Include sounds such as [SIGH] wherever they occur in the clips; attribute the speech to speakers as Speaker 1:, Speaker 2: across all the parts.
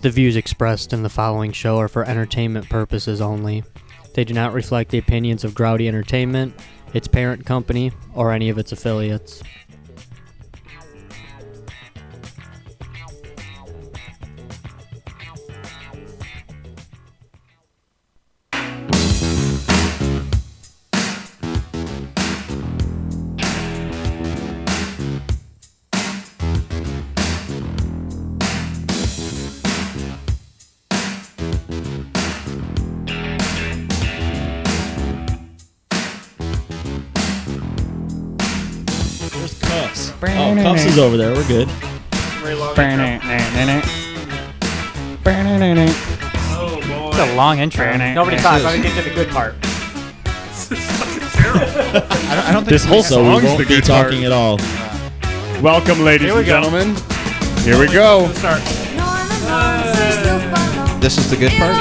Speaker 1: The views expressed in the following show are for entertainment purposes only. They do not reflect the opinions of Growdy Entertainment, its parent company, or any of its affiliates.
Speaker 2: Where's Cuffs? Oh, Cuffs is over there. We're good.
Speaker 3: It's a long intro.
Speaker 4: Nobody talks. Let me get to the good part.
Speaker 5: I don't think
Speaker 2: This whole so we
Speaker 5: song's the
Speaker 2: won't be
Speaker 5: good part.
Speaker 2: talking at all.
Speaker 5: Welcome, ladies
Speaker 4: Here we
Speaker 5: and
Speaker 4: go.
Speaker 5: gentlemen. Here we go.
Speaker 6: This is the good part?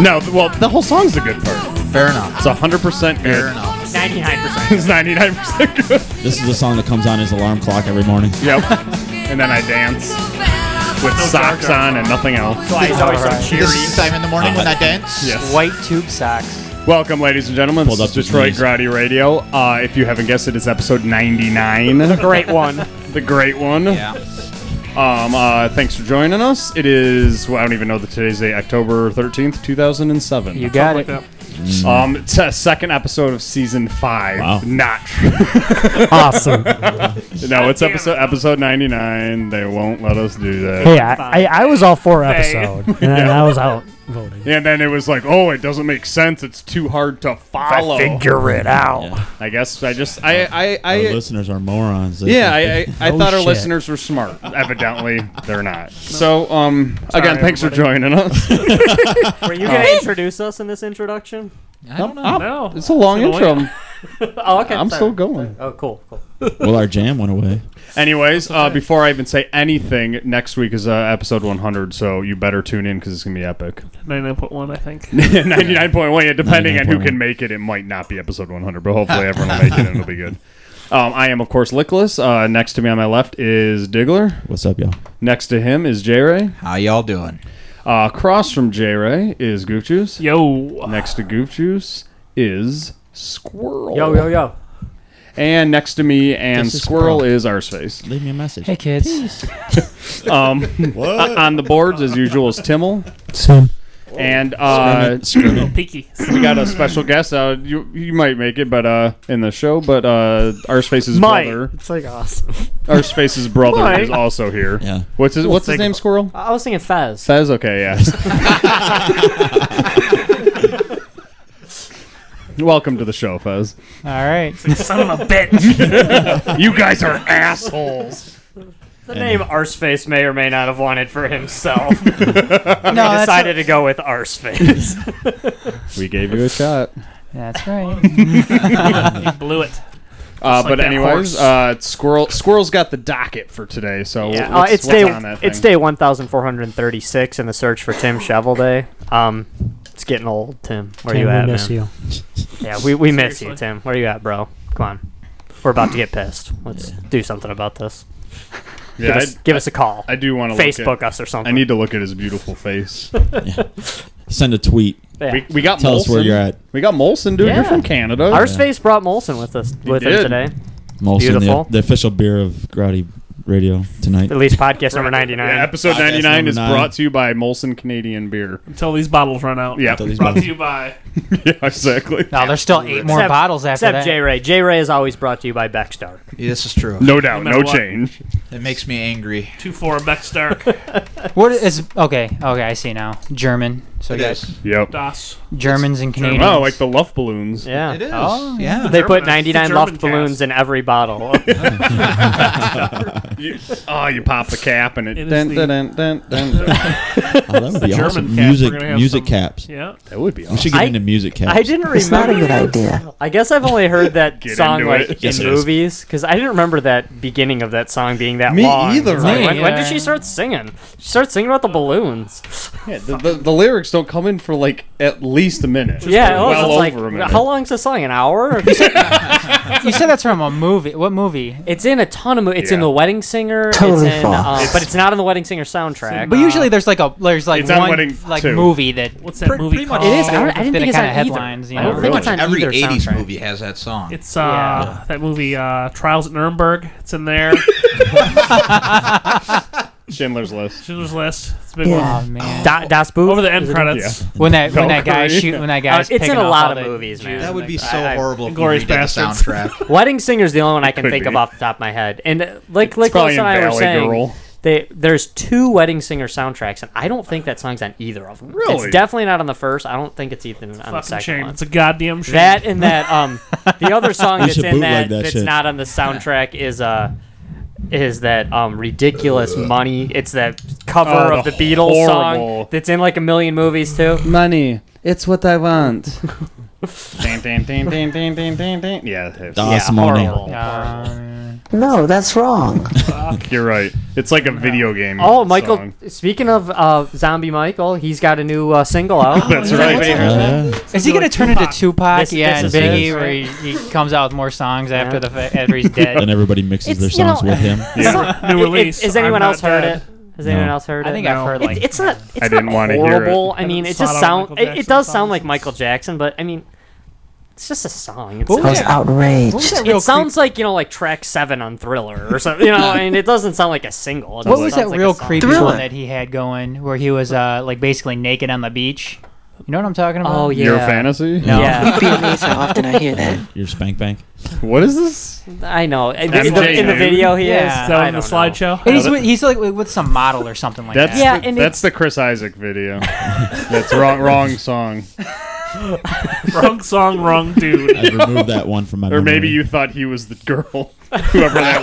Speaker 5: No, th- well, the whole song's the good part.
Speaker 6: Fair enough.
Speaker 5: It's 100% good.
Speaker 6: enough.
Speaker 4: 99%.
Speaker 5: It's [LAUGHS]
Speaker 7: [LAUGHS]
Speaker 5: 99% good.
Speaker 2: This is a song that comes on as alarm clock every morning.
Speaker 5: Yep. and then I dance with socks on and nothing else.
Speaker 4: Why it's always so cheery.
Speaker 6: This is time in the morning when I dance.
Speaker 5: Yes.
Speaker 3: White tube socks.
Speaker 5: Welcome, ladies and gentlemen.
Speaker 2: Pulled
Speaker 5: This
Speaker 2: up
Speaker 5: is
Speaker 2: his
Speaker 5: Detroit
Speaker 2: knees.
Speaker 5: Grotty Radio. Uh, if you haven't guessed it, it's episode 99. the
Speaker 4: Great one.
Speaker 5: great one.
Speaker 6: Yeah.
Speaker 5: Um, uh, thanks for joining us. It is, well, I don't even know that today's date, October 13th, 2007.
Speaker 3: You got it.
Speaker 5: Um, it's a second episode of season five.
Speaker 2: Wow.
Speaker 5: Not true.
Speaker 3: Awesome.
Speaker 5: No, it's episode episode ninety nine. They won't let us do that.
Speaker 8: Hey, I, I, I was all for episode,
Speaker 4: [LAUGHS]
Speaker 8: and then I was out voting.
Speaker 5: And then it was like, oh, it doesn't make sense. It's too hard to follow.
Speaker 8: Figure it out.
Speaker 5: I guess I just I I,
Speaker 2: Our
Speaker 5: I
Speaker 2: listeners are morons.
Speaker 5: yeah I I, I
Speaker 8: Oh,
Speaker 5: thought our
Speaker 8: shit.
Speaker 5: listeners were smart. Evidently, they're not. So um again, thanks for
Speaker 4: everybody.
Speaker 5: joining us.
Speaker 1: Were you going to introduce us in this introduction?
Speaker 6: I don't know.
Speaker 5: Oh,
Speaker 4: No.
Speaker 5: It's a long
Speaker 4: It's been a
Speaker 5: intro.
Speaker 1: Oh, okay.
Speaker 5: I'm
Speaker 1: sorry.
Speaker 5: still going.
Speaker 1: Oh, cool, cool.
Speaker 2: well, our jam went away.
Speaker 5: Anyways, uh, before I even say anything, next week is uh, episode 100, so you better tune in because it's gonna be epic.
Speaker 4: 99.1, I think.
Speaker 5: [LAUGHS] 99.1 yeah, depending on who
Speaker 2: 99.1.
Speaker 5: can make it it might not be episode 100 but hopefully everyone will make it and it'll
Speaker 2: [LAUGHS]
Speaker 5: be good um, i am of course lickless uh, next to me on my left is diggler
Speaker 2: What's up, y'all?
Speaker 5: next to him is j-ray
Speaker 6: How y'all doing?
Speaker 5: uh, across from j-ray is goof juice
Speaker 4: Yo.
Speaker 5: next to goof juice is squirrel
Speaker 1: Yo,
Speaker 4: Oh,
Speaker 1: yo, yo.
Speaker 5: and next to me and
Speaker 2: This is
Speaker 5: squirrel
Speaker 2: Squirrel.
Speaker 5: is our space
Speaker 2: Leave me a message.
Speaker 3: Hey, kids.
Speaker 2: [LAUGHS]
Speaker 5: um, on the boards as usual is timmel
Speaker 8: Sim.
Speaker 5: and uh,
Speaker 2: Screaming.
Speaker 4: Peaky.
Speaker 5: we got a special guest uh, you, you might make it but uh, in the show but uh, our space's brother
Speaker 8: It's like awesome.
Speaker 5: Earthspace's brother
Speaker 4: Mike.
Speaker 5: is also here.
Speaker 2: Yeah.
Speaker 5: What's his What's his
Speaker 8: think
Speaker 5: name? Squirrel.
Speaker 1: I I was thinking Fez.
Speaker 5: Fez. Okay.
Speaker 1: [LAUGHS]
Speaker 5: Yeah. Welcome to the show, Fez.
Speaker 3: All right.
Speaker 4: Son of a
Speaker 3: [LAUGHS]
Speaker 4: bitch.
Speaker 5: You guys are
Speaker 1: [LAUGHS]
Speaker 5: assholes.
Speaker 1: The name Arseface may or may not have wanted for himself. [LAUGHS]
Speaker 3: No,
Speaker 1: I
Speaker 3: that's,
Speaker 1: decided to go with Arseface.
Speaker 5: [LAUGHS] We gave you a shot.
Speaker 4: [LAUGHS]
Speaker 3: that's right.
Speaker 4: Blew it.
Speaker 5: Uh,
Speaker 4: like
Speaker 5: but
Speaker 4: that
Speaker 5: anyways,
Speaker 4: horse.
Speaker 5: uh, Squirrel Squirrel's got the docket for today, so
Speaker 1: Yeah, uh,
Speaker 5: what's,
Speaker 1: it's
Speaker 5: what's
Speaker 1: day
Speaker 5: on that
Speaker 1: it's
Speaker 5: thing?
Speaker 1: day 1436 in the search for Tim Shovel Day. Um, it's getting old, Tim. Where
Speaker 8: Tim,
Speaker 1: you
Speaker 8: we
Speaker 1: at,
Speaker 8: miss
Speaker 1: man?
Speaker 8: you.
Speaker 1: Yeah, we, we miss you,
Speaker 4: Seriously.
Speaker 1: Tim. Where you at, bro? Come on. We're about to get pissed. Let's do something about this.
Speaker 5: Yeah,
Speaker 1: give, us, give us a call.
Speaker 5: I, I do want to
Speaker 1: Facebook
Speaker 5: Look at,
Speaker 1: us or something.
Speaker 5: I need to look at his beautiful
Speaker 1: [LAUGHS]
Speaker 5: face.
Speaker 2: Send a tweet.
Speaker 1: Yeah.
Speaker 5: We, we got
Speaker 2: Tell
Speaker 5: Molson.
Speaker 2: us where you're at.
Speaker 5: We got Molson, dude. You're
Speaker 1: Yeah.
Speaker 5: from Canada.
Speaker 1: Arseface brought Molson with us with
Speaker 5: did.
Speaker 1: him today.
Speaker 2: Molson,
Speaker 1: Beautiful.
Speaker 2: The, the official beer of Grotty Radio tonight.
Speaker 1: At least podcast number 99.
Speaker 5: Yeah, episode
Speaker 2: Podcast
Speaker 5: 99 is
Speaker 2: number nine.
Speaker 5: brought to you by Molson Canadian Beer.
Speaker 4: Until these bottles run out.
Speaker 5: Yeah.
Speaker 2: Tell these
Speaker 4: Brought
Speaker 2: bottles.
Speaker 4: to you by.
Speaker 5: [LAUGHS] yeah, exactly.
Speaker 3: No, there's still eight more
Speaker 1: Except-
Speaker 3: bottles after that.
Speaker 1: Except J Ray. J Ray is always brought to you by Beckstar.
Speaker 6: Yeah, this is true.
Speaker 5: No doubt,
Speaker 4: matter
Speaker 5: no
Speaker 4: what.
Speaker 5: change.
Speaker 6: It makes me angry.
Speaker 4: 2 4 Beck Stark.
Speaker 3: What is? Okay. Okay, I see now. German. So
Speaker 6: It
Speaker 3: you got
Speaker 6: is.
Speaker 5: Yep.
Speaker 4: Das.
Speaker 3: Germans and Canadians.
Speaker 5: Oh, like the Luff balloons.
Speaker 1: Yeah.
Speaker 6: It is.
Speaker 3: Oh,
Speaker 6: yeah.
Speaker 1: They put
Speaker 4: German.
Speaker 1: 99
Speaker 4: It's a
Speaker 1: loft
Speaker 4: German cast.
Speaker 1: balloons in
Speaker 5: [LAUGHS]
Speaker 1: every bottle.
Speaker 5: [LAUGHS] You- oh, you pop the cap and it.
Speaker 4: It is
Speaker 5: dun,
Speaker 4: the-
Speaker 5: dun, dun, dun,
Speaker 1: [LAUGHS]
Speaker 5: dun.
Speaker 2: Oh, that would be
Speaker 4: German
Speaker 2: awesome.
Speaker 4: caps. We're
Speaker 2: Music,
Speaker 4: gonna have
Speaker 2: music
Speaker 4: some-
Speaker 2: caps.
Speaker 4: Yeah.
Speaker 5: that would be
Speaker 2: We
Speaker 5: awesome.
Speaker 2: should get
Speaker 1: I-
Speaker 2: into music caps.
Speaker 1: I didn't remember.
Speaker 7: idea.
Speaker 1: I guess I've only heard
Speaker 5: [LAUGHS]
Speaker 1: that
Speaker 5: Get
Speaker 1: song
Speaker 5: into
Speaker 1: like
Speaker 5: it.
Speaker 2: Yes,
Speaker 1: in
Speaker 2: it is.
Speaker 1: movies because I didn't remember that beginning of that song being that
Speaker 5: Me
Speaker 1: long.
Speaker 5: either.
Speaker 1: It's like,
Speaker 3: Me
Speaker 1: when, when did
Speaker 3: either.
Speaker 5: Uh,
Speaker 1: she start singing? She started singing about the balloons.
Speaker 5: Yeah, the, the, the lyrics don't come in for like at least a minute.
Speaker 1: yeah,
Speaker 5: well over
Speaker 1: well, it's
Speaker 5: a
Speaker 1: like,
Speaker 5: minute.
Speaker 1: how long's this song? An hour?
Speaker 3: [LAUGHS] You said that's from a movie. What movie?
Speaker 1: it's in a ton of movies. It's in
Speaker 5: Yeah.
Speaker 1: The Wedding Singer.
Speaker 8: Totally
Speaker 1: it's in,
Speaker 8: false.
Speaker 1: uh, but it's not in The Wedding Singer soundtrack. Uh,
Speaker 3: But usually there's like a there's like
Speaker 5: It's on
Speaker 3: one
Speaker 5: Wedding
Speaker 3: like
Speaker 5: Two.
Speaker 3: movie that
Speaker 4: What's that
Speaker 6: Pre-
Speaker 4: movie
Speaker 6: pretty much
Speaker 4: called?
Speaker 1: it is. I, don't,
Speaker 3: It's
Speaker 1: I didn't
Speaker 3: been
Speaker 1: think
Speaker 3: a
Speaker 1: it's on
Speaker 3: kinda
Speaker 1: either.
Speaker 3: headlines, you
Speaker 1: I don't
Speaker 3: know,
Speaker 1: think
Speaker 5: really.
Speaker 1: it's on
Speaker 6: Every
Speaker 1: either
Speaker 6: 80s
Speaker 1: soundtrack.
Speaker 6: movie has that song.
Speaker 4: It's uh,
Speaker 3: Yeah.
Speaker 4: that movie uh, Trials at Nuremberg. It's in there.
Speaker 5: Schindler's List.
Speaker 4: Schindler's List. It's a big
Speaker 3: Oh
Speaker 4: one.
Speaker 3: man.
Speaker 1: Da- Das Boot.
Speaker 4: Over the end
Speaker 1: Is it-
Speaker 4: credits.
Speaker 3: When that when that guy
Speaker 5: Valkyrie.
Speaker 3: shoot when that guy.
Speaker 1: Uh, it's in a lot of movies, man.
Speaker 6: that would be so
Speaker 1: I- I-
Speaker 6: horrible if we
Speaker 4: Glorious
Speaker 6: redid the
Speaker 4: Bastards.
Speaker 6: soundtrack.
Speaker 1: Wedding Singer's the only one I can
Speaker 5: could
Speaker 1: think
Speaker 5: be.
Speaker 1: of off the top of my head. And uh, like like
Speaker 5: probably
Speaker 1: Chris and
Speaker 5: in
Speaker 1: I were
Speaker 5: Valley
Speaker 1: saying,
Speaker 5: Girl.
Speaker 1: they, there's two Wedding Singer soundtracks, and I don't think that song's on either of them.
Speaker 5: Really?
Speaker 1: It's definitely not on the first. I don't think it's even on the
Speaker 4: Fucking
Speaker 1: second
Speaker 4: shame.
Speaker 1: one.
Speaker 4: It's a goddamn shame.
Speaker 1: That and that um
Speaker 5: [LAUGHS]
Speaker 1: the other song
Speaker 2: We
Speaker 1: that's
Speaker 2: should
Speaker 1: in that,
Speaker 2: bootleg that
Speaker 1: that's
Speaker 2: shit.
Speaker 1: not on the soundtrack is uh is that um ridiculous money. It's that cover
Speaker 5: Oh,
Speaker 1: of
Speaker 5: the
Speaker 1: the Beatles
Speaker 5: horrible-
Speaker 1: song that's in like a million movies too.
Speaker 5: Money. It's what I want. ding, ding, ding, ding, ding, ding, ding,
Speaker 3: [LAUGHS]
Speaker 5: ding. Yeah, it's-
Speaker 2: Das
Speaker 1: yeah,
Speaker 2: Money.
Speaker 1: horrible.
Speaker 7: No, that's wrong.
Speaker 5: [LAUGHS] you're right. It's like a video game.
Speaker 1: Oh, Michael!
Speaker 5: song.
Speaker 1: Speaking of uh, zombie Michael, he's got a new uh,
Speaker 5: [LAUGHS]
Speaker 1: single out.
Speaker 5: That's
Speaker 1: Has
Speaker 5: right.
Speaker 1: anybody heard that?
Speaker 2: Yeah.
Speaker 3: Is he gonna turn into
Speaker 4: Tupac.
Speaker 3: Tupac?
Speaker 1: This-
Speaker 3: yeah,
Speaker 1: this
Speaker 3: and
Speaker 1: is
Speaker 3: Biggie,
Speaker 1: his,
Speaker 3: where he, he comes out with more songs after the fa- after he's
Speaker 2: Then
Speaker 3: dead.
Speaker 2: everybody mixes
Speaker 1: It's,
Speaker 2: their
Speaker 1: you know-
Speaker 2: songs with him.
Speaker 1: It's not-
Speaker 4: New
Speaker 1: it- it-
Speaker 4: release,
Speaker 1: has
Speaker 4: I'm
Speaker 1: anyone
Speaker 4: Not
Speaker 1: else heard
Speaker 4: Dead.
Speaker 1: it? Has anyone
Speaker 2: No.
Speaker 1: else heard
Speaker 3: I
Speaker 1: it?
Speaker 3: think I've heard
Speaker 1: It-
Speaker 3: like
Speaker 1: it's not. It's
Speaker 5: didn't
Speaker 1: not
Speaker 5: wanna hear it.
Speaker 1: horrible. I
Speaker 4: Haven't
Speaker 1: mean, it
Speaker 4: sought
Speaker 1: just
Speaker 4: out
Speaker 1: sound. It,
Speaker 4: Michael
Speaker 1: it
Speaker 4: Jackson
Speaker 1: does sound
Speaker 4: songs.
Speaker 1: like Michael Jackson, but I mean, it's just a song. [LAUGHS] It's
Speaker 3: What
Speaker 7: I
Speaker 1: not-
Speaker 7: was
Speaker 3: Yeah.
Speaker 7: outraged.
Speaker 3: was that
Speaker 1: it
Speaker 3: real
Speaker 1: sounds like you know, like track seven on Thriller or something. You know, I mean, it doesn't sound like a single. It
Speaker 3: What
Speaker 1: just
Speaker 3: was
Speaker 1: sounds
Speaker 3: that
Speaker 1: like a
Speaker 3: real
Speaker 1: song.
Speaker 3: creepy
Speaker 7: Thriller.
Speaker 3: one that he had going where he was uh like basically naked on the beach? You know what I'm talking about?
Speaker 1: Oh yeah.
Speaker 5: Your fantasy?
Speaker 3: No.
Speaker 1: Yeah,
Speaker 7: Be amazed how often I hear that.
Speaker 2: Your spank bank.
Speaker 5: What is this?
Speaker 1: I know. In the,
Speaker 5: MJ,
Speaker 1: in the- in the
Speaker 5: dude.
Speaker 1: video, he
Speaker 3: Yeah.
Speaker 1: is.
Speaker 4: Is that
Speaker 1: I
Speaker 4: on the
Speaker 1: don't know.
Speaker 4: slideshow?
Speaker 3: And [LAUGHS] he's with, he's like with some model or something like
Speaker 5: That's
Speaker 3: that.
Speaker 1: Yeah,
Speaker 5: the,
Speaker 1: and
Speaker 5: that's the Chris Isaac
Speaker 1: [LAUGHS]
Speaker 5: video. that's wrong wrong song.
Speaker 4: wrong
Speaker 1: [LAUGHS]
Speaker 4: song, wrong dude.
Speaker 2: I removed that one from my.
Speaker 5: Or
Speaker 2: memory.
Speaker 5: maybe you thought he was the girl, [LAUGHS] whoever that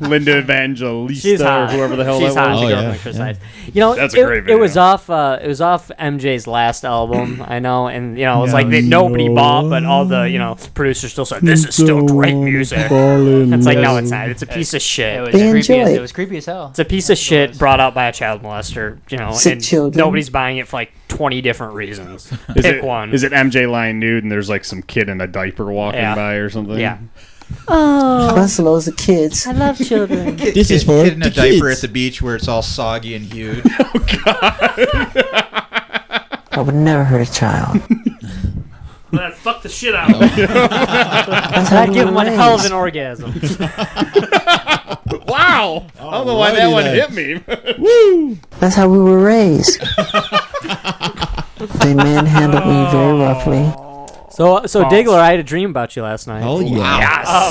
Speaker 5: was,
Speaker 1: [LAUGHS]
Speaker 5: Linda Evangelista
Speaker 1: She's
Speaker 5: or
Speaker 1: hot.
Speaker 5: whoever the hell
Speaker 1: She's
Speaker 5: that
Speaker 1: hot.
Speaker 5: was.
Speaker 1: the
Speaker 2: Oh,
Speaker 1: girl
Speaker 2: yeah,
Speaker 1: from Extra
Speaker 2: yeah.
Speaker 1: Size. You know,
Speaker 5: That's a
Speaker 1: it,
Speaker 5: great
Speaker 1: it was
Speaker 5: video.
Speaker 1: off. Uh, it was off MJ's
Speaker 5: [CLEARS THROAT]
Speaker 1: last album. I know, and you know, it was
Speaker 2: Yeah,
Speaker 1: like that
Speaker 2: you
Speaker 1: nobody
Speaker 2: know.
Speaker 1: bought, but all the you know producers still said this is still great music. It's like no, it's not. It's a piece of
Speaker 3: It was
Speaker 1: shit.
Speaker 7: They
Speaker 3: creepy. As,
Speaker 7: enjoy it.
Speaker 3: it was creepy as hell.
Speaker 1: It's a piece of shit brought out by a child molester. You know,
Speaker 7: Sick
Speaker 1: and
Speaker 7: children.
Speaker 1: nobody's buying it for like twenty different reasons.
Speaker 5: [LAUGHS] Is
Speaker 1: Pick
Speaker 5: it,
Speaker 1: one.
Speaker 5: Is it MJ lying nude and there's like some kid in a diaper walking
Speaker 1: Yeah.
Speaker 5: by or something?
Speaker 1: Yeah.
Speaker 7: Plus loads of kids.
Speaker 1: love children.
Speaker 2: This
Speaker 6: Kid-
Speaker 2: is for
Speaker 6: kid in a
Speaker 2: the
Speaker 6: diaper
Speaker 2: kids.
Speaker 6: at the beach where it's all soggy and huge.
Speaker 7: I would never hurt a child.
Speaker 4: Man, fuck the shit out
Speaker 1: [LAUGHS]
Speaker 4: of me.
Speaker 7: That's how
Speaker 1: That
Speaker 7: you
Speaker 1: give him
Speaker 7: were
Speaker 1: one hell of
Speaker 7: raised.
Speaker 1: an orgasm.
Speaker 5: Wow! I don't know why that
Speaker 2: Alrighty
Speaker 6: Oh,
Speaker 5: one
Speaker 2: then.
Speaker 5: hit me.
Speaker 7: That's how we were
Speaker 5: [LAUGHS]
Speaker 7: raised. they [LAUGHS] manhandled me very roughly.
Speaker 1: So, so Diggler, I had a dream about you last night.
Speaker 2: Oh yeah.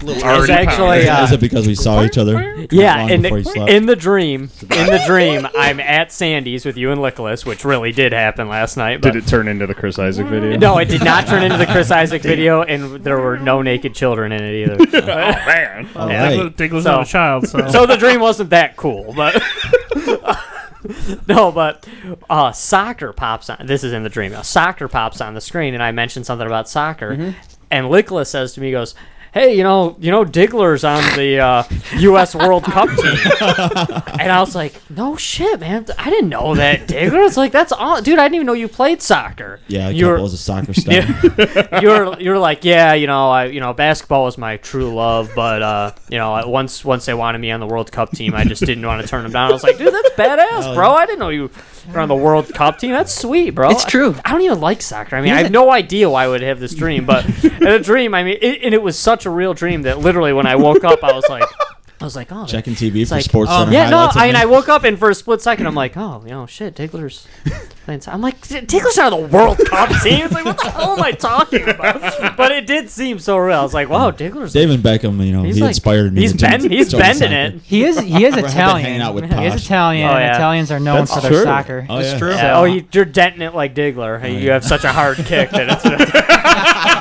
Speaker 1: It was actually uh,
Speaker 2: Is it because we saw each other?
Speaker 1: Yeah,
Speaker 2: long
Speaker 1: in
Speaker 2: before you
Speaker 1: the,
Speaker 2: slept?
Speaker 1: in the dream, in the dream, I'm at Sandy's with you and Nicholas, which really did happen last night. But
Speaker 5: Did it turn into the Chris
Speaker 1: [LAUGHS]
Speaker 5: Isaac video?
Speaker 1: no, it did not turn into the Chris Isaac video, and there were no naked children in it either.
Speaker 5: Oh man.
Speaker 2: All
Speaker 1: yeah.
Speaker 2: right.
Speaker 4: Diggler's
Speaker 1: So-
Speaker 4: not a child, so.
Speaker 1: [LAUGHS] so the dream wasn't that cool, but. [LAUGHS] No, but uh, soccer pops on. This is in the dream. Uh, soccer pops on the screen, and I mentioned something about soccer,
Speaker 2: Mm-hmm.
Speaker 1: and Nicholas says to me, he "Goes, hey, you know, you know, Diggler's on the uh, U.S. World
Speaker 2: [LAUGHS]
Speaker 1: Cup team," and I was like, "No shit, man, I didn't know that Diggler's like that's all, dude. I didn't even know you played soccer.
Speaker 2: Yeah, a
Speaker 1: you're
Speaker 2: couple was a
Speaker 1: [LAUGHS]
Speaker 2: soccer star.
Speaker 1: you're you're like, yeah, you know, I you know, basketball was my true love, but uh, you know, I, once once they wanted me on the World Cup team, I just didn't want to turn them down. I was like, dude, that's
Speaker 3: Oh,
Speaker 1: badass, bro. I didn't know you were on the World Cup team. That's sweet, bro.
Speaker 3: It's true.
Speaker 1: I, I don't even like soccer. I mean, I have no idea why I would have this dream, but in a dream, I mean, it, and it was such a real dream that literally when I woke up, I was like, I was like, oh,
Speaker 2: Checking TV for
Speaker 1: like,
Speaker 2: sports
Speaker 6: um,
Speaker 2: center
Speaker 1: yeah, no,
Speaker 2: highlights
Speaker 1: I mean,
Speaker 2: then-
Speaker 1: I woke up and for a split second, I'm like, oh, you know, shit,
Speaker 2: [LAUGHS]
Speaker 1: Diggler's. playing so- I'm like, Diggler's out of the World Cup team. It's like, what the hell am I talking about? But it did seem so real. I was like, wow, Diggler's.
Speaker 2: David Beckham, you know,
Speaker 1: He's
Speaker 2: he
Speaker 1: like-
Speaker 2: inspired me.
Speaker 1: he's
Speaker 2: to do-
Speaker 1: bend- he's
Speaker 2: to do
Speaker 1: bending
Speaker 2: soccer.
Speaker 1: it.
Speaker 3: He is he
Speaker 2: I've
Speaker 3: is
Speaker 2: been
Speaker 3: Italian.
Speaker 2: hanging out with
Speaker 3: he is
Speaker 2: Posh.
Speaker 3: Italian.
Speaker 1: Oh,
Speaker 3: and
Speaker 1: yeah.
Speaker 3: Italians are known
Speaker 2: That's
Speaker 3: for their
Speaker 2: true.
Speaker 3: soccer.
Speaker 2: Oh, yeah.
Speaker 6: true.
Speaker 1: Yeah. Oh, you, you're denting it like Diggler. You have such a hard kick that
Speaker 2: [LAUGHS]
Speaker 1: it's. [LAUGHS]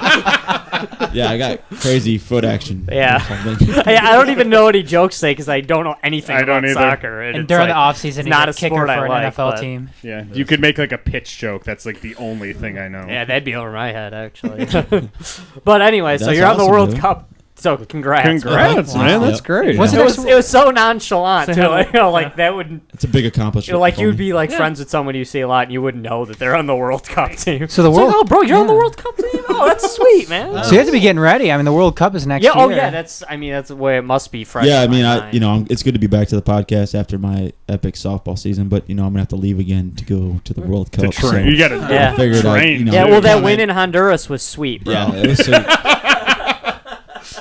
Speaker 2: Yeah, I got crazy foot action.
Speaker 1: [LAUGHS] Yeah.
Speaker 2: or something.
Speaker 1: I, I don't even know what he jokes say because I don't know anything
Speaker 5: I
Speaker 1: about
Speaker 5: don't either.
Speaker 1: soccer.
Speaker 3: And
Speaker 1: it's
Speaker 3: during the
Speaker 1: like-
Speaker 3: off season,
Speaker 1: it's
Speaker 3: he's
Speaker 1: not
Speaker 3: not a
Speaker 1: a
Speaker 3: kicker
Speaker 1: sport
Speaker 3: for
Speaker 1: I
Speaker 3: an
Speaker 1: like,
Speaker 3: NFL
Speaker 1: but-
Speaker 3: team.
Speaker 5: Yeah. You could make like a pitch joke. That's like the only thing I know.
Speaker 1: Yeah, that'd be over my head actually. but anyway,
Speaker 2: [LAUGHS]
Speaker 1: so
Speaker 2: That's
Speaker 1: you're on the
Speaker 2: awesome,
Speaker 1: World
Speaker 2: dude.
Speaker 1: Cup So congrats. bro.
Speaker 2: Oh,
Speaker 5: Congrats, man. That's great.
Speaker 3: What's
Speaker 1: [LAUGHS] It
Speaker 3: the
Speaker 1: was,
Speaker 3: next-
Speaker 1: it was so nonchalant too.
Speaker 3: hello.
Speaker 1: Like, you know, [LAUGHS] like that would
Speaker 2: It's a big
Speaker 1: you know,
Speaker 2: accomplishment.
Speaker 1: like
Speaker 2: for
Speaker 1: you'd
Speaker 2: me.
Speaker 1: be like friends with someone you see a lot and you wouldn't know that they're on the World [LAUGHS] Cup team.
Speaker 3: So the
Speaker 1: It's
Speaker 3: World-
Speaker 1: like, oh bro, you're on the
Speaker 3: yeah.
Speaker 1: World Cup team. Oh, that's sweet, man.
Speaker 3: So you have to be getting ready. I mean, the World Cup is next
Speaker 1: yeah,
Speaker 3: year.
Speaker 1: oh yeah, that's I mean that's the way it must be fresh.
Speaker 2: Yeah, I
Speaker 1: in my
Speaker 2: mean, I
Speaker 1: mind.
Speaker 2: you know, I'm, it's good to be back to the podcast after my epic softball season, but you know, I'm gonna have to leave again to go to the World Cup.
Speaker 5: To
Speaker 2: so-
Speaker 5: train. You got to
Speaker 1: Yeah.
Speaker 2: Figure it out,
Speaker 5: train.
Speaker 2: you know.
Speaker 1: Yeah,
Speaker 5: dude.
Speaker 1: well that
Speaker 2: Yeah,
Speaker 1: win
Speaker 2: man.
Speaker 1: in Honduras was sweet, bro.
Speaker 2: yeah, it was so,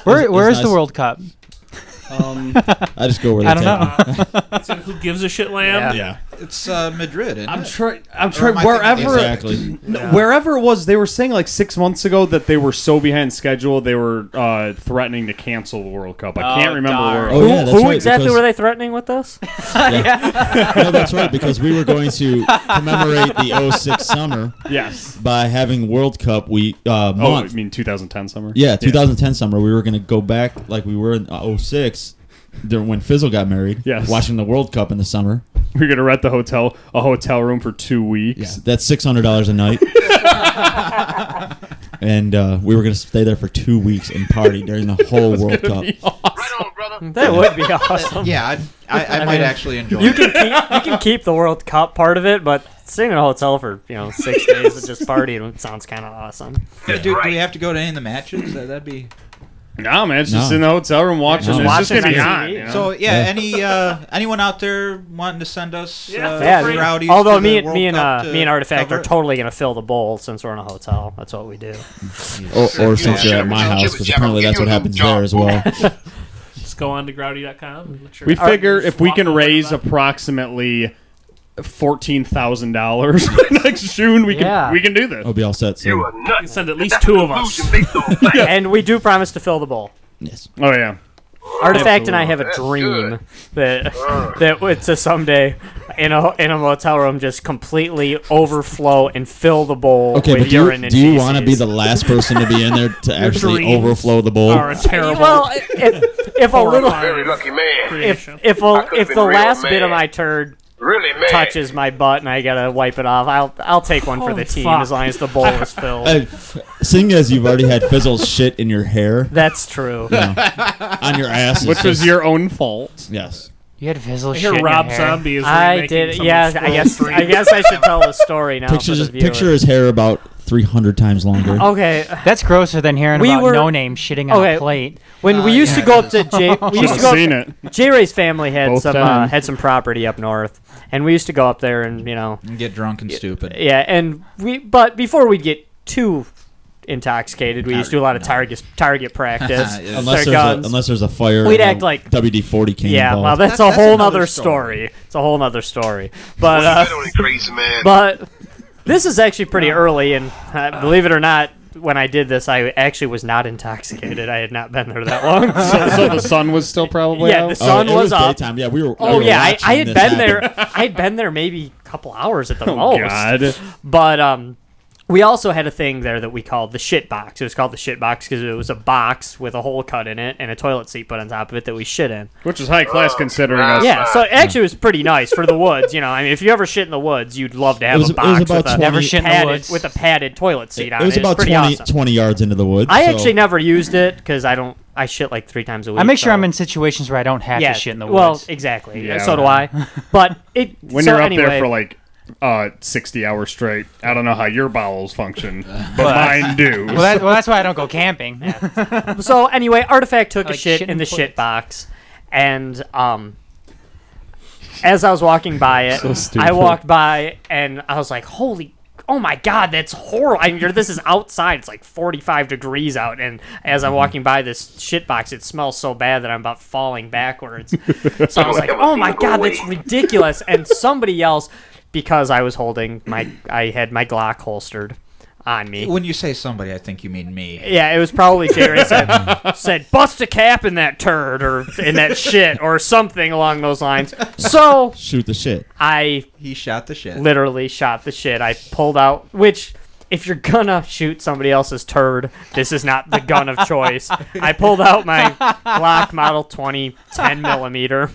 Speaker 3: Where, where
Speaker 2: it's
Speaker 3: is the
Speaker 2: nice.
Speaker 3: World Cup?
Speaker 6: Um,
Speaker 2: I just go where they
Speaker 3: I don't
Speaker 2: take me.
Speaker 3: know.
Speaker 4: It's in Who gives a shit, lamb?
Speaker 2: Yeah,
Speaker 6: It's uh, Madrid. Isn't
Speaker 5: I'm
Speaker 6: it?
Speaker 5: trying. I'm
Speaker 6: Or
Speaker 5: trying.
Speaker 6: am I thinking
Speaker 5: Wherever,
Speaker 2: [LAUGHS]
Speaker 6: the
Speaker 2: exactly.
Speaker 5: no, wherever it was, they were saying like six months ago that they were so behind schedule they were uh, threatening to cancel the World Cup. I
Speaker 3: Oh,
Speaker 5: can't remember
Speaker 3: darn.
Speaker 5: where. it
Speaker 2: Oh,
Speaker 5: was.
Speaker 2: yeah, that's
Speaker 1: Who
Speaker 2: right,
Speaker 1: exactly
Speaker 2: because-
Speaker 1: were they threatening with us?
Speaker 2: No, that's right because we were going to commemorate the 06 summer
Speaker 5: Yes.
Speaker 2: by having World Cup week uh,
Speaker 5: Oh, I
Speaker 2: month.
Speaker 5: mean 2010 summer.
Speaker 2: yeah, 2010 summer. We were going to go back like we were in uh, 06 during when Fizzle got married.
Speaker 5: Yes.
Speaker 2: watching the World Cup in the summer.
Speaker 5: [LAUGHS] We're gonna rent the hotel a hotel room for two weeks.
Speaker 2: Yeah, that's six hundred dollars a night. and uh, we were going to stay there for two weeks and party during the whole World
Speaker 5: [LAUGHS]
Speaker 2: Cup.
Speaker 1: [LAUGHS] That would be awesome.
Speaker 6: Yeah, I'd, I, I, might
Speaker 1: mean,
Speaker 6: actually enjoy
Speaker 1: You
Speaker 6: it.
Speaker 1: can keep, you can keep the World Cup part of it, but staying in a hotel for you know six days and just partying sounds kind of awesome.
Speaker 6: do, do we have to go to any of the matches? That, that'd be
Speaker 5: No, man, it's just
Speaker 2: No.
Speaker 5: in the hotel room watching.
Speaker 2: Just
Speaker 5: it's just
Speaker 1: watching
Speaker 5: gonna be
Speaker 1: on
Speaker 5: hot.
Speaker 1: TV.
Speaker 5: you know?
Speaker 6: so. Yeah,
Speaker 2: Yeah.
Speaker 6: any uh, anyone out there wanting to send us
Speaker 4: Yeah,
Speaker 6: uh,
Speaker 4: feel
Speaker 1: Yeah,
Speaker 4: free.
Speaker 6: rowdies?
Speaker 1: although
Speaker 6: to the
Speaker 1: me and
Speaker 6: World
Speaker 1: me and
Speaker 6: Cup
Speaker 1: uh,
Speaker 6: to
Speaker 1: me and Artifact
Speaker 6: cover
Speaker 1: are
Speaker 6: it?
Speaker 1: totally gonna fill the bowl since we're in a hotel. That's what we do.
Speaker 2: Or, or since you're at my house, because apparently that's what happens there as well.
Speaker 4: Just go on to growdy.com. and let your-
Speaker 5: we figure
Speaker 4: Just
Speaker 5: if we
Speaker 4: walk
Speaker 5: can
Speaker 4: over
Speaker 5: raise
Speaker 4: to that.
Speaker 5: approximately fourteen thousand dollars [LAUGHS] next June, we can
Speaker 1: Yeah.
Speaker 5: we can do this.
Speaker 6: Oh.
Speaker 2: I'll be all set soon.
Speaker 4: You can send at least two of us.
Speaker 1: [LAUGHS] And we do promise to fill the bowl.
Speaker 2: Yes.
Speaker 5: Oh yeah.
Speaker 1: Artifact and I have a dream that that would to someday in a in a motel room just completely overflow and fill the bowl
Speaker 2: Okay,
Speaker 1: with
Speaker 2: but do
Speaker 1: urine
Speaker 2: you,
Speaker 1: and
Speaker 2: do you
Speaker 1: feces.
Speaker 2: want to be the last person to be in there
Speaker 1: [LAUGHS]
Speaker 2: to actually
Speaker 4: dreams
Speaker 2: overflow the bowl?
Speaker 4: Are a terrible
Speaker 1: well uh, if, [LAUGHS] if a little
Speaker 9: Very lucky man.
Speaker 1: if
Speaker 4: creation.
Speaker 1: if a,
Speaker 9: could've
Speaker 1: if
Speaker 9: been
Speaker 1: the
Speaker 9: real
Speaker 1: last bit of
Speaker 9: mad.
Speaker 1: my turd
Speaker 9: Really man.
Speaker 1: touches my butt and I gotta wipe it off, I'll I'll take one for
Speaker 4: Oh,
Speaker 1: the team
Speaker 4: fuck.
Speaker 1: as long as the bowl
Speaker 2: [LAUGHS]
Speaker 1: is filled.
Speaker 2: Uh, seeing as you've already had Fizzle's shit in your hair,
Speaker 1: That's true.
Speaker 2: on your ass, it's
Speaker 5: Which was
Speaker 2: just-
Speaker 5: your own fault.
Speaker 2: yes.
Speaker 3: You had Fizzle
Speaker 4: I
Speaker 3: shit.
Speaker 4: hear
Speaker 3: in
Speaker 4: Rob
Speaker 3: your hair.
Speaker 4: Zombie is
Speaker 1: I
Speaker 4: remaking
Speaker 1: did.
Speaker 4: some
Speaker 1: Yeah,
Speaker 4: of
Speaker 1: I
Speaker 4: Scrolls
Speaker 1: guess
Speaker 4: three.
Speaker 1: I guess I should tell
Speaker 2: [LAUGHS]
Speaker 1: the story now.
Speaker 2: Picture,
Speaker 1: for the viewer. Oh,
Speaker 2: picture his hair about 300 times longer.
Speaker 1: Okay,
Speaker 3: That's grosser than hearing
Speaker 1: We
Speaker 3: about
Speaker 1: were-
Speaker 3: no name shitting on
Speaker 1: Okay.
Speaker 3: a plate.
Speaker 1: when we
Speaker 6: Oh,
Speaker 1: used to
Speaker 6: yeah,
Speaker 1: go
Speaker 6: it
Speaker 1: up to J, we used to
Speaker 5: I've
Speaker 1: go.
Speaker 5: seen it.
Speaker 1: J Ray's family had
Speaker 5: Both
Speaker 1: some uh,
Speaker 5: times.
Speaker 1: had some property up north, and we used to go up there and you know
Speaker 6: And Get drunk and stupid.
Speaker 1: yeah, and we but before we'd get too intoxicated, we used to do a lot of target target practice.
Speaker 6: Yeah.
Speaker 2: Unless
Speaker 1: their
Speaker 2: there's, a,
Speaker 1: guns.
Speaker 2: unless there's a fire,
Speaker 1: We'd
Speaker 2: and a
Speaker 1: act like-
Speaker 2: WD-40 came.
Speaker 1: yeah,
Speaker 2: involved.
Speaker 1: well, that's,
Speaker 6: That's-
Speaker 1: a whole
Speaker 6: that's another
Speaker 1: nother story.
Speaker 6: story.
Speaker 1: It's a whole nother story, but.
Speaker 9: I
Speaker 1: Uh,
Speaker 9: don't even crazy man.
Speaker 1: but this is actually pretty early, and uh, believe it or not, when I did this, I actually was not intoxicated. I had not been there that long.
Speaker 5: So, so the sun was still probably
Speaker 1: Yeah,
Speaker 5: out.
Speaker 1: the sun
Speaker 2: Oh, it
Speaker 1: was, up.
Speaker 2: daytime. Yeah, we were.
Speaker 1: Oh
Speaker 2: we were
Speaker 1: yeah, I, I
Speaker 2: watching
Speaker 1: had
Speaker 2: this
Speaker 1: been
Speaker 2: happen.
Speaker 1: there. I had been there maybe a couple hours
Speaker 2: [LAUGHS]
Speaker 1: at the
Speaker 5: Oh,
Speaker 1: most.
Speaker 5: God.
Speaker 1: But um, we also had a thing there that we called the shit box. It was called the shit box because it was a box with a hole cut in it and a toilet seat put on top of it that we shit in.
Speaker 5: Which is high class considering us.
Speaker 1: Yeah, so it actually was pretty nice for the woods. You know, I mean, if you ever shit in the woods, you'd love to have
Speaker 2: was-
Speaker 1: a
Speaker 2: it was
Speaker 1: box
Speaker 2: about
Speaker 1: with a
Speaker 2: 20
Speaker 3: Never shit in the
Speaker 1: padded,
Speaker 3: woods.
Speaker 1: with a padded toilet seat on
Speaker 2: It was
Speaker 1: It's
Speaker 2: about
Speaker 1: pretty
Speaker 2: 20,
Speaker 1: awesome.
Speaker 2: 20 yards into the woods.
Speaker 1: I
Speaker 2: so-
Speaker 1: actually never used it because I don't. I shit like three times a week.
Speaker 3: I make sure
Speaker 1: so-
Speaker 3: I'm in situations where I don't have
Speaker 1: yeah,
Speaker 3: to shit in the
Speaker 1: Well,
Speaker 3: woods.
Speaker 1: exactly.
Speaker 5: Yeah,
Speaker 1: so do
Speaker 5: well.
Speaker 1: I. But
Speaker 2: [LAUGHS]
Speaker 1: it
Speaker 5: When
Speaker 1: so
Speaker 5: you're up
Speaker 1: anyway,
Speaker 5: there for like uh, 60 hours straight, I don't know how your
Speaker 9: [LAUGHS]
Speaker 5: bowels function, but mine do.
Speaker 3: Well, that, well, that's why I don't go camping. [LAUGHS]
Speaker 1: [LAUGHS] So anyway, Artifact took a
Speaker 3: Like
Speaker 1: shit
Speaker 3: shit
Speaker 1: in
Speaker 3: in
Speaker 1: the
Speaker 3: place.
Speaker 1: shit box, and um, as I was walking by it, I
Speaker 5: stupid.
Speaker 1: walked by and I was like, "Holy, oh my god, that's horrible!" I mean, you're- this is outside; it's like 45 degrees out, and as I'm walking by this shit box, it smells so bad that I'm about falling backwards. so I was like, "Oh my god, that's ridiculous!" And somebody else, because I was holding my, I had my Glock holstered on me.
Speaker 6: When you say somebody, I think you mean me.
Speaker 1: Yeah, it was probably Jerry said, said bust a cap in that turd or in that shit or something along those lines. So
Speaker 2: shoot the shit.
Speaker 1: I
Speaker 6: He shot the shit.
Speaker 1: literally shot the shit. I pulled out, which if you're gonna shoot somebody else's turd, this is not the gun of choice. I pulled out my Glock Model 20 10 millimeter,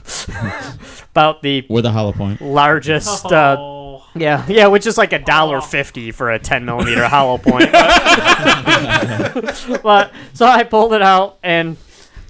Speaker 1: [LAUGHS] about the
Speaker 2: With a hollow point.
Speaker 1: largest uh,
Speaker 4: [LAUGHS] Oh.
Speaker 1: yeah, yeah, which is like a dollar fifty for a ten [LAUGHS] millimeter hollow point. but so I pulled it out and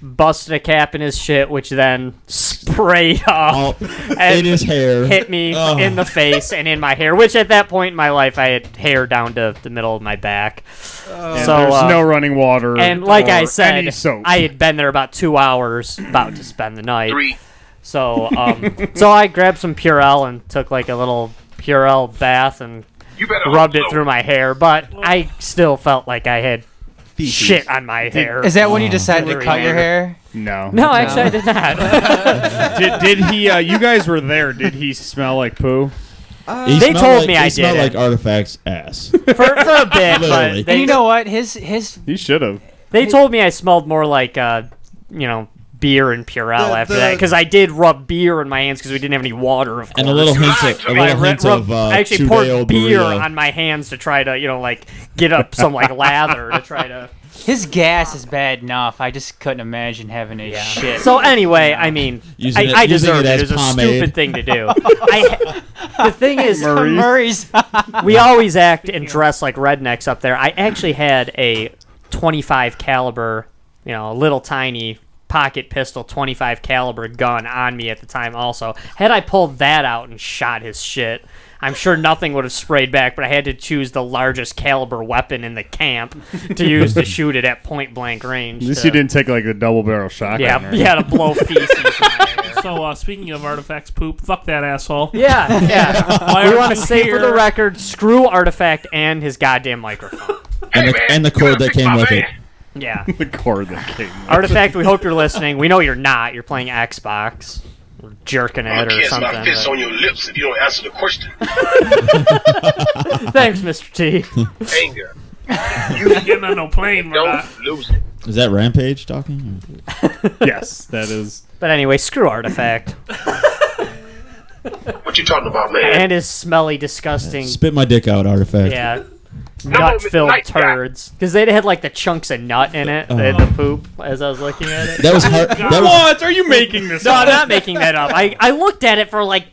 Speaker 1: busted a cap in his shit, which then sprayed [LAUGHS] off
Speaker 2: [LAUGHS] in his hair.
Speaker 1: hit me
Speaker 2: Oh.
Speaker 1: in the face and in my hair. Which at that point in my life, I had hair down to the middle of my back.
Speaker 5: And
Speaker 1: so
Speaker 5: there's
Speaker 1: uh,
Speaker 5: no running water.
Speaker 1: and like I
Speaker 5: or
Speaker 1: said,
Speaker 5: any soap.
Speaker 1: I had been there about two hours, about to spend the night.
Speaker 9: Three.
Speaker 1: So, um, so I grabbed some Purell and took like a little Purell bath and
Speaker 9: You better
Speaker 1: rubbed it
Speaker 9: hope so.
Speaker 1: through my hair, but I still felt like I had shit on my hair.
Speaker 3: Is
Speaker 1: [LAUGHS]
Speaker 3: that when you decided to
Speaker 1: Really
Speaker 3: cut your
Speaker 1: weird.
Speaker 3: hair?
Speaker 5: no.
Speaker 1: [LAUGHS] no, actually, I
Speaker 2: [LAUGHS]
Speaker 1: did not.
Speaker 5: did, did he? Uh, you guys were there. Did he smell like poo?
Speaker 2: He
Speaker 1: They
Speaker 2: smelled
Speaker 1: told
Speaker 2: like,
Speaker 1: me
Speaker 2: he
Speaker 1: I
Speaker 2: smelled
Speaker 1: did
Speaker 2: like artifacts ass.
Speaker 1: for, for a bit,
Speaker 2: Literally.
Speaker 1: but
Speaker 3: And
Speaker 1: they,
Speaker 3: you know what? His his
Speaker 5: He should have.
Speaker 1: they told me I smelled more like, uh, you know, beer and Purell
Speaker 6: The-
Speaker 1: after
Speaker 6: the-
Speaker 1: that because I did rub beer in my hands because we didn't have any water, of course.
Speaker 2: and a little hint of a
Speaker 1: I,
Speaker 2: little
Speaker 1: re-
Speaker 2: hint
Speaker 1: rubbed-
Speaker 2: of uh,
Speaker 1: I actually poured
Speaker 2: two-day old
Speaker 1: beer
Speaker 2: burrito.
Speaker 1: on my hands to try to, you know, like get up some like lather to try to.
Speaker 3: his gas is bad enough. I just couldn't imagine having his shit.
Speaker 1: So anyway, I mean,
Speaker 2: Using
Speaker 1: I,
Speaker 2: it-
Speaker 1: I
Speaker 2: using
Speaker 1: deserved
Speaker 2: it
Speaker 1: it. It
Speaker 2: as
Speaker 1: was a
Speaker 2: pomade.
Speaker 1: stupid thing to do. I, the
Speaker 2: [LAUGHS]
Speaker 1: thing
Speaker 3: [LAUGHS] [LAUGHS]
Speaker 1: is,
Speaker 3: Murray's
Speaker 1: we always act and dress like rednecks up there. I actually had a 25 caliber, you know, a little tiny pocket pistol 25 caliber gun on me at the time also. Had I pulled that out and shot his shit, I'm sure nothing would have sprayed back, but I had to choose the largest caliber weapon in the camp to
Speaker 2: [LAUGHS]
Speaker 1: use to shoot it at point blank range.
Speaker 5: At least
Speaker 1: to-
Speaker 5: you didn't take like the double barrel shotgun.
Speaker 1: Yeah,
Speaker 5: or-
Speaker 1: yeah, to blow feces. in my ear.
Speaker 4: [LAUGHS] So uh, speaking of artifacts poop, fuck that asshole.
Speaker 1: Yeah, yeah.
Speaker 4: Why
Speaker 1: we
Speaker 4: are
Speaker 1: want to
Speaker 4: you
Speaker 1: say for the
Speaker 4: here?
Speaker 1: record, screw artifact and his goddamn microphone.
Speaker 2: and, the,
Speaker 9: man,
Speaker 2: and the
Speaker 9: you
Speaker 2: cord
Speaker 9: better
Speaker 2: that
Speaker 9: pick
Speaker 2: came
Speaker 9: my
Speaker 2: with
Speaker 9: man.
Speaker 2: it.
Speaker 5: [LAUGHS]
Speaker 1: Yeah.
Speaker 5: the cord that came.
Speaker 1: [LAUGHS] Artifact, we hope you're listening. We know you're not. You're playing Xbox, or jerking
Speaker 9: I'm
Speaker 1: it
Speaker 9: gonna
Speaker 1: or
Speaker 9: kiss
Speaker 1: something.
Speaker 9: my fist on your lips if you don't answer the question.
Speaker 1: but- [LAUGHS] Thanks, Mr. T.
Speaker 9: Anger.
Speaker 4: You ain't getting on no plane, we're not.
Speaker 9: Don't lose it.
Speaker 2: [LAUGHS] Is that Rampage talking?
Speaker 5: yes, that is.
Speaker 1: But anyway, screw Artifact
Speaker 9: [LAUGHS] What you talking about, man?
Speaker 1: and his smelly, disgusting,
Speaker 2: Spit my dick out, artifact.
Speaker 1: yeah,
Speaker 9: Miss
Speaker 1: nut-filled
Speaker 9: Night Guy.
Speaker 1: turds. Because they had like the chunks of nut in it, the, the poop. As I was looking at it,
Speaker 2: That was hard. That was,
Speaker 5: What are you making this?
Speaker 1: no, I'm not making that up. I, I looked at it for like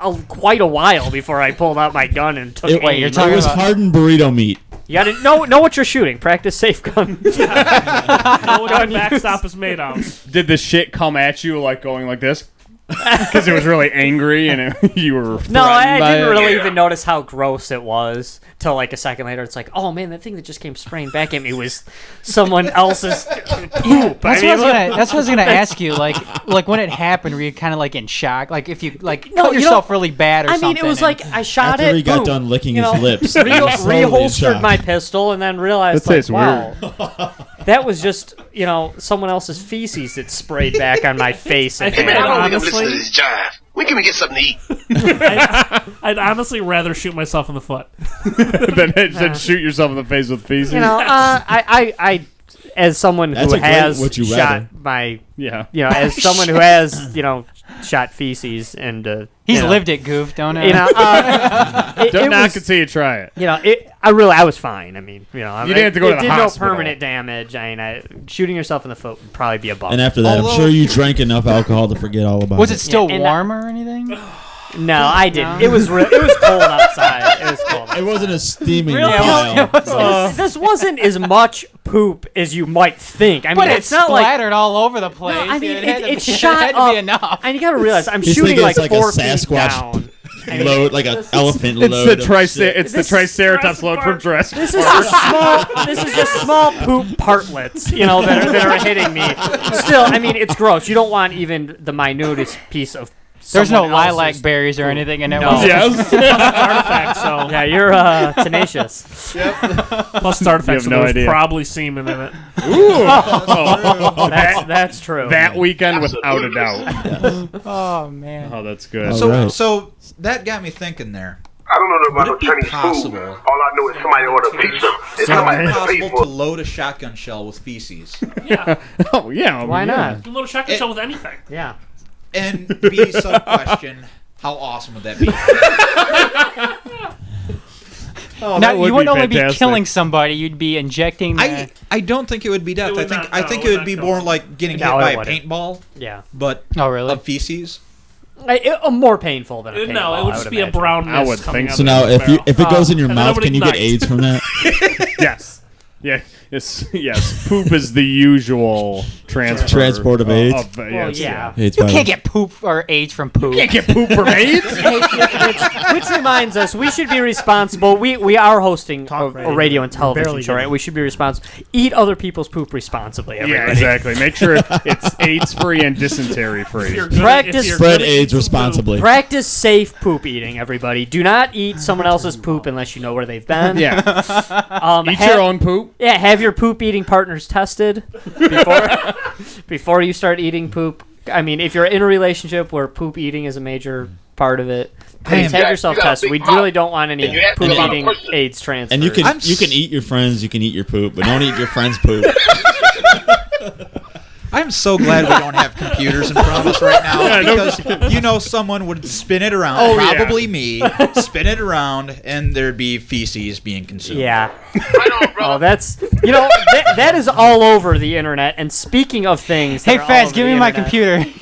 Speaker 1: a, quite a while before I pulled out my gun and took.
Speaker 2: it,
Speaker 1: aim.
Speaker 2: it was hardened burrito meat.
Speaker 1: You gotta know know what you're shooting. Practice safe gun.
Speaker 4: Know what
Speaker 1: Don't
Speaker 4: that
Speaker 1: use-
Speaker 4: backstop is made out.
Speaker 5: Did the shit come at you like going like this? Because it was really angry and it, [LAUGHS] you were.
Speaker 1: No, I, I
Speaker 5: threatened by
Speaker 1: didn't
Speaker 5: it.
Speaker 1: really even notice how gross it was till like a second later. It's like, oh man, that thing that just came spraying back at me was someone else's poop.
Speaker 3: [LAUGHS] That's what I
Speaker 1: I mean,
Speaker 3: was gonna. That's what I was gonna ask you. Like, like when it happened, were you kind of like in shock? Like if you like
Speaker 1: No,
Speaker 3: cut
Speaker 1: you
Speaker 3: yourself
Speaker 1: know-
Speaker 3: really bad or
Speaker 1: I
Speaker 3: something?
Speaker 1: mean, it was like I shot
Speaker 2: After
Speaker 1: it.
Speaker 2: he got
Speaker 1: boom,
Speaker 2: done licking
Speaker 1: you
Speaker 2: his
Speaker 1: know, [LAUGHS]
Speaker 2: lips,
Speaker 1: Re-
Speaker 2: he was slowly in
Speaker 1: reholstered
Speaker 2: shock.
Speaker 1: my pistol and then realized
Speaker 5: That
Speaker 1: like,
Speaker 5: tastes
Speaker 1: wow, that was just you know someone else's feces that sprayed back on my face. and
Speaker 9: Hey, man, [LAUGHS] I
Speaker 1: hand.
Speaker 9: don't think I'm
Speaker 4: Honestly-
Speaker 9: listening to this jive. When can we get something to eat?
Speaker 4: I'd honestly rather shoot myself in the foot.
Speaker 5: then it said shoot yourself in the face with feces.
Speaker 1: you know, uh, I, I, I, as someone
Speaker 2: That's
Speaker 1: who
Speaker 2: a great
Speaker 1: has
Speaker 2: would you
Speaker 1: shot
Speaker 2: rather.
Speaker 1: my
Speaker 5: yeah.
Speaker 9: [LAUGHS]
Speaker 1: you know,
Speaker 9: Oh,
Speaker 1: as someone who has, you know, shot feces and uh,
Speaker 3: he's
Speaker 1: you know,
Speaker 3: lived it, goof. Don't know.
Speaker 1: You know,
Speaker 9: [LAUGHS]
Speaker 1: uh, it,
Speaker 5: Don't
Speaker 1: it
Speaker 5: knock
Speaker 1: was,
Speaker 5: until you try it.
Speaker 1: you know, it. I really, I was fine. I mean, you know, I
Speaker 5: You didn't have to go
Speaker 1: it
Speaker 5: to the
Speaker 1: did
Speaker 5: hospital.
Speaker 1: no permanent damage. I mean, I, shooting yourself in the foot would probably be a bummer.
Speaker 2: And after that,
Speaker 6: Although-
Speaker 2: I'm sure you drank enough alcohol to forget all about
Speaker 3: [LAUGHS] was
Speaker 2: it.
Speaker 3: it still
Speaker 1: and I-
Speaker 3: warm or anything?
Speaker 1: no, I didn't. It was real. It was cold outside. It was cold.
Speaker 2: It wasn't a steaming
Speaker 3: Really?
Speaker 2: pile.
Speaker 3: It was-
Speaker 1: this, this wasn't as much poop as you might think. I mean,
Speaker 3: But it
Speaker 1: it's not like
Speaker 3: splattered all over the place.
Speaker 1: No, I mean,
Speaker 3: it,
Speaker 1: it,
Speaker 3: had to
Speaker 1: [LAUGHS] it,
Speaker 3: be-
Speaker 1: shot
Speaker 3: had to
Speaker 1: up.
Speaker 3: be enough.
Speaker 1: And you gotta realize, I'm
Speaker 2: He's
Speaker 1: shooting
Speaker 2: thinking
Speaker 1: like,
Speaker 2: it's like a
Speaker 1: four feet
Speaker 2: Sasquatch
Speaker 1: down. I
Speaker 2: [LAUGHS] [LAUGHS]
Speaker 1: mean,
Speaker 2: load like an
Speaker 1: this is-
Speaker 2: elephant
Speaker 5: It's
Speaker 2: load.
Speaker 5: the
Speaker 2: of
Speaker 5: trice.
Speaker 2: [LAUGHS] shit.
Speaker 5: It's the
Speaker 1: This-
Speaker 5: Triceratops
Speaker 4: Jurassic
Speaker 5: load from
Speaker 4: Park.
Speaker 5: Jurassic.
Speaker 1: This is just small. This is just small poop partlets, you know, that are, that are hitting me. Still, I mean, it's gross. You don't want even the minutest piece of.
Speaker 3: There's no
Speaker 1: someone else's-
Speaker 3: lilac berries or anything in it.
Speaker 1: No.
Speaker 3: was it?
Speaker 5: [LAUGHS] Yes.
Speaker 4: Artifact, so
Speaker 1: Yeah, you're uh, tenacious.
Speaker 4: [LAUGHS] plus the artifact,
Speaker 5: You have
Speaker 4: so
Speaker 5: no
Speaker 4: there's
Speaker 5: idea.
Speaker 4: probably semen
Speaker 1: [LAUGHS]
Speaker 4: in it.
Speaker 1: Oh. That's that's true.
Speaker 5: Oh. that weekend, without a doubt.
Speaker 3: Oh man.
Speaker 5: Oh, that's good.
Speaker 6: So,
Speaker 2: Alright.
Speaker 6: so that got me thinking there.
Speaker 9: I don't know about no
Speaker 6: Would it be
Speaker 9: Chinese food.
Speaker 6: possible-
Speaker 9: All I know is somebody ordered pizza. It's somebody paid
Speaker 6: Possible
Speaker 9: for
Speaker 6: to load a shotgun shell with
Speaker 1: [LAUGHS]
Speaker 6: feces
Speaker 5: [LAUGHS] Oh yeah.
Speaker 1: Why
Speaker 5: yeah.
Speaker 1: not?
Speaker 4: A little shotgun
Speaker 6: It-
Speaker 4: shell with anything.
Speaker 1: Yeah.
Speaker 6: and be sub question. How awesome would that
Speaker 1: [LAUGHS]
Speaker 6: be?
Speaker 5: Oh, that
Speaker 3: now
Speaker 5: would
Speaker 3: you wouldn't
Speaker 5: be
Speaker 3: only be
Speaker 5: fantastic.
Speaker 3: killing somebody; you'd be injecting. The,
Speaker 6: I I don't think it would be death.
Speaker 4: It would
Speaker 6: I think
Speaker 4: not-
Speaker 6: I
Speaker 4: no,
Speaker 6: think
Speaker 4: it
Speaker 6: it
Speaker 4: would
Speaker 6: would
Speaker 4: not
Speaker 6: be
Speaker 4: kill
Speaker 6: more
Speaker 4: us.
Speaker 6: like getting
Speaker 1: No,
Speaker 6: hit by
Speaker 1: it
Speaker 6: a
Speaker 1: wouldn't.
Speaker 6: paintball,
Speaker 1: Yeah.
Speaker 6: but
Speaker 3: oh really?
Speaker 6: of feces.
Speaker 1: I, it, uh, more painful than a paintball,
Speaker 4: no, it would
Speaker 1: I
Speaker 4: just
Speaker 1: would
Speaker 4: be
Speaker 1: imagine.
Speaker 4: a brown mist
Speaker 5: I would
Speaker 4: coming
Speaker 5: think
Speaker 4: out
Speaker 2: So
Speaker 4: of
Speaker 2: now,
Speaker 4: the
Speaker 2: if you
Speaker 4: barrel.
Speaker 2: if it goes in your
Speaker 4: and then
Speaker 2: mouth,
Speaker 4: [LAUGHS] it would
Speaker 2: can you get
Speaker 4: ignite.
Speaker 2: AIDS from that?
Speaker 5: Yes. Yeah, it's yes. Poop is the usual transport
Speaker 2: Transport of AIDS.
Speaker 5: uh,
Speaker 1: Well,
Speaker 5: yes,
Speaker 1: [LAUGHS] yeah.
Speaker 2: It's
Speaker 3: You
Speaker 2: violent.
Speaker 3: can't get poop or AIDS from poop.
Speaker 5: Can't get poop from AIDS.
Speaker 1: Which reminds us, we should be responsible. We we are hosting a,
Speaker 8: Talk
Speaker 1: a
Speaker 8: radio.
Speaker 1: radio and television
Speaker 8: Barely
Speaker 1: show, right?
Speaker 8: did.
Speaker 1: We should be responsible. Eat other people's poop responsibly.
Speaker 5: yeah,
Speaker 1: Everybody.
Speaker 5: exactly. Make sure it's AIDS free and
Speaker 9: [LAUGHS]
Speaker 5: dysentery free.
Speaker 4: You're good-
Speaker 1: Practice
Speaker 4: if you're
Speaker 2: Spread
Speaker 4: good at
Speaker 2: AIDS
Speaker 4: some
Speaker 2: responsibly.
Speaker 1: Practice safe poop eating, everybody. Do not eat someone else's poop unless you know where they've
Speaker 5: [LAUGHS]
Speaker 1: been.
Speaker 5: Yeah,
Speaker 1: Um,
Speaker 5: eat
Speaker 1: have-
Speaker 5: your own poop.
Speaker 1: Yeah, have your poop eating partners tested
Speaker 5: [LAUGHS]
Speaker 1: before [LAUGHS] before you start eating poop. I mean, if you're in a relationship where poop eating is a major part of it, please have
Speaker 9: Jack,
Speaker 1: yourself
Speaker 9: you got a
Speaker 1: tested.
Speaker 9: big
Speaker 1: We
Speaker 9: mouth,
Speaker 1: really don't want any
Speaker 9: and you asked me
Speaker 1: poop
Speaker 9: a lot of
Speaker 1: eating
Speaker 9: questions.
Speaker 1: AIDS transfer.
Speaker 2: And you can
Speaker 6: I'm
Speaker 2: you can
Speaker 6: s-
Speaker 2: eat your friends, you can eat your poop, but don't eat your friends' [LAUGHS] poop.
Speaker 6: I'm so glad we don't have computers in front of us
Speaker 5: [LAUGHS]
Speaker 6: right now because you know someone would spin it around,
Speaker 5: Oh, yeah.
Speaker 6: probably me, spin it around, and there'd be feces being consumed.
Speaker 1: yeah.
Speaker 9: Right on,
Speaker 1: Oh,
Speaker 9: brother.
Speaker 1: that's you know that, that is all over the internet. And speaking of things, that
Speaker 3: Hey,
Speaker 1: are all
Speaker 3: Fez,
Speaker 1: over
Speaker 3: give
Speaker 1: the
Speaker 3: me my
Speaker 1: internet,
Speaker 3: computer.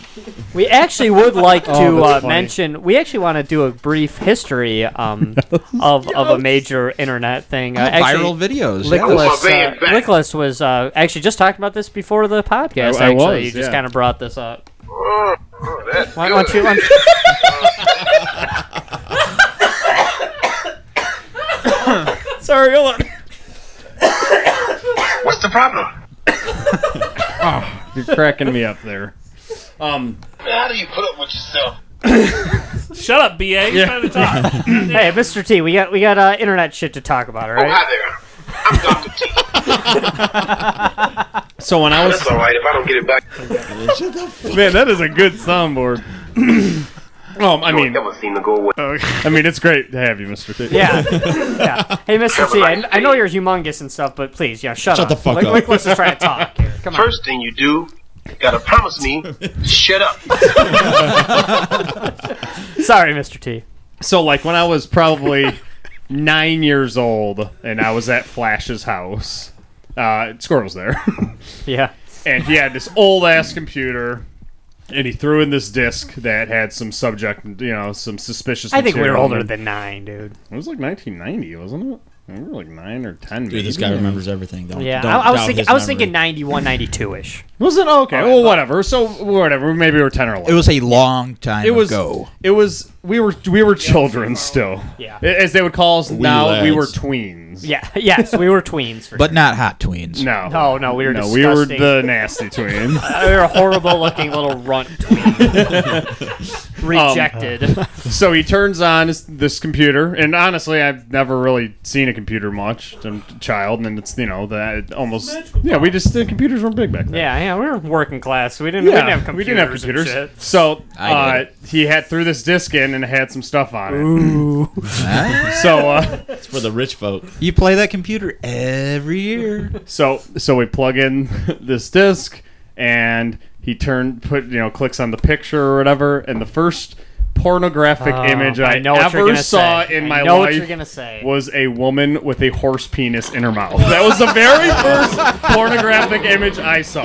Speaker 1: We
Speaker 9: [LAUGHS]
Speaker 1: actually would like to
Speaker 5: Oh, that's
Speaker 1: uh,
Speaker 5: funny.
Speaker 1: mention. We actually want to do a brief
Speaker 9: [LAUGHS]
Speaker 1: history um, of of a major internet thing. Uh,
Speaker 6: Oh,
Speaker 1: actually,
Speaker 6: viral videos. yeah.
Speaker 1: Nicholas,
Speaker 9: My van
Speaker 1: uh,
Speaker 9: back.
Speaker 1: Nicholas was uh, actually just talking about this before the podcast.
Speaker 5: I- I
Speaker 1: actually,
Speaker 5: was,
Speaker 1: you just
Speaker 5: yeah.
Speaker 1: kind of brought this up.
Speaker 9: Oh, oh, that's
Speaker 1: Why,
Speaker 9: good.
Speaker 1: why don't you? why don't you- [COUGHS] Sorry, hold on.
Speaker 9: What's the problem?
Speaker 5: You're cracking me up there. Um,
Speaker 9: How do you put up with yourself?
Speaker 4: Shut up, BA. You're trying to talk.
Speaker 1: Hey, Mr. T, we got we got uh, internet shit to talk about, all
Speaker 9: Oh, hi
Speaker 1: right?
Speaker 9: there. I'm Dr. T.
Speaker 5: so when I was
Speaker 9: That's all right. If I don't get it back,
Speaker 5: man, that is a good
Speaker 9: [COUGHS]
Speaker 5: soundboard. um, I
Speaker 9: I
Speaker 5: mean,
Speaker 9: never seem to go away.
Speaker 5: I mean, it's great to have you, Mister T.
Speaker 1: Yeah. yeah. Hey, Mr. T, I, I know you're humongous and stuff, but please, yeah, shut,
Speaker 2: Shut
Speaker 1: up.
Speaker 2: the fuck
Speaker 1: Like-
Speaker 2: up.
Speaker 1: like, Let's just try to
Speaker 2: [LAUGHS]
Speaker 1: talk here. Come on.
Speaker 9: First thing you do, you gotta promise me, shut up.
Speaker 1: Sorry, Mr. T.
Speaker 5: [LAUGHS] So like when I was probably nine years old and I was at Flash's house, uh, Squirrel's there, [LAUGHS]
Speaker 1: Yeah.
Speaker 5: and he had this old ass computer. And he threw in this disc that had some subject, you know, some suspicious.
Speaker 1: I think we were
Speaker 5: material.
Speaker 1: older than nine, dude.
Speaker 5: It was like 1990, wasn't it? We were like nine or ten.
Speaker 2: Dude, this
Speaker 5: maybe.
Speaker 2: guy remembers everything. Don't,
Speaker 1: Yeah.
Speaker 2: don't
Speaker 1: I, I was
Speaker 2: doubt
Speaker 1: thinking
Speaker 2: his
Speaker 1: I was
Speaker 2: memory.
Speaker 1: thinking 91, 92 ish.
Speaker 5: Was it okay? well, whatever. So whatever. Maybe we were ten or eleven.
Speaker 6: It was a long time
Speaker 5: uh, It was.
Speaker 6: ago.
Speaker 5: It was. We were. We were children still.
Speaker 1: Yeah.
Speaker 5: As they would call us now, we
Speaker 2: lads.
Speaker 5: were tweens.
Speaker 1: Yeah. [LAUGHS] Yes, we were tweens for
Speaker 6: But not hot tweens.
Speaker 5: No.
Speaker 1: No, no, we were
Speaker 5: No, we were
Speaker 1: disgusting.
Speaker 5: the nasty tween. [LAUGHS]
Speaker 1: [LAUGHS] sure. We were a horrible looking little runt [LAUGHS] tween.
Speaker 5: Um,
Speaker 1: Rejected. [LAUGHS]
Speaker 5: so he turns on his, this computer, and honestly, I've never really seen a computer much. I'm a child, and it's you know that it almost yeah. We just the computers weren't big back then.
Speaker 1: yeah, yeah, we were working class. We didn't, we didn't have computers.
Speaker 5: we didn't have
Speaker 1: and
Speaker 5: computers.
Speaker 1: shit.
Speaker 5: So
Speaker 6: I
Speaker 5: uh,
Speaker 6: did.
Speaker 5: he had threw this disc in and it had some stuff on it.
Speaker 6: Huh?
Speaker 5: So uh,
Speaker 2: It's for the rich
Speaker 1: [LAUGHS]
Speaker 2: folk.
Speaker 6: You play that computer every year.
Speaker 5: so so we plug in [LAUGHS] this disc and he turned put you know clicks on the picture or whatever, and the first pornographic
Speaker 1: Oh,
Speaker 5: image I,
Speaker 1: I know what you're
Speaker 5: ever
Speaker 1: gonna
Speaker 5: saw
Speaker 1: say.
Speaker 5: in
Speaker 1: I
Speaker 5: my
Speaker 1: know
Speaker 5: life
Speaker 1: what you're gonna say.
Speaker 5: was a woman with a horse penis in her mouth. That was the very first pornographic image I saw.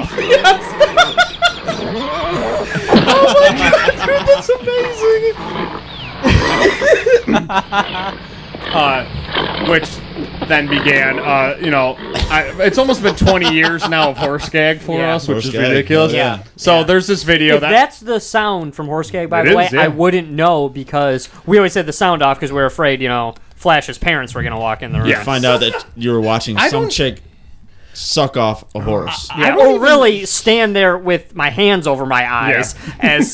Speaker 5: uh, which then began, uh, you know, I, it's almost been 20 years now of horse gag for
Speaker 1: Yeah.
Speaker 5: us, which
Speaker 2: Horse
Speaker 5: is
Speaker 2: gag,
Speaker 5: ridiculous.
Speaker 2: yeah.
Speaker 5: So there's this video
Speaker 1: If
Speaker 5: that.
Speaker 1: that's the sound from Horse Gag, by
Speaker 5: It
Speaker 1: the way,
Speaker 5: is, yeah.
Speaker 1: I wouldn't know because we always had the sound off because we were afraid, you know, Flash's parents were gonna walk in the room.
Speaker 5: Yeah.
Speaker 2: Find out that you were watching
Speaker 5: I
Speaker 2: some
Speaker 5: don't-
Speaker 2: chick suck off
Speaker 1: Uh,
Speaker 2: a horse.
Speaker 5: Yeah.
Speaker 1: Or really stand there with my hands over my eyes
Speaker 5: [LAUGHS]
Speaker 1: as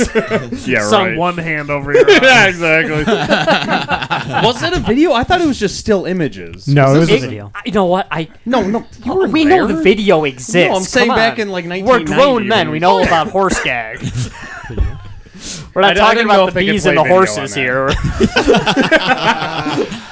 Speaker 5: yeah,
Speaker 1: some
Speaker 5: right. [LAUGHS]
Speaker 4: One hand over your uh, eyes.
Speaker 5: yeah, exactly. [LAUGHS] was it a video? I thought it was just still images.
Speaker 8: No, it was a
Speaker 1: It-
Speaker 8: video.
Speaker 1: I- you know what I
Speaker 5: No, no. You were
Speaker 1: we know the video exists.
Speaker 5: No, I'm saying
Speaker 1: Come
Speaker 5: back
Speaker 1: on.
Speaker 5: in, like,
Speaker 1: We're
Speaker 5: 1990
Speaker 1: grown men.
Speaker 5: when
Speaker 1: We
Speaker 5: you-
Speaker 1: know about horse
Speaker 5: [LAUGHS]
Speaker 1: gag. [LAUGHS]
Speaker 5: I
Speaker 1: We're not
Speaker 5: don't- I
Speaker 1: talking
Speaker 5: didn't know
Speaker 1: about
Speaker 5: if
Speaker 1: the
Speaker 5: they could
Speaker 1: bees
Speaker 5: play
Speaker 1: and the
Speaker 5: video on
Speaker 1: horses
Speaker 5: that.
Speaker 1: here. [LAUGHS]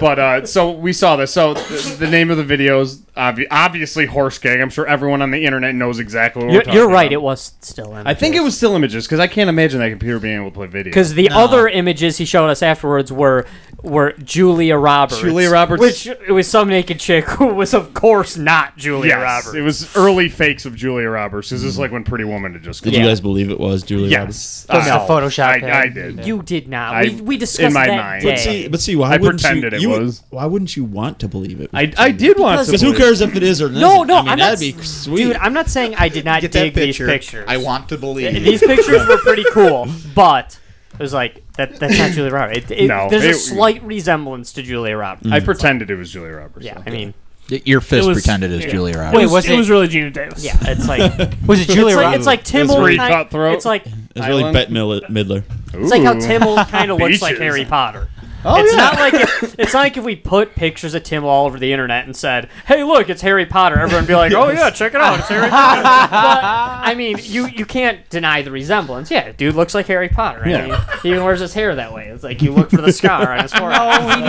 Speaker 5: But uh, so we saw this. So th- the name of the video is obvi- obviously Horse Gang. I'm sure everyone on the internet knows exactly what we're
Speaker 1: You're,
Speaker 5: talking
Speaker 1: you're right.
Speaker 5: about.
Speaker 1: It was still in.
Speaker 5: I think it was still images because I can't imagine that computer being able to play video.
Speaker 1: because the other images he showed us afterwards were were Julia Roberts.
Speaker 5: Julia Roberts.
Speaker 1: Which it was some naked chick who was, of course, not Julia
Speaker 5: yes,
Speaker 1: Roberts.
Speaker 5: it was early fakes of Julia Roberts. This is like when Pretty Woman had just come.
Speaker 2: Did
Speaker 1: Yeah.
Speaker 2: you guys believe it was Julia Roberts?
Speaker 5: Yes,
Speaker 3: Those are the Photoshop
Speaker 5: I,
Speaker 3: head.
Speaker 5: I did.
Speaker 1: You did not.
Speaker 5: I-
Speaker 1: we, we discussed
Speaker 5: in my
Speaker 1: that
Speaker 5: mind.
Speaker 1: day.
Speaker 5: But
Speaker 2: See, but see, why
Speaker 5: I
Speaker 2: wouldn't
Speaker 5: pretended
Speaker 2: you,
Speaker 5: it
Speaker 2: you would-
Speaker 5: was.
Speaker 2: Why wouldn't you want to believe it?
Speaker 5: I, I did want to.
Speaker 2: Because who
Speaker 5: believe-
Speaker 2: cares if it is or not?
Speaker 1: No, no,
Speaker 2: I mean,
Speaker 1: am
Speaker 2: that'd
Speaker 1: not,
Speaker 2: be sweet.
Speaker 1: Dude, I'm not saying I did not
Speaker 6: Get
Speaker 1: dig
Speaker 6: that picture.
Speaker 1: these pictures.
Speaker 6: I want to
Speaker 5: Uh,
Speaker 6: believe.
Speaker 1: these pictures were pretty cool, but it was like that. That's not Julia Roberts. It, it-
Speaker 5: No,
Speaker 1: there's a
Speaker 5: it-
Speaker 1: slight resemblance to Julia Roberts.
Speaker 5: I pretended it was Julia Roberts.
Speaker 1: Yeah,
Speaker 5: though.
Speaker 1: I mean,
Speaker 6: Your fist
Speaker 4: It was-
Speaker 6: pretended as Julia
Speaker 4: Wait,
Speaker 6: Roberts.
Speaker 4: was,
Speaker 3: was
Speaker 4: it,
Speaker 3: it-
Speaker 4: was really [LAUGHS] Gina Davis.
Speaker 1: yeah, it's like it's
Speaker 3: Was it [LAUGHS] Julia
Speaker 1: like
Speaker 3: Roberts?
Speaker 1: it's like Tim
Speaker 5: It's
Speaker 1: Old.
Speaker 5: very
Speaker 1: kind-
Speaker 5: cutthroat.
Speaker 1: It's like
Speaker 2: it's really
Speaker 5: Island.
Speaker 2: Bette Mil-
Speaker 1: [LAUGHS]
Speaker 2: Midler.
Speaker 1: it's like how
Speaker 5: Ooh.
Speaker 1: Tim
Speaker 5: [LAUGHS]
Speaker 1: Old kind of looks like
Speaker 5: Beaches.
Speaker 1: Harry Potter. Oh, it's not like
Speaker 5: [LAUGHS]
Speaker 1: if, it's not like if we put pictures of Tim all over the internet and said, "Hey, look, it's Harry Potter." Everyone would be like, "Oh yeah, check it out, it's Harry
Speaker 5: [LAUGHS]
Speaker 1: Potter." but, I mean, you you can't deny the resemblance. Yeah, dude looks like Harry Potter. I
Speaker 5: Yeah.
Speaker 1: mean, he even wears his hair that way. It's like you look for the scar
Speaker 5: [LAUGHS]
Speaker 1: on his forehead.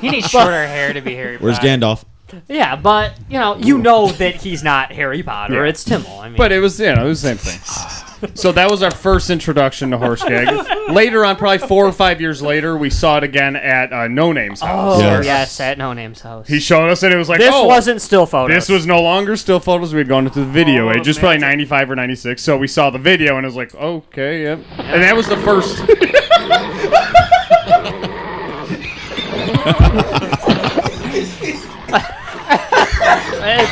Speaker 3: [LAUGHS] he needs shorter hair to be Harry
Speaker 2: Where's
Speaker 3: Potter.
Speaker 2: Gandalf?
Speaker 1: Yeah, but you know, you know that he's not Harry Potter.
Speaker 5: Yeah.
Speaker 1: It's Timmel. I mean,
Speaker 5: But it was, you know, it was the same thing.
Speaker 1: [SIGHS]
Speaker 5: So that was our first introduction to horse
Speaker 1: [LAUGHS]
Speaker 5: gag. Later on, probably four or five years later, we saw it again at uh, No Name's house.
Speaker 1: oh
Speaker 2: Yes.
Speaker 1: yes, at No Name's house.
Speaker 5: He showed us, and it was like,
Speaker 1: this
Speaker 5: oh,
Speaker 1: wasn't still photos.
Speaker 5: This was no longer still photos. We had gone into the video
Speaker 4: Oh,
Speaker 5: age, just probably
Speaker 4: amazing.
Speaker 5: '95 or '96. So we saw the video, and it was like, okay, yep. And that was the first. [LAUGHS]
Speaker 1: Eh,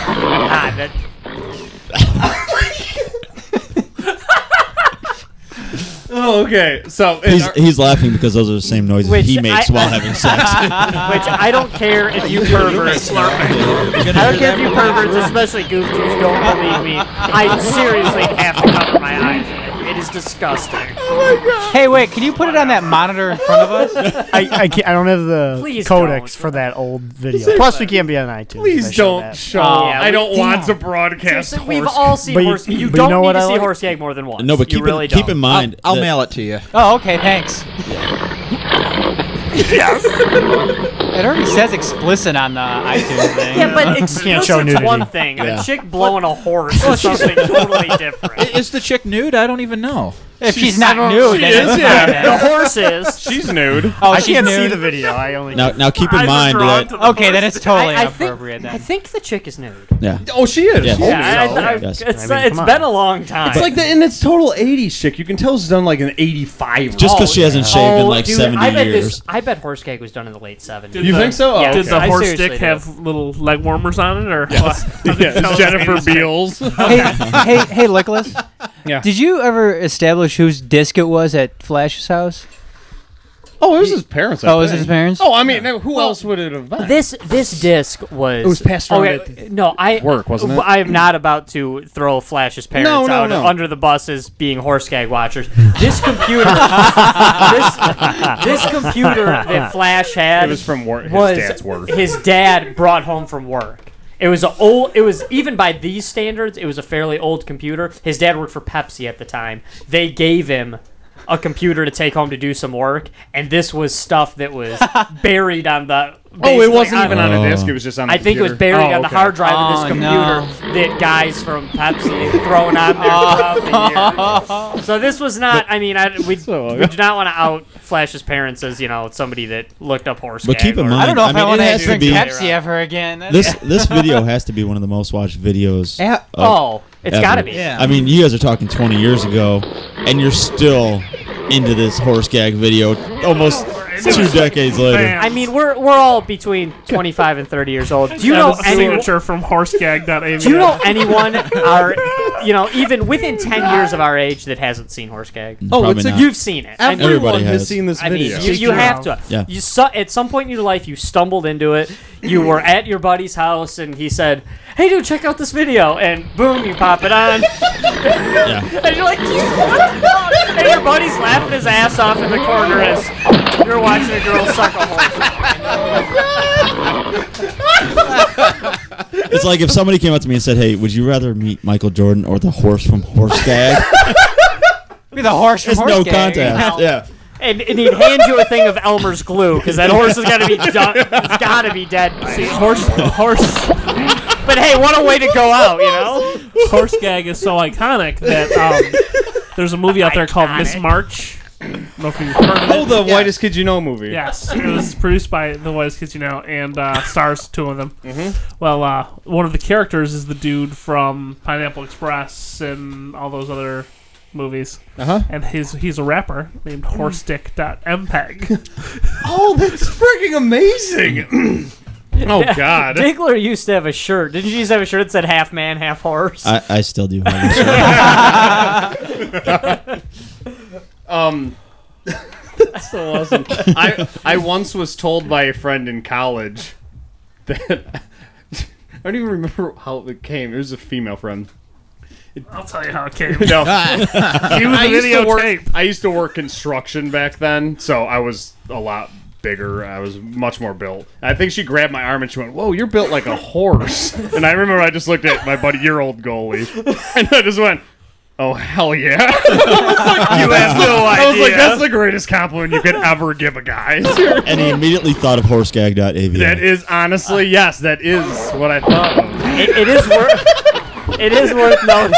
Speaker 1: ah, that-
Speaker 5: oh, okay. So in
Speaker 2: He's,
Speaker 5: our-
Speaker 2: he's laughing because those are the same noises
Speaker 1: Which
Speaker 2: he makes
Speaker 1: I-
Speaker 2: while having sex.
Speaker 1: [LAUGHS] which I don't care if you perverts. I don't care if you perverts, especially goof juice, don't believe me. I seriously have to cover my eyes. in it. It is disgusting.
Speaker 3: Hey, wait, can you put it on that monitor in front of us?
Speaker 1: [LAUGHS]
Speaker 8: I, I, can't, I don't have the
Speaker 1: Please
Speaker 8: codex
Speaker 1: don't.
Speaker 8: for that old video. Plus, we can't be on iTunes. I
Speaker 5: please
Speaker 8: showed
Speaker 5: don't
Speaker 8: that.
Speaker 5: show.
Speaker 1: Oh, yeah,
Speaker 5: I
Speaker 1: we-
Speaker 5: don't want to
Speaker 8: Damn.
Speaker 5: broadcast.
Speaker 1: Seriously, we've
Speaker 5: horse
Speaker 1: all seen
Speaker 8: But you-
Speaker 1: horse. You,
Speaker 8: but you
Speaker 1: don't
Speaker 8: know
Speaker 1: need
Speaker 8: what
Speaker 1: to
Speaker 8: I
Speaker 1: see
Speaker 8: like?
Speaker 1: horse gag more than once.
Speaker 2: [LAUGHS] no, but keep
Speaker 1: you really
Speaker 2: in, keep
Speaker 1: don't.
Speaker 2: in
Speaker 6: I'll,
Speaker 2: mind.
Speaker 6: I'll
Speaker 2: that-
Speaker 6: mail it to you.
Speaker 3: Oh, okay, thanks. It already says explicit on the iTunes thing.
Speaker 1: Yeah, but
Speaker 8: Can't show
Speaker 1: explicit's one
Speaker 8: nudity.
Speaker 1: thing.
Speaker 2: Yeah.
Speaker 1: A chick blowing a horse is something totally different.
Speaker 6: Is the chick nude? I don't even know.
Speaker 3: if she's, not new,
Speaker 5: She
Speaker 3: then
Speaker 5: is,
Speaker 3: it's
Speaker 5: yeah.
Speaker 3: fine,
Speaker 1: The
Speaker 3: then.
Speaker 1: horse is.
Speaker 5: She's nude.
Speaker 3: Oh,
Speaker 8: I
Speaker 3: she's
Speaker 8: can't
Speaker 3: nude.
Speaker 8: see the video. I only.
Speaker 2: Now, now keep in
Speaker 4: Eyes are
Speaker 2: mind
Speaker 4: drawn
Speaker 2: that.
Speaker 4: to the
Speaker 3: Okay, then it's totally
Speaker 1: I, I think,
Speaker 3: inappropriate.
Speaker 1: I
Speaker 3: then.
Speaker 1: think the chick is nude.
Speaker 2: Yeah.
Speaker 5: Oh, she is.
Speaker 2: Yes.
Speaker 5: Holy
Speaker 2: Yeah,
Speaker 1: I,
Speaker 5: cow.
Speaker 1: I, I,
Speaker 2: Yes.
Speaker 1: it's
Speaker 8: I mean, come
Speaker 1: it's
Speaker 8: on.
Speaker 1: been a long time.
Speaker 5: It's like the and it's total '80s chick. You can tell it's done like an '85.
Speaker 2: Just because she hasn't shaved in
Speaker 1: Oh,
Speaker 2: like
Speaker 1: dude,
Speaker 2: 70
Speaker 1: I bet
Speaker 2: years.
Speaker 1: [LAUGHS] This, I bet horse cake was done in the late 70s.
Speaker 5: You think so?
Speaker 1: Yeah.
Speaker 5: Oh,
Speaker 4: Did
Speaker 5: okay.
Speaker 4: the
Speaker 1: I
Speaker 4: horse
Speaker 1: seriously
Speaker 4: dick have little leg warmers on it, or what? [LAUGHS]
Speaker 5: Yeah, it's Jennifer Beals.
Speaker 3: hey, hey, hey, Nicholas.
Speaker 5: Yeah.
Speaker 3: Did you ever establish whose disc it was at Flash's house?
Speaker 5: Oh, it was his parents. I
Speaker 3: Oh, was it
Speaker 5: think.
Speaker 3: his parents?
Speaker 5: Oh, I mean, who else would it have been?
Speaker 1: This this disc was
Speaker 5: was passed
Speaker 1: oh,
Speaker 5: around
Speaker 1: yeah,
Speaker 5: at
Speaker 1: no I
Speaker 5: work, wasn't it?
Speaker 1: I am not about to throw Flash's parents
Speaker 5: No, no,
Speaker 1: out
Speaker 5: no.
Speaker 1: under the bus as being horse gag watchers.
Speaker 5: [LAUGHS]
Speaker 1: This computer, this, this computer that Flash had
Speaker 5: It was from wor- his
Speaker 1: was
Speaker 5: dad's work.
Speaker 1: his dad brought home from work. It was a old. It was even by these standards, it was a fairly old computer. His dad worked for Pepsi at the time. They gave him a computer to take home to do some work, and this was stuff
Speaker 5: [LAUGHS]
Speaker 1: that was buried on the.
Speaker 5: Oh, it
Speaker 1: basically
Speaker 5: wasn't even on a Oh,
Speaker 2: Oh.
Speaker 5: disc. It was just on. I
Speaker 1: I think it was buried on the hard drive of this
Speaker 3: Oh,
Speaker 1: computer that guys from Pepsi had thrown on there
Speaker 5: [LAUGHS]
Speaker 1: throughout the years. So this was not. I mean, I, we,
Speaker 5: So-
Speaker 1: we do not want to out Flash's parents as you know somebody that looked up horse.
Speaker 2: But
Speaker 1: gag
Speaker 2: keep in
Speaker 1: or-
Speaker 2: mind-
Speaker 3: I don't know if
Speaker 2: I mean,
Speaker 3: I want
Speaker 2: it
Speaker 3: to
Speaker 2: has to
Speaker 3: drink
Speaker 2: be-
Speaker 3: Pepsi ever again. That's- [LAUGHS]
Speaker 2: This this video has to be one of the most watched videos.
Speaker 6: Yeah.
Speaker 1: Oh, it's
Speaker 2: ever.
Speaker 1: got to be.
Speaker 6: Yeah.
Speaker 2: I mean, you guys are talking 20 years ago, and you're still into this horse gag video almost two decades later.
Speaker 1: I mean, we're we're all between 25 and 30 years old. Do you know any?
Speaker 4: signature from horsegag.av.
Speaker 1: Do you
Speaker 4: [LAUGHS]
Speaker 1: know anyone our, you know, even within 10 years of our age that hasn't seen horse gag?
Speaker 5: Oh,
Speaker 2: Probably
Speaker 5: it's a
Speaker 2: not.
Speaker 5: you
Speaker 1: You've seen it. I mean,
Speaker 5: Everyone
Speaker 2: Everybody
Speaker 5: has
Speaker 2: has.
Speaker 5: seen this
Speaker 1: I mean,
Speaker 5: video.
Speaker 1: you, you have to.
Speaker 2: Yeah.
Speaker 1: You su- at some point in your life, you stumbled into it. You were at your buddy's house, and he said, "Hey, dude, check out this video!" And boom, you pop it on,
Speaker 2: Yeah.
Speaker 1: and you're like, "Jesus, what the fuck?" And your buddy's laughing his ass off in the corner as you're watching a girl suck a horse.
Speaker 2: It's like if somebody came up to me and said, "Hey, would you rather meet Michael Jordan or the horse from Horse Gag?"
Speaker 3: be the horse from
Speaker 2: It's
Speaker 3: horse
Speaker 2: no
Speaker 3: Gang.
Speaker 2: contest. Yeah.
Speaker 1: And, and he'd hand you a thing of Elmer's glue because that horse has got to be done. It's got to be dead. See, horse, horse. But hey, what a way to go out, you know?
Speaker 4: horse gag is so iconic that um, there's a movie out there called Miss
Speaker 1: Iconic.
Speaker 4: March. I don't know if you've heard of it.
Speaker 5: Oh,
Speaker 1: [LAUGHS]
Speaker 5: the whitest kid you know movie.
Speaker 4: Yes, it was produced by the Wise Kids You Know and uh, stars two of them. Mm-hmm. Well, uh, one of the characters is the dude from Pineapple Express and all those other movies.
Speaker 5: Uh-huh.
Speaker 4: And his he's a rapper named Horsedick.mpeg.
Speaker 5: Oh, that's freaking amazing. oh God.
Speaker 1: [LAUGHS] Diggler used to have a shirt. Didn't you used to have a shirt that said half man, half horse?
Speaker 2: I, I still do. Have this shirt.
Speaker 5: Um, that's so awesome. I I once was told by a friend in college [LAUGHS] that I don't even remember how it came. It was a female friend.
Speaker 4: [LAUGHS] I'll tell you how it came.
Speaker 5: [LAUGHS] No,
Speaker 4: He was
Speaker 5: I
Speaker 4: a
Speaker 5: used to work.
Speaker 4: videotape.
Speaker 5: I used to work construction back then, so I was a lot bigger. I was much more built. I think she grabbed my arm and she went, "Whoa, you're built like a horse." [LAUGHS] and I remember I just looked at my buddy, your old goalie, [LAUGHS] and I just went. Oh hell yeah! [LAUGHS] I was like, you have no idea. [LAUGHS] I was like, that's the greatest compliment you could ever give a guy.
Speaker 2: and he immediately thought of horsegag.avi.
Speaker 5: [LAUGHS] that is honestly yes, that is what I thought. Of.
Speaker 1: It, it is
Speaker 5: [LAUGHS]
Speaker 1: worth. it is worth noting.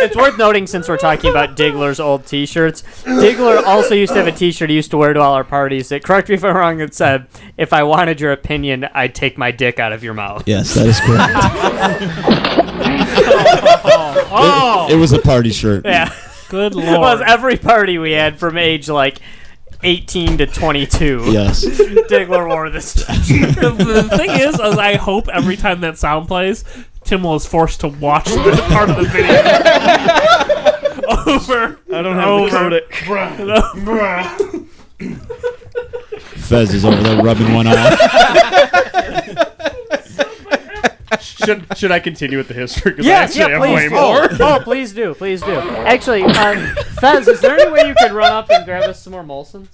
Speaker 1: It's worth noting since we're talking about Diggler's old T-shirts. Diggler also used to have a T-shirt he used to wear to all our parties. That correct me if I'm wrong. That said, "If I wanted your opinion, I'd take my dick out of your mouth."
Speaker 2: Yes, that is correct.
Speaker 1: Oh,
Speaker 2: It was a party shirt.
Speaker 1: yeah.
Speaker 4: [LAUGHS] Good lord.
Speaker 1: It was every party we had from age like 18 to 22.
Speaker 2: [LAUGHS] Yes.
Speaker 1: Diggler
Speaker 5: [LAUGHS]
Speaker 1: wore this. T-shirt.
Speaker 4: the the thing is, is, I hope every time that sound plays, Tim will is forced to watch this part of the [LAUGHS] video. over. I don't have the
Speaker 2: Fez is over there rubbing one off.
Speaker 5: Should should I continue with the history? 'Cause I
Speaker 1: Yes,
Speaker 5: actually
Speaker 1: yeah,
Speaker 5: have
Speaker 1: please.
Speaker 5: way
Speaker 1: Oh,
Speaker 5: more.
Speaker 1: [LAUGHS] oh, please do, please do. Actually, um, Fez, is there any way you could run up and grab us some more Molsons?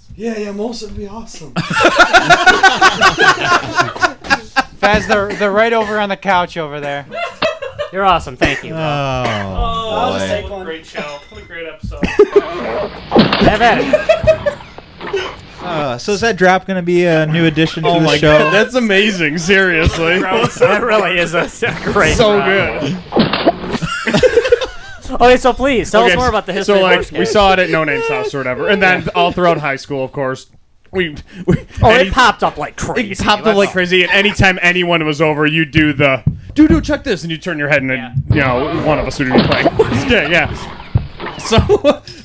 Speaker 3: Faz, they're, they're right over on the couch over there.
Speaker 1: You're awesome, thank you.
Speaker 6: Oh,
Speaker 4: What a great show. What a great episode.
Speaker 1: Have at it.
Speaker 5: [LAUGHS]
Speaker 6: boy. Uh, so is that drop going to be a new addition to
Speaker 5: Oh
Speaker 6: the
Speaker 5: my
Speaker 6: show?
Speaker 5: god, that's amazing. Seriously,
Speaker 1: That really is a great.
Speaker 5: so
Speaker 1: run.
Speaker 5: good.
Speaker 1: Okay, so please tell us more about the history.
Speaker 5: So like,
Speaker 1: of
Speaker 5: we saw it at No Name's house or whatever, and then all throughout high school, of course, we, we
Speaker 1: Oh,
Speaker 5: any-
Speaker 1: it popped up like crazy.
Speaker 5: it popped up like crazy. And anytime anyone was over, you do the dude, dude, check this, and you turn your head, and you know one of us would be [LAUGHS] playing. yeah, yeah. So,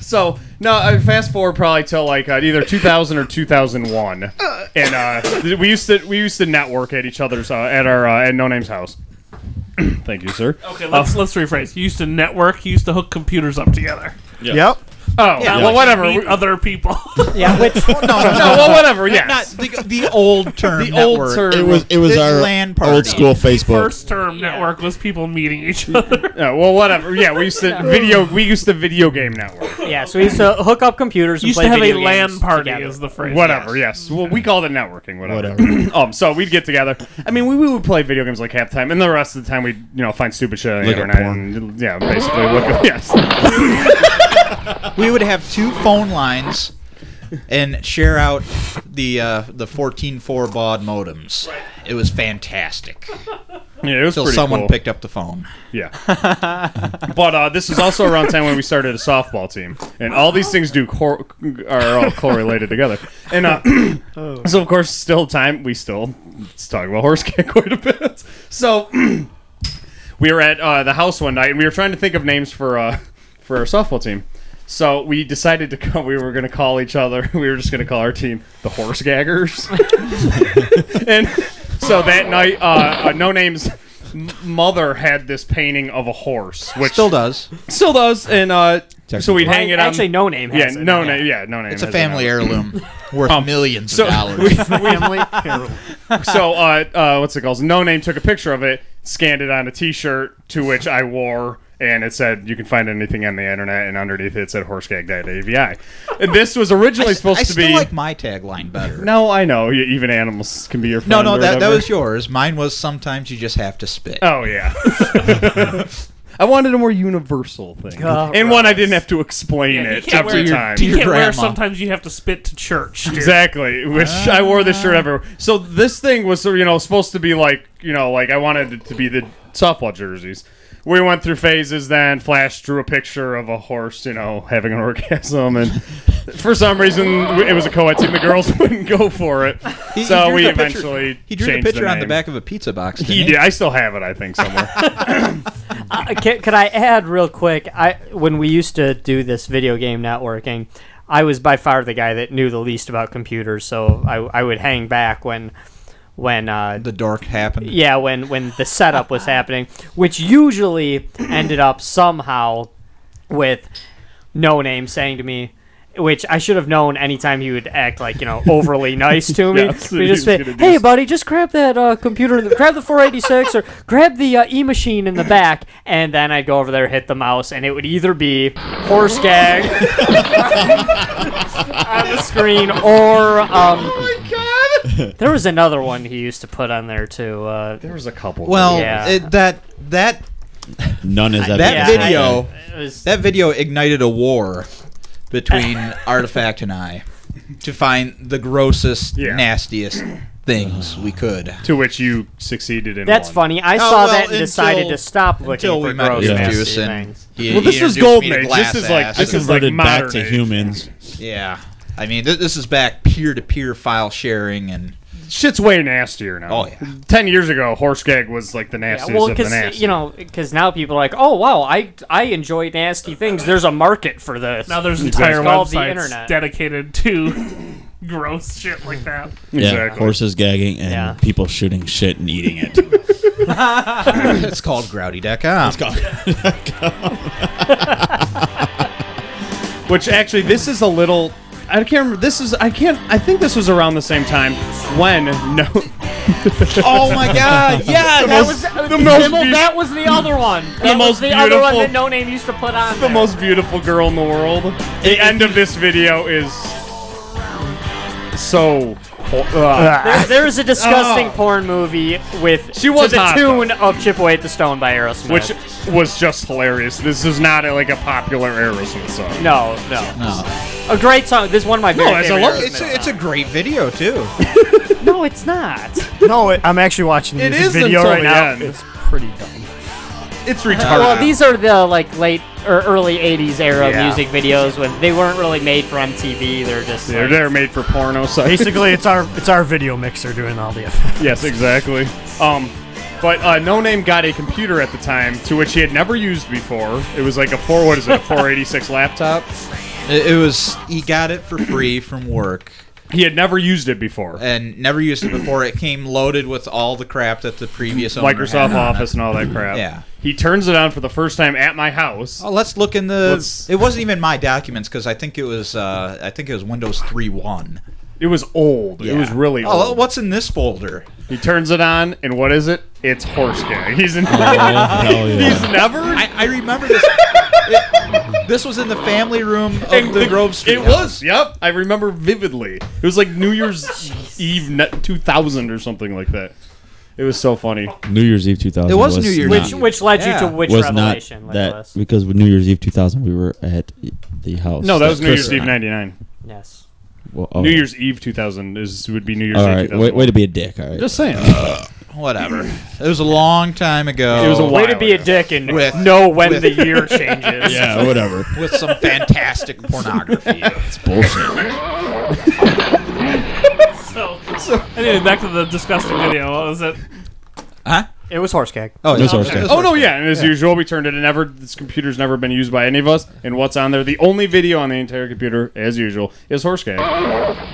Speaker 5: so no. I fast forward probably till like uh, either 2000 or 2001, and uh, we used to we used to network at each other's uh, at our uh, at No Name's house. [CLEARS THROAT] Thank you, sir.
Speaker 4: Okay, let's, let's rephrase. You used to network, you used to hook computers up together.
Speaker 6: Yep.
Speaker 5: Oh, well, whatever.
Speaker 4: Meet
Speaker 5: We-
Speaker 4: other people.
Speaker 1: [LAUGHS] yeah, which
Speaker 6: No,
Speaker 5: [LAUGHS]
Speaker 6: no,
Speaker 5: no,
Speaker 6: no.
Speaker 5: well, whatever. Yes.
Speaker 6: Not the, the old term.
Speaker 5: the old
Speaker 6: network.
Speaker 5: term.
Speaker 2: [LAUGHS] It was it was
Speaker 6: This
Speaker 2: our
Speaker 6: land party.
Speaker 2: old school Facebook. [LAUGHS]
Speaker 4: First term network was people meeting each other.
Speaker 5: Yeah, well, whatever. Yeah, we [LAUGHS] used to video. We used to video game network.
Speaker 1: yeah. So we used to hook up computers. And
Speaker 4: [LAUGHS] used
Speaker 1: play
Speaker 4: to have a
Speaker 1: video
Speaker 4: LAN
Speaker 1: games
Speaker 4: party,
Speaker 1: together.
Speaker 4: is the phrase.
Speaker 5: Whatever. Yes. Well, we called it networking. Whatever.
Speaker 2: Whatever.
Speaker 5: [CLEARS THROAT] um. So we'd get together. I mean, we, we would play video games like halftime, and the rest of the time we'd you know find stupid shit on the
Speaker 2: Look at
Speaker 5: internet
Speaker 2: porn.
Speaker 5: and yeah, basically look. Up, [LAUGHS] yes.
Speaker 6: we would have two phone lines and share out the uh, the fourteen four baud modems. It was fantastic
Speaker 5: Yeah, it was
Speaker 6: until
Speaker 5: pretty
Speaker 6: someone
Speaker 5: cool.
Speaker 6: picked up the phone.
Speaker 5: Yeah. but uh, this is also around the time when we started a softball team, and all these things do cor- are all correlated together. And uh, [CLEARS THROAT] so, of course, still time we still let's talk about horse kick [LAUGHS] quite a bit. So [CLEARS THROAT] we were at uh, the house one night, and we were trying to think of names for uh, for our softball team. So we decided to call, we were going to call each other. [LAUGHS] We were just going to call our team the Horse Gaggers. [LAUGHS] and so that night, uh, uh, no names. m- Mother had this painting of a horse, which
Speaker 6: Still does.
Speaker 5: still does, and uh, so we'd
Speaker 1: Right,
Speaker 5: hang it on.
Speaker 1: Actually, no name.
Speaker 5: yeah,
Speaker 1: Has it.
Speaker 5: no
Speaker 1: [LAUGHS]
Speaker 5: name, yeah, no name.
Speaker 6: It's a
Speaker 5: has it now.
Speaker 6: family [CLEARS THROAT] heirloom worth millions
Speaker 5: Um, so- [LAUGHS]
Speaker 6: of dollars.
Speaker 1: Family.
Speaker 5: so uh, uh, what's it called? No name took a picture of it, scanned it on a T-shirt, to which I wore, and it said, "You can find anything on the internet," and underneath it said "horsegag.avi." And this was originally supposed
Speaker 6: I
Speaker 5: to
Speaker 6: still
Speaker 5: be.
Speaker 6: like my tagline better.
Speaker 5: no, I know. y- Even animals can be your friend.
Speaker 6: No, no,
Speaker 5: or
Speaker 6: that, that
Speaker 5: whatever.
Speaker 6: was yours. Mine was sometimes you just have to spit.
Speaker 5: Oh
Speaker 6: [LAUGHS]
Speaker 5: yeah. I wanted a more universal thing, and one I didn't have to explain
Speaker 4: Yeah, you
Speaker 5: it
Speaker 4: can't
Speaker 5: every
Speaker 4: wear-
Speaker 5: time.
Speaker 4: You can't
Speaker 6: grandma.
Speaker 4: wear sometimes you have to spit to church. dude.
Speaker 5: Exactly, which I wore this shirt everywhere. So this thing was, you know, supposed to be like, you know, like I wanted it to be the softball jerseys. we went through phases. Then Flash drew a picture of a horse, you know, having an [LAUGHS] orgasm, and for some reason it was a co-ed team. The girls [LAUGHS] wouldn't go for it,
Speaker 6: He- he
Speaker 5: so
Speaker 6: drew
Speaker 5: we
Speaker 6: the picture-
Speaker 5: eventually
Speaker 6: he drew the
Speaker 5: changed
Speaker 6: picture on the
Speaker 5: name.
Speaker 6: back of a pizza box.
Speaker 5: He
Speaker 6: didn't
Speaker 5: did. I still have it, I think, somewhere.
Speaker 1: [LAUGHS] Uh, can, could I add real quick? I when we used to do this video game networking, I was by far the guy that knew the least about computers, so I, I would hang back when when uh,
Speaker 6: The dork happened.
Speaker 1: yeah when when the setup was happening, which usually ended up somehow with no name saying to me. Which I should have known anytime he would act like you know
Speaker 5: [LAUGHS]
Speaker 1: overly nice to me.
Speaker 5: Yeah, so
Speaker 1: He'd
Speaker 5: he
Speaker 1: just
Speaker 5: was
Speaker 1: say,
Speaker 5: gonna do
Speaker 1: "Hey,
Speaker 5: s-
Speaker 1: buddy, just grab that uh, computer, in the, grab the 486, or grab the uh, E machine in the back." And then I'd go over there, hit the mouse, and it would either be horse gag [LAUGHS] on the screen,
Speaker 2: Oh
Speaker 1: or um, there was another one he used to put on there too. Uh,
Speaker 5: there was a couple.
Speaker 6: Well,
Speaker 1: Yeah.
Speaker 6: it, that that
Speaker 2: None is
Speaker 6: that
Speaker 1: yeah,
Speaker 6: video
Speaker 1: it was
Speaker 6: that video ignited a war between [LAUGHS] Artifact and I to find the grossest,
Speaker 5: Yeah.
Speaker 6: nastiest things we could.
Speaker 5: to which you succeeded in.
Speaker 1: That's
Speaker 5: one. Oh,
Speaker 1: funny. I saw
Speaker 6: well,
Speaker 1: that and decided
Speaker 6: until-
Speaker 1: to stop looking
Speaker 6: Until
Speaker 1: for
Speaker 6: we met
Speaker 1: gross
Speaker 2: Yeah.
Speaker 1: nasty
Speaker 6: Juice and
Speaker 1: things.
Speaker 6: he,
Speaker 5: Well, this
Speaker 6: he
Speaker 5: was
Speaker 6: introduced
Speaker 5: Golden
Speaker 6: me to
Speaker 5: Age. This
Speaker 6: glass
Speaker 5: is like-
Speaker 6: ass
Speaker 5: this
Speaker 6: and-
Speaker 5: is like
Speaker 2: converted back
Speaker 5: modern
Speaker 2: to
Speaker 5: age.
Speaker 2: humans.
Speaker 6: Yeah. I mean, th- this is back peer to peer file sharing, and
Speaker 5: Shit's way nastier now.
Speaker 6: Oh, yeah.
Speaker 5: [LAUGHS] Ten years ago, horse gag was like the
Speaker 1: Yeah,
Speaker 5: nastiest
Speaker 1: well,
Speaker 5: of the nasty.
Speaker 1: because you know, because now people are like, "Oh wow, I I enjoy nasty things. There's a market for this."
Speaker 4: Now there's
Speaker 5: Exactly.
Speaker 4: entire
Speaker 1: It's called the
Speaker 4: websites
Speaker 1: internet.
Speaker 4: dedicated to [LAUGHS] gross shit like that.
Speaker 2: Yeah,
Speaker 5: Exactly.
Speaker 2: horses gagging and
Speaker 1: Yeah.
Speaker 2: people shooting shit and eating [LAUGHS] it.
Speaker 6: it's called Growdy.com.
Speaker 5: Which actually, this is a little. I can't remember. This is. I can't. I think this was around the same time when no. [LAUGHS]
Speaker 6: oh my god, yeah, that was
Speaker 5: the most
Speaker 1: uh, Well,
Speaker 5: beau-
Speaker 1: that was the other one.
Speaker 5: [LAUGHS]
Speaker 1: That
Speaker 5: The
Speaker 1: was
Speaker 5: most
Speaker 1: the other one
Speaker 5: beautiful-
Speaker 1: that No Name used to put on.
Speaker 5: the most beautiful girl in the world. The end of this video is so. ho- Uh,
Speaker 1: There, there is a disgusting
Speaker 5: Oh.
Speaker 1: porn movie with
Speaker 5: She was
Speaker 1: to the
Speaker 5: hot,
Speaker 1: tune of "Chip Away at the Stone" by Aerosmith.
Speaker 5: which was just hilarious. This is not like a popular Aerosmith song.
Speaker 1: no, no, a great song. This is one of my favorite.
Speaker 5: it's a
Speaker 1: favorite
Speaker 5: lo-
Speaker 1: Aerosmith
Speaker 6: It's a, it's a
Speaker 1: songs.
Speaker 6: great video too.
Speaker 1: no, it's not.
Speaker 8: No, it, Oh, I'm actually watching the
Speaker 5: It
Speaker 8: music
Speaker 5: is
Speaker 8: video
Speaker 5: until
Speaker 8: right
Speaker 5: the
Speaker 8: now.
Speaker 5: end.
Speaker 8: It's pretty dumb.
Speaker 5: It's retarded.
Speaker 1: Well, these are the like late or early '80s era
Speaker 5: Yeah.
Speaker 1: music videos when they weren't really made for MTV. They're just
Speaker 5: they're,
Speaker 1: like,
Speaker 5: they're made for porno sites.
Speaker 8: Basically, it's our it's our video mixer doing all the effects.
Speaker 5: Yes, exactly. Um, but uh, No Name got a computer at the time, to which he had never used before. It was like a four, what is it, a 486
Speaker 6: [LAUGHS]
Speaker 5: laptop?
Speaker 6: It, it was he got it for free from work
Speaker 5: He had never used it before.
Speaker 6: and never used it before. It came loaded with all the crap that the previous owner
Speaker 5: Microsoft
Speaker 6: [LAUGHS] had.
Speaker 5: Office and all that crap.
Speaker 6: Yeah.
Speaker 5: He turns it on for the first time at my house.
Speaker 6: Oh, let's look in the.
Speaker 5: Let's-
Speaker 6: It wasn't even my documents because I think it was. Uh, I think it was Windows 3.1.
Speaker 5: It was old. It was really old.
Speaker 6: Oh, what's in this folder?
Speaker 5: He turns it on, and what is it? It's horse gang. [LAUGHS] He's in.
Speaker 2: Oh, hell
Speaker 5: He's
Speaker 2: yeah.
Speaker 5: never.
Speaker 6: Oh, I, I remember this. it- this was in the family room of
Speaker 5: And
Speaker 6: the, Grove Street.
Speaker 5: It
Speaker 6: house.
Speaker 5: was. Yep, I remember vividly. It was like New
Speaker 6: [LAUGHS]
Speaker 5: Year's Eve, ne- 2000 or something like that. It was so funny.
Speaker 2: New Year's Eve 2000.
Speaker 6: It was New Year's
Speaker 2: not-
Speaker 1: which which led
Speaker 6: Yeah.
Speaker 1: you to which
Speaker 2: was
Speaker 1: revelation?
Speaker 2: not that
Speaker 1: Nicholas?
Speaker 2: because with New Year's Eve 2000 we were at the house.
Speaker 5: No, that was New Year's
Speaker 2: Chris-
Speaker 5: Eve '99.
Speaker 1: Yes.
Speaker 2: Well, oh.
Speaker 5: New Year's Eve 2000 is would be New Year's
Speaker 2: All
Speaker 5: Eve.
Speaker 2: right,
Speaker 5: 2000.
Speaker 2: way, way to be a dick. All right,
Speaker 5: Just saying.
Speaker 2: [LAUGHS]
Speaker 6: Whatever. It was a long time ago.
Speaker 5: It was a
Speaker 1: Way to
Speaker 5: while
Speaker 1: be a
Speaker 5: ago.
Speaker 1: dick and
Speaker 6: Oh, With-
Speaker 1: know when
Speaker 6: with-
Speaker 1: the
Speaker 8: [LAUGHS]
Speaker 1: year changes.
Speaker 2: yeah, [LAUGHS] whatever.
Speaker 6: with some fantastic
Speaker 5: [LAUGHS]
Speaker 6: pornography.
Speaker 2: It's bullshit.
Speaker 4: So, anyway, back to the disgusting video. What was it?
Speaker 6: Huh?
Speaker 1: It was horse [LAUGHS] gag.
Speaker 6: Oh,
Speaker 2: No source code.
Speaker 5: Oh no, yeah. And as usual, we turned it. And never this computer's never been used by any of us. And what's on there? The only video on the entire computer, as usual, is horse gag.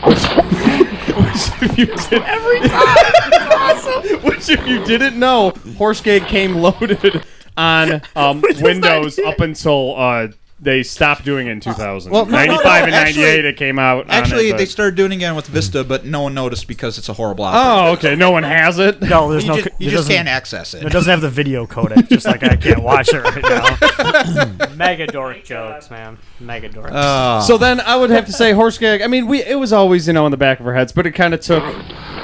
Speaker 5: Which,
Speaker 6: [LAUGHS]
Speaker 5: if you did, every time. [LAUGHS] Which, if you didn't know, horse gag came loaded on
Speaker 6: [LAUGHS]
Speaker 5: um, Windows up until. Uh, they stopped doing it in 2000.
Speaker 6: well, no, no, no,
Speaker 5: 95 and 98,
Speaker 6: actually-
Speaker 5: it came out. on it,
Speaker 6: Actually,
Speaker 5: but-
Speaker 6: they started doing it again with Vista, but no one noticed because it's a horrible option.
Speaker 5: Oh, okay. No one has it. [LAUGHS]
Speaker 8: No, there's
Speaker 6: you
Speaker 8: no.
Speaker 6: just,
Speaker 8: co-
Speaker 6: you
Speaker 8: it
Speaker 6: just
Speaker 8: doesn't-
Speaker 6: can't access
Speaker 8: It
Speaker 6: it. [LAUGHS]
Speaker 8: doesn't have the video codec. Just like I can't watch it right now.
Speaker 1: Mega dork jokes, man. Mega dork.
Speaker 6: Uh,
Speaker 5: So then I would have to say horse gag. I mean, we it was always you know in the back of our heads, but it kind of took,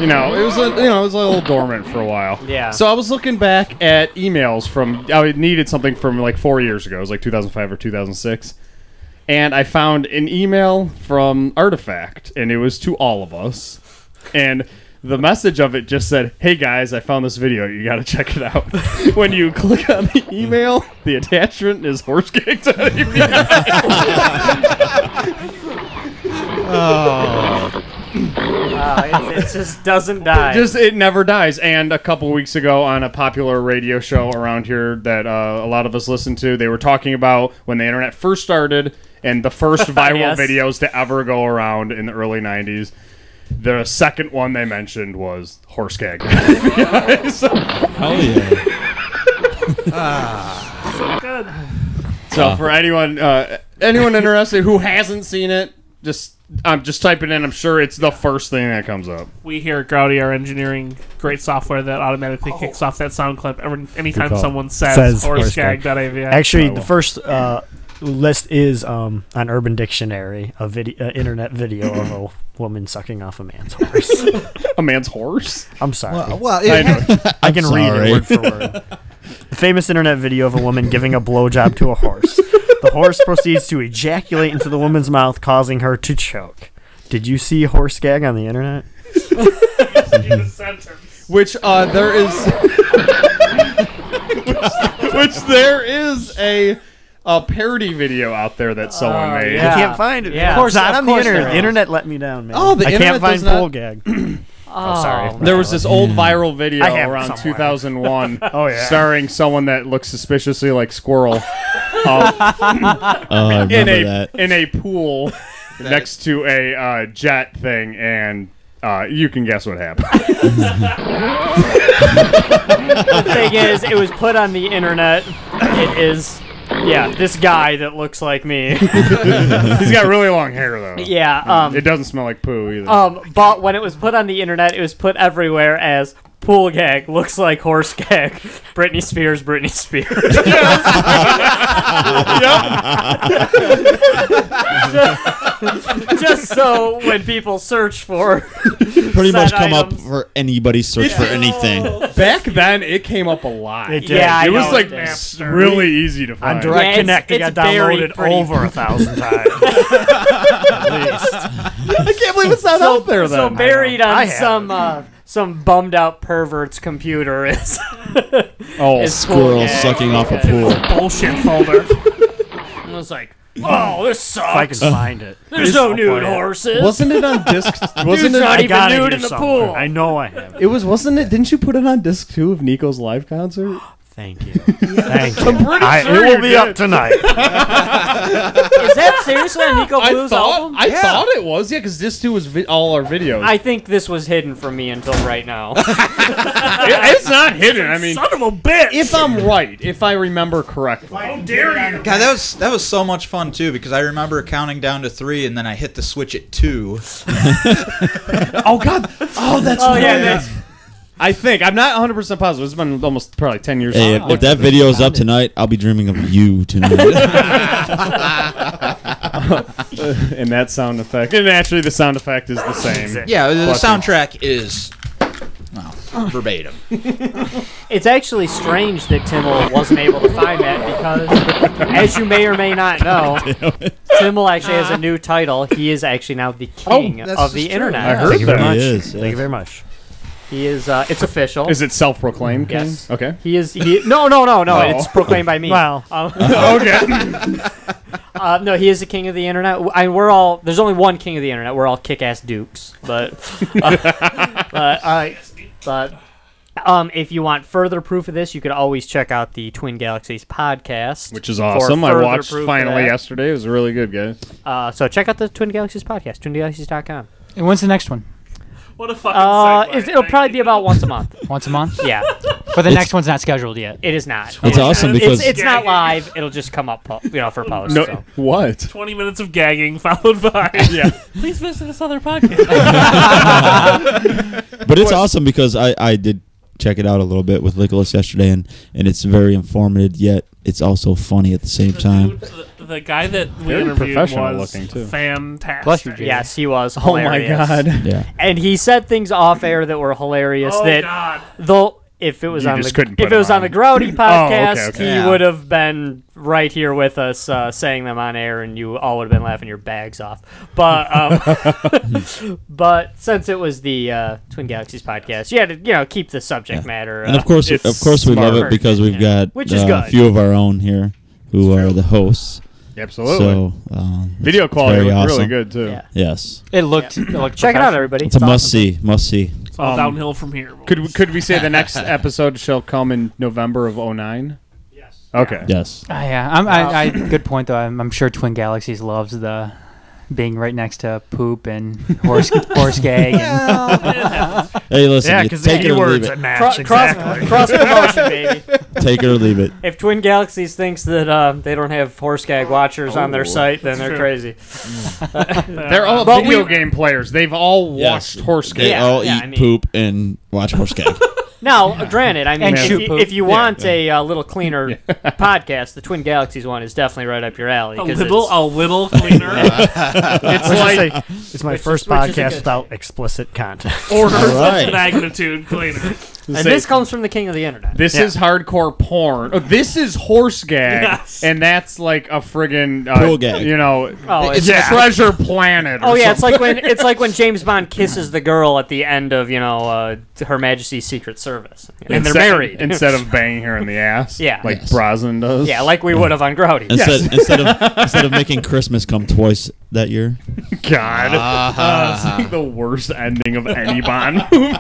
Speaker 5: you know, it was a, you know it was a little dormant for a while.
Speaker 1: Yeah.
Speaker 5: So I was looking back at emails from I needed something from like four years ago. It was like 2005 or 2006, and I found an email from Artifact, and it was to all of us, and the message of it just said, "Hey guys, I found this video. You got to check it out." [LAUGHS] when you click on the email, the attachment is horse gags.
Speaker 1: Wow, Oh, it, it just doesn't die.
Speaker 5: just it never dies. And a couple weeks ago, on a popular radio show around here that uh, a lot of us listen to, they were talking about when the internet first started and the [LAUGHS] first viral
Speaker 1: Yes.
Speaker 5: videos to ever go around in the early '90s. The second one they mentioned was horse gag. [LAUGHS]
Speaker 2: Hell Oh, yeah.
Speaker 4: Good.
Speaker 5: So for anyone uh, anyone interested who hasn't seen it, just I'm just typing in. I'm sure it's the first thing that comes up.
Speaker 4: We here at Grouty are engineering great software that automatically kicks off that sound clip every anytime
Speaker 8: call.
Speaker 4: someone says,
Speaker 8: Says
Speaker 4: or
Speaker 8: horse gag.
Speaker 4: skag.avi.
Speaker 8: Actually, the
Speaker 5: well.
Speaker 8: first uh, list is um, on Urban Dictionary, a video, uh, internet video of a woman sucking off a man's horse.
Speaker 5: A man's horse.
Speaker 8: I'm sorry.
Speaker 6: Well, Uh, well
Speaker 5: I
Speaker 6: it,
Speaker 5: know.
Speaker 8: I can read
Speaker 2: sorry.
Speaker 8: it word for word. The famous internet video of a woman giving a blowjob to a horse. The horse proceeds to ejaculate into the woman's mouth, causing her to choke. Did you see horse gag on the internet?
Speaker 5: Which uh, there is. which, [LAUGHS] which there is a a parody video out there that someone made.
Speaker 1: yeah.
Speaker 8: I can't find it.
Speaker 1: Yeah.
Speaker 8: Of
Speaker 1: Of
Speaker 8: course,
Speaker 1: course-
Speaker 8: not
Speaker 1: of
Speaker 8: on the
Speaker 1: course
Speaker 8: internet.
Speaker 1: there
Speaker 8: The
Speaker 1: is.
Speaker 8: internet let me down, man.
Speaker 5: Oh, the
Speaker 8: I
Speaker 5: internet
Speaker 8: can't find
Speaker 5: does not-
Speaker 8: bull
Speaker 5: [CLEARS THROAT]
Speaker 8: gag.
Speaker 1: oh, sorry.
Speaker 5: There was this old viral video
Speaker 8: I have it
Speaker 5: around
Speaker 8: somewhere.
Speaker 5: 2001
Speaker 8: [LAUGHS] Oh, yeah.
Speaker 5: starring someone that looks suspiciously like Squirrel um, [LAUGHS]
Speaker 2: Oh, I
Speaker 5: in
Speaker 2: remember
Speaker 5: a [LAUGHS]
Speaker 2: that.
Speaker 5: in a pool next to a uh, jet thing, and uh, you can guess what happened. [LAUGHS]
Speaker 1: The
Speaker 8: [LAUGHS]
Speaker 1: thing is, it was put on the internet. It is, yeah, this guy that looks
Speaker 8: [LAUGHS]
Speaker 1: like me.
Speaker 5: He's got really long hair though.
Speaker 1: yeah. Um.
Speaker 5: It doesn't smell like poo either.
Speaker 8: oh,
Speaker 1: um. But when it was put on the internet, it was put everywhere as pool gag looks like horse gag. [LAUGHS] Britney Spears.
Speaker 5: [LAUGHS]
Speaker 1: Britney Spears. Just so when people search for
Speaker 2: Pretty much
Speaker 1: Sad
Speaker 2: come up
Speaker 1: items.
Speaker 2: for anybody's search for anything.
Speaker 5: Back then, it came up a lot.
Speaker 8: It did.
Speaker 1: Yeah, I
Speaker 5: it was
Speaker 1: know
Speaker 5: like
Speaker 1: it did.
Speaker 5: s- really easy to find.
Speaker 8: on Direct
Speaker 1: Yeah, it's-
Speaker 8: Connect, it
Speaker 1: it's
Speaker 8: got
Speaker 1: very
Speaker 8: downloaded
Speaker 1: pretty.
Speaker 8: over a
Speaker 1: [LAUGHS]
Speaker 8: thousand times.
Speaker 5: I can't believe
Speaker 8: [LAUGHS]
Speaker 5: it's not out there
Speaker 1: so
Speaker 5: then.
Speaker 1: buried
Speaker 8: I
Speaker 1: on
Speaker 8: have
Speaker 1: some uh, some bummed out pervert's computer
Speaker 8: [LAUGHS]
Speaker 1: is
Speaker 5: oh,
Speaker 1: is
Speaker 2: Squirrel
Speaker 1: pool gag.
Speaker 2: sucking off a pool.
Speaker 4: Bullshit folder.
Speaker 1: I was like, [LAUGHS] oh, this sucks.
Speaker 8: If I can find it.
Speaker 1: There's no nude horses.
Speaker 5: wasn't it on disc? [LAUGHS] Wasn't
Speaker 1: Dude's not
Speaker 8: I
Speaker 1: even
Speaker 8: got it
Speaker 1: nude
Speaker 8: here
Speaker 1: in the
Speaker 8: somewhere.
Speaker 1: pool.
Speaker 8: I know I have. it.
Speaker 5: It was. Wasn't it? Didn't you put it on disc two of Nico's live concert?
Speaker 8: [GASPS] Thank you.
Speaker 5: [LAUGHS]
Speaker 8: Thank you. I,
Speaker 5: sure
Speaker 8: it will
Speaker 5: you
Speaker 8: be
Speaker 5: did.
Speaker 8: up tonight. [LAUGHS]
Speaker 1: Is that seriously on Nico
Speaker 5: I
Speaker 1: Blue's
Speaker 5: thought.
Speaker 1: album?
Speaker 5: I thought it was. Yeah, because disc two was vi- all our videos.
Speaker 1: I think this was hidden from me until right now.
Speaker 5: It- it's not hidden. I mean,
Speaker 4: Son of a bitch.
Speaker 5: if I'm right, if I remember correctly,
Speaker 6: God, that was that was so much fun too because I remember counting down to three and then I hit the switch at two.
Speaker 5: [LAUGHS] Oh God! Oh, that's
Speaker 1: Oh, yeah, that's-
Speaker 5: I think I'm not 100 percent positive. It's been almost probably 10 years.
Speaker 2: Hey, if,
Speaker 5: since I
Speaker 2: if
Speaker 5: looked
Speaker 2: that
Speaker 5: at this.
Speaker 2: video's up tonight, I'll be dreaming of you tonight.
Speaker 5: and that sound effect, and actually the sound effect is the same.
Speaker 6: Yeah, the
Speaker 5: Plus
Speaker 6: soundtrack is well,
Speaker 2: [LAUGHS]
Speaker 6: verbatim.
Speaker 1: it's actually strange that Timmel wasn't able to find that because, as you may or may
Speaker 5: [LAUGHS]
Speaker 1: not know, Timmel actually has a new title. He is actually now the king
Speaker 6: Uh-huh. Oh, that's
Speaker 1: of the
Speaker 6: just true.
Speaker 1: internet.
Speaker 5: I heard
Speaker 8: Thank you very
Speaker 5: that.
Speaker 8: much.
Speaker 2: He is,
Speaker 8: Thank you very much.
Speaker 1: He is. Uh, it's official.
Speaker 5: Is it self-proclaimed? King?
Speaker 1: Yes. [LAUGHS]
Speaker 5: Okay.
Speaker 1: He is. He, no, no, no,
Speaker 5: No.
Speaker 1: no. It's proclaimed by me.
Speaker 8: Wow.
Speaker 1: Um,
Speaker 5: okay.
Speaker 1: uh, no, he is the king of the internet. W- I, we're all. There's only one king of the internet. We're all kick-ass dukes. But, [LAUGHS] uh, but, uh, but, um, if you want further proof of this, you could always check out the Twin Galaxies
Speaker 5: [LAUGHS]
Speaker 1: podcast,
Speaker 5: Which is
Speaker 1: for
Speaker 5: awesome. I
Speaker 1: further
Speaker 5: watched
Speaker 1: proof of
Speaker 5: finally
Speaker 1: that.
Speaker 5: yesterday. It was really good, guys.
Speaker 1: Uh, so check out the Twin Galaxies podcast, twingalaxies.com.
Speaker 3: And when's the next one?
Speaker 4: what a fucking
Speaker 1: Uh,
Speaker 4: segue.
Speaker 1: it's, it'll
Speaker 4: Thank
Speaker 1: probably
Speaker 4: you.
Speaker 1: be about once a month. [LAUGHS]
Speaker 3: Once a month?
Speaker 1: Yeah,
Speaker 3: [LAUGHS] But the next one's not scheduled yet.
Speaker 1: it is not.
Speaker 2: It's awesome because
Speaker 1: It's, it's not live. It'll just come up, po- you know, for post.
Speaker 5: No. [LAUGHS]
Speaker 1: so.
Speaker 2: what?
Speaker 4: 20 minutes of gagging followed
Speaker 8: [LAUGHS]
Speaker 4: by. yeah. Please visit this other podcast.
Speaker 2: But it's awesome because I, I did check it out a little bit with Nicholas yesterday, and, and it's very informative, yet it's also funny at the same time.
Speaker 4: the, the guy that we
Speaker 5: Very
Speaker 4: interviewed
Speaker 5: professional
Speaker 4: was
Speaker 5: looking, too.
Speaker 4: fantastic.
Speaker 3: Bless you, Jay.
Speaker 1: Yes, he was.
Speaker 5: Oh
Speaker 1: Hilarious.
Speaker 2: Yeah.
Speaker 1: And he said things off air that were hilarious.
Speaker 4: Oh
Speaker 1: that
Speaker 4: God.
Speaker 1: though if it was
Speaker 5: You
Speaker 1: on
Speaker 5: just
Speaker 1: the
Speaker 5: couldn't put
Speaker 1: if it
Speaker 5: him
Speaker 1: was on the
Speaker 5: on. [LAUGHS] Oh,
Speaker 1: Growdy podcast,
Speaker 5: okay.
Speaker 1: he
Speaker 6: Yeah.
Speaker 1: would have been right here with us uh, saying them on air, and you all would have been laughing your bags off. But um, [LAUGHS] but since it was the uh, Twin Galaxies podcast, you had to you know keep the subject matter.
Speaker 2: And
Speaker 1: uh,
Speaker 2: of course,
Speaker 5: It's
Speaker 2: of course, we love
Speaker 1: smart.
Speaker 2: it because we've
Speaker 1: Yeah.
Speaker 2: got
Speaker 1: Which is
Speaker 2: uh, a
Speaker 1: good.
Speaker 2: few of our own here who are the hosts.
Speaker 5: Absolutely.
Speaker 2: So um,
Speaker 5: Video
Speaker 2: it's
Speaker 5: quality
Speaker 2: very
Speaker 5: looked
Speaker 2: awesome.
Speaker 5: really good too.
Speaker 1: Yeah.
Speaker 2: Yes,
Speaker 3: It looked, it looked
Speaker 1: check it out,
Speaker 3: professional.
Speaker 1: everybody.
Speaker 2: it's, a must see. Must see.
Speaker 4: It's all
Speaker 5: Um,
Speaker 4: downhill from here.
Speaker 5: Could we- could we say the [LAUGHS] next episode shall come in November of 09? Yes. Okay.
Speaker 2: Yes.
Speaker 3: Ah, yeah, I'm, I, I, good point though. I'm, I'm sure Twin Galaxies loves the being right next to poop and horse horse gag. And,
Speaker 2: Hey, listen.
Speaker 8: Yeah,
Speaker 2: you
Speaker 8: because the
Speaker 2: take it or leave
Speaker 8: keywords
Speaker 2: it.
Speaker 8: that match.
Speaker 1: Cro-
Speaker 8: exactly.
Speaker 5: [LAUGHS]
Speaker 1: cross, cross promotion, baby. [LAUGHS]
Speaker 2: Take it or leave it.
Speaker 1: If Twin Galaxies thinks that uh, they don't have horse gag
Speaker 2: Oh,
Speaker 1: watchers on their site, then they're
Speaker 4: true.
Speaker 1: crazy.
Speaker 2: Mm.
Speaker 1: [LAUGHS]
Speaker 5: They're
Speaker 4: Uh,
Speaker 5: all
Speaker 1: But
Speaker 5: video
Speaker 1: we-
Speaker 5: game players. They've all watched
Speaker 2: Yes.
Speaker 5: horse
Speaker 2: They
Speaker 5: game.
Speaker 1: Yeah,
Speaker 2: all
Speaker 1: yeah,
Speaker 2: eat
Speaker 1: I mean-
Speaker 2: poop and watch horse
Speaker 1: [LAUGHS]
Speaker 2: gag.
Speaker 1: Now, granted, I mean,
Speaker 3: And
Speaker 1: if
Speaker 3: shoot
Speaker 1: you,
Speaker 3: poop.
Speaker 1: if you want a uh, little cleaner podcast, the Twin Galaxies one is definitely right up your alley.
Speaker 4: a
Speaker 5: Oh,
Speaker 1: 'cause
Speaker 4: little,
Speaker 1: [LAUGHS] it's-
Speaker 4: a little cleaner.
Speaker 5: It's
Speaker 8: Let's just
Speaker 5: like
Speaker 8: say it's my first
Speaker 1: which is a
Speaker 8: podcast
Speaker 1: good-
Speaker 8: without explicit
Speaker 5: [LAUGHS]
Speaker 8: content.
Speaker 4: Order
Speaker 2: All right.
Speaker 4: of magnitude cleaner.
Speaker 1: and this comes from the king of the internet.
Speaker 5: This is hardcore porn. Oh, this is horse gag,
Speaker 4: Yes.
Speaker 5: and that's like a friggin' uh,
Speaker 2: Pool gag.
Speaker 5: You know,
Speaker 1: Oh, it's,
Speaker 5: it's Treasure Planet. Or
Speaker 1: oh yeah, it's
Speaker 5: something.
Speaker 1: like
Speaker 5: [LAUGHS]
Speaker 1: when it's like when James Bond kisses the girl at the end of you know uh, Her Majesty's Secret Service, and they're
Speaker 5: Instead-
Speaker 1: married
Speaker 5: instead of banging her in the ass.
Speaker 1: Yeah.
Speaker 5: like
Speaker 2: Yes.
Speaker 5: Brosnan does.
Speaker 1: [LAUGHS] yeah, like we would have on Growdy.
Speaker 2: Instead, instead of
Speaker 1: [LAUGHS]
Speaker 2: instead of making Christmas come twice that year.
Speaker 5: God, uh, [LAUGHS]
Speaker 1: Ah.
Speaker 5: it's like the worst ending of any Bond [LAUGHS] movie.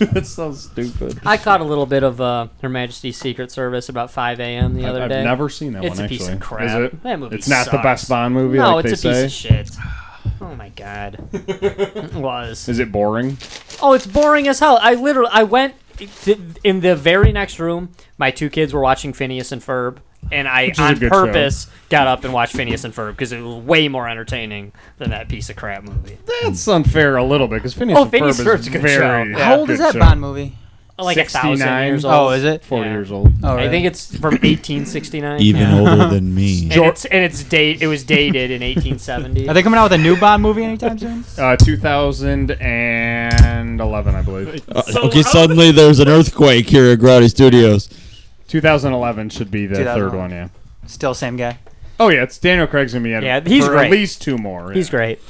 Speaker 5: that's so stupid.
Speaker 1: I caught a little bit of uh, Her Majesty's Secret Service about 5 a.m. the other
Speaker 5: I've
Speaker 1: day.
Speaker 5: never seen that
Speaker 1: It's
Speaker 5: one.
Speaker 1: a piece
Speaker 5: actually,
Speaker 1: of crap.
Speaker 5: Is it?
Speaker 1: That movie
Speaker 5: it's not the
Speaker 1: sucks.
Speaker 5: best Bond movie.
Speaker 1: no,
Speaker 5: like
Speaker 1: it's
Speaker 5: they
Speaker 1: a
Speaker 5: say.
Speaker 1: piece of shit. Oh my god,
Speaker 3: [LAUGHS]
Speaker 1: it was.
Speaker 5: Is it boring?
Speaker 1: Oh, it's boring as hell. I literally, I went to, in the very next room. My two kids were watching Phineas and Ferb, and I
Speaker 5: is a
Speaker 1: on
Speaker 5: good
Speaker 1: purpose got up and watched Phineas and Ferb because it was way more entertaining than that piece of crap movie.
Speaker 5: That's unfair a little bit because Phineas
Speaker 1: Hmm. Oh,
Speaker 5: and
Speaker 1: Phineas
Speaker 5: Ferb
Speaker 1: Ferb's
Speaker 5: is
Speaker 1: a good
Speaker 5: very.
Speaker 1: show.
Speaker 3: How old is that
Speaker 5: good show.
Speaker 3: Bond movie?
Speaker 1: Like a thousand
Speaker 5: 69?
Speaker 1: years old.
Speaker 3: Oh, is it?
Speaker 5: Forty
Speaker 1: Yeah.
Speaker 5: years old.
Speaker 3: Oh,
Speaker 1: I
Speaker 3: really?
Speaker 1: think it's from
Speaker 5: [COUGHS]
Speaker 1: 1869.
Speaker 2: Even
Speaker 3: Yeah.
Speaker 1: [LAUGHS]
Speaker 2: older than me.
Speaker 1: And it's and it's date. It was dated in 1870.
Speaker 3: Are they coming out with a new Bond movie anytime [LAUGHS] soon?
Speaker 5: Uh, 2011, I believe.
Speaker 2: Uh, okay, suddenly there's an earthquake here at Growdy Studios.
Speaker 5: 2011 should be the third
Speaker 3: 2011.
Speaker 5: one, yeah.
Speaker 3: Still same guy.
Speaker 5: Oh yeah, it's Daniel Craig's gonna be in it
Speaker 1: Yeah, he's
Speaker 5: for
Speaker 1: great.
Speaker 5: at least two more.
Speaker 1: He's
Speaker 5: yeah.
Speaker 1: great.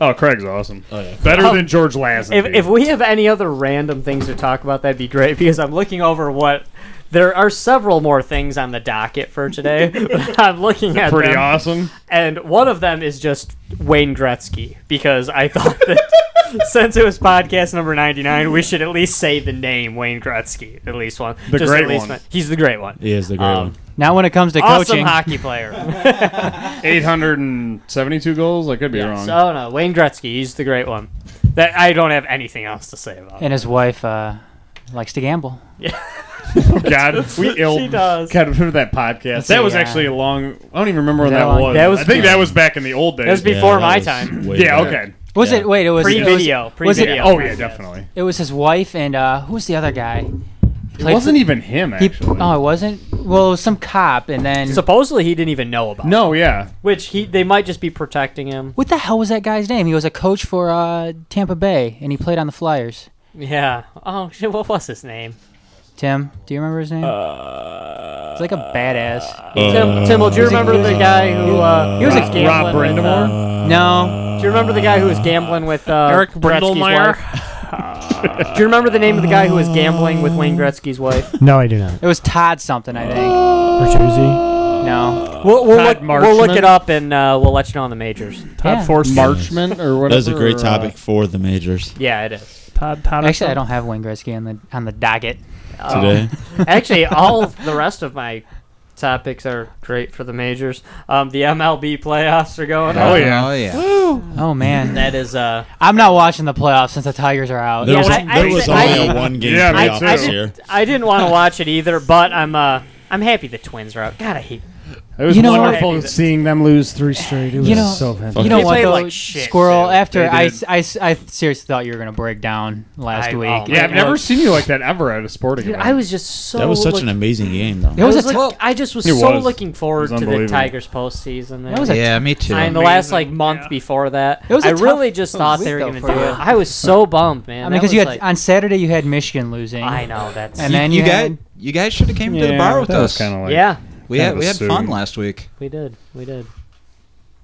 Speaker 5: Oh, Craig's awesome.
Speaker 2: Oh, yeah.
Speaker 5: Better
Speaker 1: Oh.
Speaker 5: than George Lazenby.
Speaker 1: If, if we have any other random things to talk about, that'd be great because I'm looking over what. There are several more things on the docket for
Speaker 5: [LAUGHS]
Speaker 1: today. but I'm looking at
Speaker 5: Pretty
Speaker 1: them.
Speaker 5: awesome.
Speaker 1: and one of them is just Wayne Gretzky because I thought
Speaker 5: [LAUGHS]
Speaker 1: that since it was podcast number ninety nine, we should at least say the name Wayne Gretzky at least one.
Speaker 5: The
Speaker 1: Just
Speaker 5: great
Speaker 1: at least
Speaker 5: one.
Speaker 1: He's the great one.
Speaker 2: He is the great
Speaker 1: Um,
Speaker 2: one.
Speaker 3: Now when it comes to
Speaker 1: Awesome
Speaker 3: coaching,
Speaker 1: hockey player. [LAUGHS]
Speaker 5: 872 goals. I could [LAUGHS] be wrong.
Speaker 1: so no, Wayne Gretzky. He's the great one. That I don't have anything else to say about. it.
Speaker 3: and his wife uh, likes to gamble.
Speaker 1: [LAUGHS]
Speaker 5: [LAUGHS] God, we ill.
Speaker 1: does.
Speaker 5: God, remember that podcast? That was
Speaker 3: Yeah.
Speaker 5: actually a long. I don't even remember when
Speaker 3: That
Speaker 5: that,
Speaker 3: long-
Speaker 5: was.
Speaker 1: that was-
Speaker 5: I think that was back in the old days.
Speaker 1: That was
Speaker 2: Yeah,
Speaker 1: before
Speaker 2: that
Speaker 1: my
Speaker 2: was
Speaker 1: time.
Speaker 2: way
Speaker 5: yeah.
Speaker 2: back.
Speaker 5: Okay.
Speaker 3: Was
Speaker 2: Yeah.
Speaker 3: it? Wait, it was it was-
Speaker 1: Pre-video,
Speaker 3: Was it?
Speaker 1: pre-video.
Speaker 5: Oh yeah, definitely.
Speaker 3: It was his wife and uh, who was the other guy?
Speaker 5: It wasn't even him
Speaker 3: He,
Speaker 5: actually.
Speaker 3: oh, it wasn't. Well, it was some cop, and then
Speaker 1: Supposedly he didn't even know about. it.
Speaker 5: no, yeah.
Speaker 1: which he they might just be protecting him.
Speaker 3: what the hell was that guy's name? He was a coach for uh, Tampa Bay, and he played on the Flyers.
Speaker 1: Yeah. Oh shit, what was his name?
Speaker 3: Tim, do you remember his name? it's like a badass.
Speaker 1: Tim,
Speaker 2: Uh,
Speaker 1: Tim, do you remember the guy who uh,
Speaker 3: He was a
Speaker 1: gambling
Speaker 5: Rob
Speaker 1: with, uh,
Speaker 5: Brindamore.
Speaker 3: no,
Speaker 1: Do you remember the guy who was gambling with uh,
Speaker 4: Eric
Speaker 1: Gretzky's
Speaker 4: Brindlemeyer?
Speaker 1: wife? [LAUGHS] Do you remember the name of the guy who was gambling with Wayne Gretzky's wife?
Speaker 8: no, I do not.
Speaker 3: it was Todd something, I think.
Speaker 8: Bertuzzi.
Speaker 3: no,
Speaker 1: We'll, we'll,
Speaker 5: Todd
Speaker 1: look, we'll look
Speaker 5: Marchman?
Speaker 1: it up and uh, we'll let you know on the majors.
Speaker 4: Todd
Speaker 3: Yeah.
Speaker 4: Forster.
Speaker 5: Marchman or whatever.
Speaker 2: That was a great
Speaker 5: uh,
Speaker 2: topic for the majors
Speaker 1: Yeah, it is.
Speaker 4: Todd, Todd
Speaker 3: actually, I don't have Wayne Gretzky on the on the docket.
Speaker 1: uh,
Speaker 2: today.
Speaker 1: Actually, all of the rest of my topics are great for the majors. Um, the MLB playoffs are going
Speaker 5: Oh
Speaker 1: on.
Speaker 5: yeah.
Speaker 6: Oh yeah.
Speaker 3: Oh man,
Speaker 1: That is uh,
Speaker 3: I'm not watching the playoffs since the Tigers are out.
Speaker 2: There
Speaker 1: Yeah,
Speaker 2: was,
Speaker 1: I-
Speaker 2: there
Speaker 1: I-
Speaker 2: was
Speaker 1: I-
Speaker 2: only a one game
Speaker 5: Yeah, me
Speaker 1: I,
Speaker 2: playoff
Speaker 5: off too.
Speaker 1: I,
Speaker 2: this year.
Speaker 1: didn't, I didn't want to watch it either, but I'm uh, I'm happy the Twins are out. God, I hate
Speaker 5: It was
Speaker 3: You know what?
Speaker 5: wonderful seeing them lose three straight. It was
Speaker 3: You know-
Speaker 5: so fantastic.
Speaker 3: You know
Speaker 1: They
Speaker 3: what
Speaker 1: played
Speaker 3: though,
Speaker 1: like shit,
Speaker 3: Squirrel?
Speaker 1: too.
Speaker 3: After
Speaker 5: They
Speaker 3: I,
Speaker 5: did.
Speaker 3: I, I seriously thought you were gonna break down last
Speaker 1: I-
Speaker 3: week.
Speaker 1: oh,
Speaker 5: yeah, I've
Speaker 3: It
Speaker 5: never
Speaker 3: looked-
Speaker 5: seen you like that ever at a sporting
Speaker 1: Dude,
Speaker 5: event.
Speaker 1: I was just so.
Speaker 2: That was such
Speaker 1: look-
Speaker 2: an amazing game, though.
Speaker 3: It was,
Speaker 1: I was
Speaker 3: a t-
Speaker 1: look- I just was
Speaker 5: It
Speaker 1: so
Speaker 5: was.
Speaker 1: looking forward
Speaker 5: It was
Speaker 1: to the
Speaker 5: unbelievable.
Speaker 1: Tigers postseason.
Speaker 3: That was a
Speaker 6: Yeah, me too.
Speaker 1: I mean, the last like
Speaker 4: Amazing,
Speaker 1: month
Speaker 4: yeah.
Speaker 1: before that,
Speaker 3: It was a
Speaker 1: I
Speaker 3: tough
Speaker 1: really just thought
Speaker 3: week,
Speaker 1: they were
Speaker 3: though,
Speaker 1: going to do
Speaker 3: for
Speaker 1: it.
Speaker 3: you.
Speaker 1: I was so bummed,
Speaker 3: I
Speaker 1: man. That
Speaker 3: mean, because
Speaker 1: was
Speaker 3: you had
Speaker 1: like-
Speaker 3: on Saturday you had Michigan losing.
Speaker 1: I know that's.
Speaker 3: And then
Speaker 6: you,
Speaker 3: you
Speaker 6: guys,
Speaker 3: had-
Speaker 6: you guys should have came to the bar with us.
Speaker 5: Kind of like
Speaker 1: yeah,
Speaker 6: we
Speaker 5: kind
Speaker 6: had
Speaker 5: of
Speaker 6: we had
Speaker 5: assumed.
Speaker 6: fun last week.
Speaker 1: we did, we did.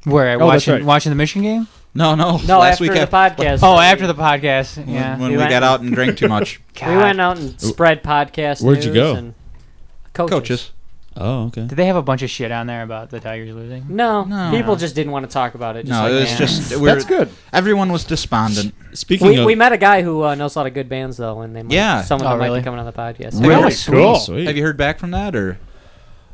Speaker 3: Where
Speaker 5: Oh, that's
Speaker 3: watching
Speaker 5: right.
Speaker 3: watching the Michigan game?
Speaker 6: No, no,
Speaker 1: No,
Speaker 6: last
Speaker 1: after
Speaker 6: week
Speaker 1: the
Speaker 6: I-
Speaker 1: podcast.
Speaker 3: Oh,
Speaker 1: we-
Speaker 3: after the podcast.
Speaker 6: when,
Speaker 3: Yeah.
Speaker 6: when we,
Speaker 1: We went-
Speaker 6: got
Speaker 1: [LAUGHS]
Speaker 6: out and drank too much.
Speaker 1: we went out and spread podcast.
Speaker 2: Where'd you
Speaker 1: news
Speaker 2: go?
Speaker 1: And coaches.
Speaker 6: Coaches,
Speaker 2: Oh, okay.
Speaker 3: Did they have a bunch of shit on there about the Tigers losing?
Speaker 1: No,
Speaker 6: No.
Speaker 1: people just didn't want to talk about it. Just
Speaker 6: no,
Speaker 1: like,
Speaker 6: it was
Speaker 1: man.
Speaker 6: just we
Speaker 5: That's good.
Speaker 6: Everyone was despondent.
Speaker 2: Speaking
Speaker 1: We,
Speaker 2: of,
Speaker 1: we met a guy who uh, knows a lot of good bands though, and they might,
Speaker 6: Yeah.
Speaker 1: some of
Speaker 3: Oh,
Speaker 1: them might
Speaker 3: really?
Speaker 1: be coming on the podcast.
Speaker 6: Really?
Speaker 5: Really
Speaker 3: Sweet.
Speaker 5: cool.
Speaker 2: sweet.
Speaker 6: Have you heard back from that or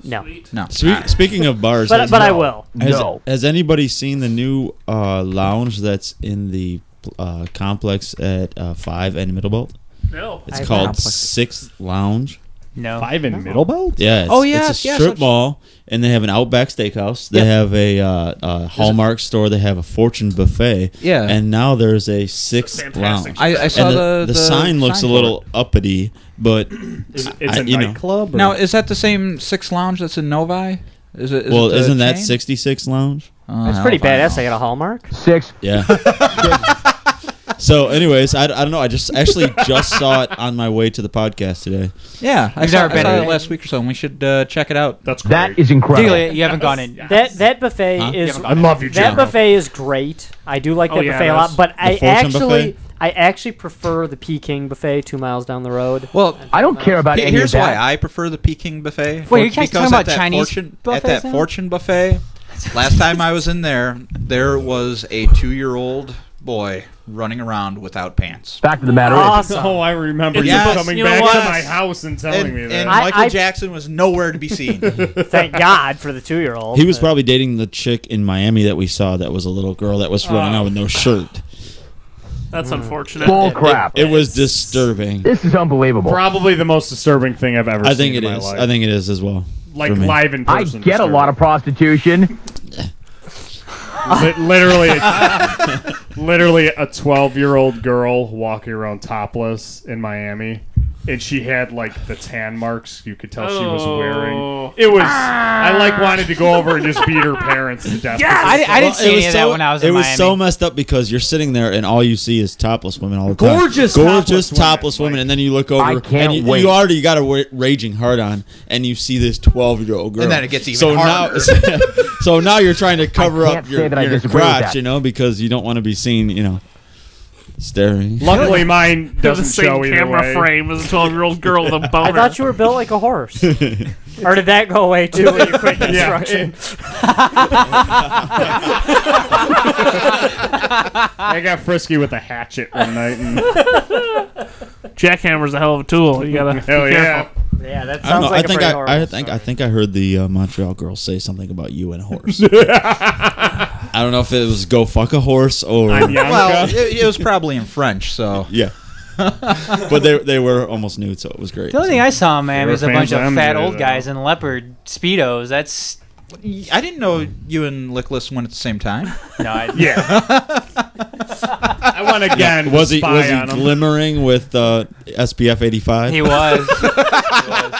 Speaker 1: No,
Speaker 6: no?
Speaker 2: Spe- speaking of bars,
Speaker 1: but
Speaker 2: has-
Speaker 1: but I will.
Speaker 2: Has, has anybody seen the new uh, lounge that's in the uh, complex at uh, Five and Middlebelt?
Speaker 4: No.
Speaker 2: It's
Speaker 1: I've-
Speaker 2: called
Speaker 6: Complex.
Speaker 2: Sixth Lounge.
Speaker 3: No.
Speaker 5: Five in middle belt.
Speaker 2: Yeah. It's,
Speaker 6: Oh,
Speaker 2: It's
Speaker 6: yes,
Speaker 2: a
Speaker 6: yes,
Speaker 2: strip
Speaker 6: I've-
Speaker 2: mall, and they have an Outback Steakhouse. They
Speaker 6: Yep.
Speaker 2: have a, uh, a Hallmark store. They have a Fortune Buffet.
Speaker 6: Yeah.
Speaker 2: And now there's a Sixth
Speaker 4: Fantastic.
Speaker 2: Lounge.
Speaker 6: I, I saw
Speaker 2: and
Speaker 6: the,
Speaker 2: sign looks
Speaker 6: sign
Speaker 2: a
Speaker 6: for
Speaker 2: little uppity, but
Speaker 5: It's
Speaker 2: I-
Speaker 5: a
Speaker 2: you know.
Speaker 5: nightclub.
Speaker 6: it.
Speaker 5: or-
Speaker 6: Now is that the same Six Lounge that's in Novi? Is it? Is
Speaker 2: well,
Speaker 6: it the
Speaker 2: isn't that
Speaker 6: chain?
Speaker 2: 66 Lounge?
Speaker 6: Oh,
Speaker 1: It's
Speaker 6: I
Speaker 1: pretty
Speaker 6: don't
Speaker 1: badass.
Speaker 6: know.
Speaker 1: I got a hallmark.
Speaker 2: Yeah. [LAUGHS] so, anyways, I, I don't know. I just actually just saw it on my way to the podcast today.
Speaker 6: Yeah, I
Speaker 3: You've
Speaker 6: saw,
Speaker 3: never
Speaker 6: I
Speaker 3: been
Speaker 6: saw
Speaker 3: in
Speaker 6: it
Speaker 3: it.
Speaker 6: last week or so, and we should uh, check it out.
Speaker 5: That's great. That is
Speaker 3: Particularly, you haven't gone in.
Speaker 1: That that buffet is
Speaker 5: I love you,
Speaker 1: that
Speaker 5: John.
Speaker 1: buffet is great. I do like
Speaker 4: Oh,
Speaker 1: that
Speaker 4: yeah,
Speaker 1: buffet a lot,
Speaker 4: that's-
Speaker 1: but I
Speaker 2: fortune
Speaker 1: actually
Speaker 2: buffet?
Speaker 1: I actually prefer the Peking buffet two miles down the road.
Speaker 6: Well,
Speaker 1: I don't care about
Speaker 6: he- here's why I prefer the Peking buffet.
Speaker 3: Wait, you
Speaker 6: For-
Speaker 3: guys
Speaker 6: because
Speaker 3: talking about
Speaker 6: at that
Speaker 3: Chinese
Speaker 6: fortune, at
Speaker 3: buffets
Speaker 6: that
Speaker 3: now?
Speaker 6: fortune buffet? Last time I was in there, there was a two-year-old boy running around without pants.
Speaker 1: awesome.
Speaker 5: Oh, I remember
Speaker 6: It's
Speaker 5: you
Speaker 6: a-
Speaker 5: coming
Speaker 6: you know
Speaker 5: back
Speaker 6: what?
Speaker 5: to my house and telling
Speaker 6: and,
Speaker 5: me
Speaker 6: and
Speaker 5: that.
Speaker 1: I-
Speaker 6: Michael
Speaker 1: I-
Speaker 6: Jackson was nowhere to be
Speaker 1: [LAUGHS]
Speaker 6: seen.
Speaker 1: Thank God for the two year old.
Speaker 2: He was probably dating the chick in Miami that we saw that was a little girl that was
Speaker 5: Oh.
Speaker 2: running out with no shirt.
Speaker 4: That's unfortunate.
Speaker 2: Crap. It, was disturbing.
Speaker 5: Probably the most disturbing thing I've ever
Speaker 2: I
Speaker 5: seen
Speaker 2: think
Speaker 5: in
Speaker 2: it
Speaker 5: my
Speaker 2: is.
Speaker 5: life.
Speaker 2: I think it is as well.
Speaker 5: like
Speaker 2: for me.
Speaker 5: live in person. I get a lot of prostitution. literally, [LAUGHS] a- literally a twelve-year-old girl walking around topless in Miami, and she had like the tan marks you could tell she was
Speaker 4: [LAUGHS]
Speaker 5: wearing.
Speaker 4: Oh.
Speaker 5: It was. I like wanted to go over and just beat her parents to death.
Speaker 3: I, di- I
Speaker 2: Well,
Speaker 3: didn't see
Speaker 2: it
Speaker 3: any of that
Speaker 2: so-
Speaker 3: when I was
Speaker 2: It
Speaker 3: in
Speaker 2: was
Speaker 3: Miami.
Speaker 2: so messed up because you're sitting there and all you see is topless women all the time.
Speaker 5: Gorgeous
Speaker 2: gorgeous
Speaker 5: topless women,
Speaker 2: topless women,
Speaker 5: like-
Speaker 2: and then you look over and you, you already got a wa- raging heart on, and you see this 12 year old girl,
Speaker 6: And then it gets even
Speaker 2: so now,
Speaker 3: [LAUGHS]
Speaker 2: [LAUGHS] so now you're trying to cover up your, your crotch,
Speaker 10: that.
Speaker 2: you know, because you don't want to be seen, you know, staring.
Speaker 5: Luckily, mine
Speaker 4: They're the
Speaker 5: doesn't
Speaker 4: same
Speaker 5: show either
Speaker 4: camera
Speaker 5: way.
Speaker 4: frame as a 12 year old girl with a boner.
Speaker 1: I thought you were built like
Speaker 2: [LAUGHS]
Speaker 1: a horse. or did that go away too
Speaker 4: [LAUGHS]
Speaker 1: when you quit
Speaker 5: Yeah,
Speaker 1: construction?
Speaker 5: it- I got frisky with a hatchet one night. And,
Speaker 4: Jackhammer's a hell of a tool.
Speaker 5: [LAUGHS]
Speaker 4: You gotta be
Speaker 5: hell yeah!
Speaker 4: careful.
Speaker 1: Yeah, that
Speaker 2: I don't
Speaker 1: sounds
Speaker 2: know.
Speaker 1: like
Speaker 2: I
Speaker 1: a
Speaker 2: think
Speaker 1: pretty
Speaker 2: I,
Speaker 1: horrible
Speaker 2: I think I think I heard the uh, Montreal girl say something about you and a horse. I don't know if it was go fuck a horse or
Speaker 5: I'm Yanka.
Speaker 6: well, it, it was probably in French, so
Speaker 5: [LAUGHS]
Speaker 2: Yeah. but they they were almost nude, so it was great.
Speaker 3: the only thing I saw, man,
Speaker 5: They
Speaker 3: was a
Speaker 5: were
Speaker 3: bunch of
Speaker 5: fans
Speaker 3: fat
Speaker 5: of
Speaker 3: old
Speaker 5: MJ,
Speaker 3: guys in leopard speedos. That's
Speaker 6: I didn't know you and Lickless went at the same time.
Speaker 3: no, I,
Speaker 5: Yeah. I want again.
Speaker 2: was he
Speaker 5: spy
Speaker 2: was he
Speaker 5: on him.
Speaker 2: glimmering with uh, SPF eighty
Speaker 3: he
Speaker 2: five?
Speaker 3: was.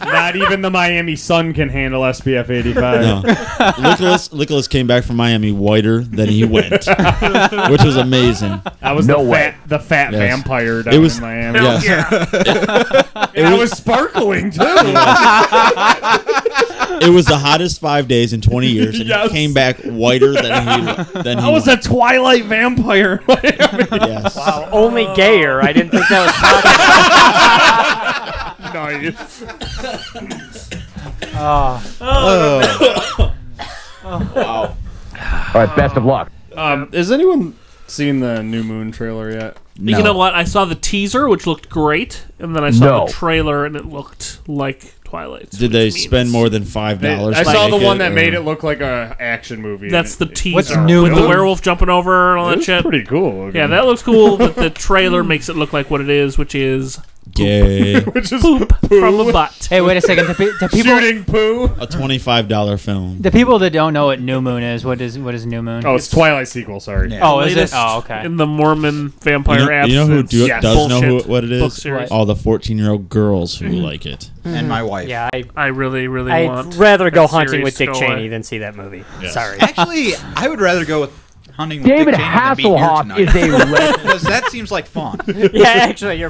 Speaker 5: Not even the Miami Sun can handle SPF 85.
Speaker 3: [LAUGHS]
Speaker 2: No, Nicholas Nicholas came back from Miami whiter than he
Speaker 5: [LAUGHS]
Speaker 2: went, which was amazing.
Speaker 5: I was the fat, the fat
Speaker 2: Yes.
Speaker 5: vampire down
Speaker 2: It was-
Speaker 5: in Miami.
Speaker 2: Yes.
Speaker 5: And I was sparkling too.
Speaker 2: It was the hottest five days in twenty years, and
Speaker 5: Yes.
Speaker 2: he came back whiter than
Speaker 5: [LAUGHS]
Speaker 2: he than he
Speaker 5: I was a
Speaker 2: went.
Speaker 5: twilight vampire. [LAUGHS]
Speaker 2: yes.
Speaker 1: Wow, only gayer. I didn't think
Speaker 2: [LAUGHS]
Speaker 1: that was
Speaker 5: nice.
Speaker 1: possible.
Speaker 3: [LAUGHS] Oh,
Speaker 5: Um, has anyone seen the new Moon trailer yet?
Speaker 2: [LAUGHS] No.
Speaker 4: You know what? I saw the teaser, which looked great, and then I saw the trailer, and it looked like Twilight.
Speaker 2: Did they spend more than five dollars?
Speaker 5: I
Speaker 2: to
Speaker 5: saw the
Speaker 2: make
Speaker 5: one that
Speaker 2: or-
Speaker 5: made it look like a action movie.
Speaker 4: That's the
Speaker 5: It-
Speaker 4: teaser.
Speaker 3: What's new,
Speaker 4: With
Speaker 3: though?
Speaker 4: the werewolf jumping over and all
Speaker 5: It
Speaker 4: that
Speaker 5: was
Speaker 4: shit.
Speaker 5: pretty cool. looking. [LAUGHS]
Speaker 4: Yeah, that looks cool, but the trailer makes it look like what it is, which is
Speaker 5: [LAUGHS]
Speaker 2: Gay.
Speaker 5: which is
Speaker 4: from a butt.
Speaker 3: Hey, wait a second. The, pe- the people,
Speaker 5: shooting poo.
Speaker 2: A twenty-five dollar film.
Speaker 3: the people that don't know what New Moon is, what is what is New Moon?
Speaker 5: Oh, it's Twilight sequel. Sorry.
Speaker 6: Yeah.
Speaker 3: oh is it?
Speaker 4: Latest
Speaker 3: Oh, okay.
Speaker 4: In the Mormon vampire
Speaker 2: You know, you know who
Speaker 4: abstinence.
Speaker 2: do,
Speaker 5: Yes.
Speaker 2: does know
Speaker 4: Bullshit.
Speaker 2: who, what it
Speaker 4: Book
Speaker 2: is?
Speaker 4: series.
Speaker 2: All the fourteen-year-old girls
Speaker 5: [LAUGHS]
Speaker 2: who like it.
Speaker 6: and my wife.
Speaker 1: Yeah, I,
Speaker 4: I really,
Speaker 1: [LAUGHS]
Speaker 4: really
Speaker 1: I'd
Speaker 4: want.
Speaker 1: rather go
Speaker 4: that
Speaker 1: hunting
Speaker 4: series
Speaker 1: with Dick
Speaker 4: to go
Speaker 1: Cheney
Speaker 4: away.
Speaker 1: than see that movie.
Speaker 2: Yes. [LAUGHS]
Speaker 1: Sorry.
Speaker 6: Actually, I would rather go with hunting. With
Speaker 10: David
Speaker 6: Dick Cheney than be here
Speaker 10: Hasselhoff
Speaker 6: tonight.
Speaker 10: is
Speaker 6: [LAUGHS]
Speaker 10: a rat.
Speaker 6: because that seems like fun.
Speaker 1: yeah, actually, you're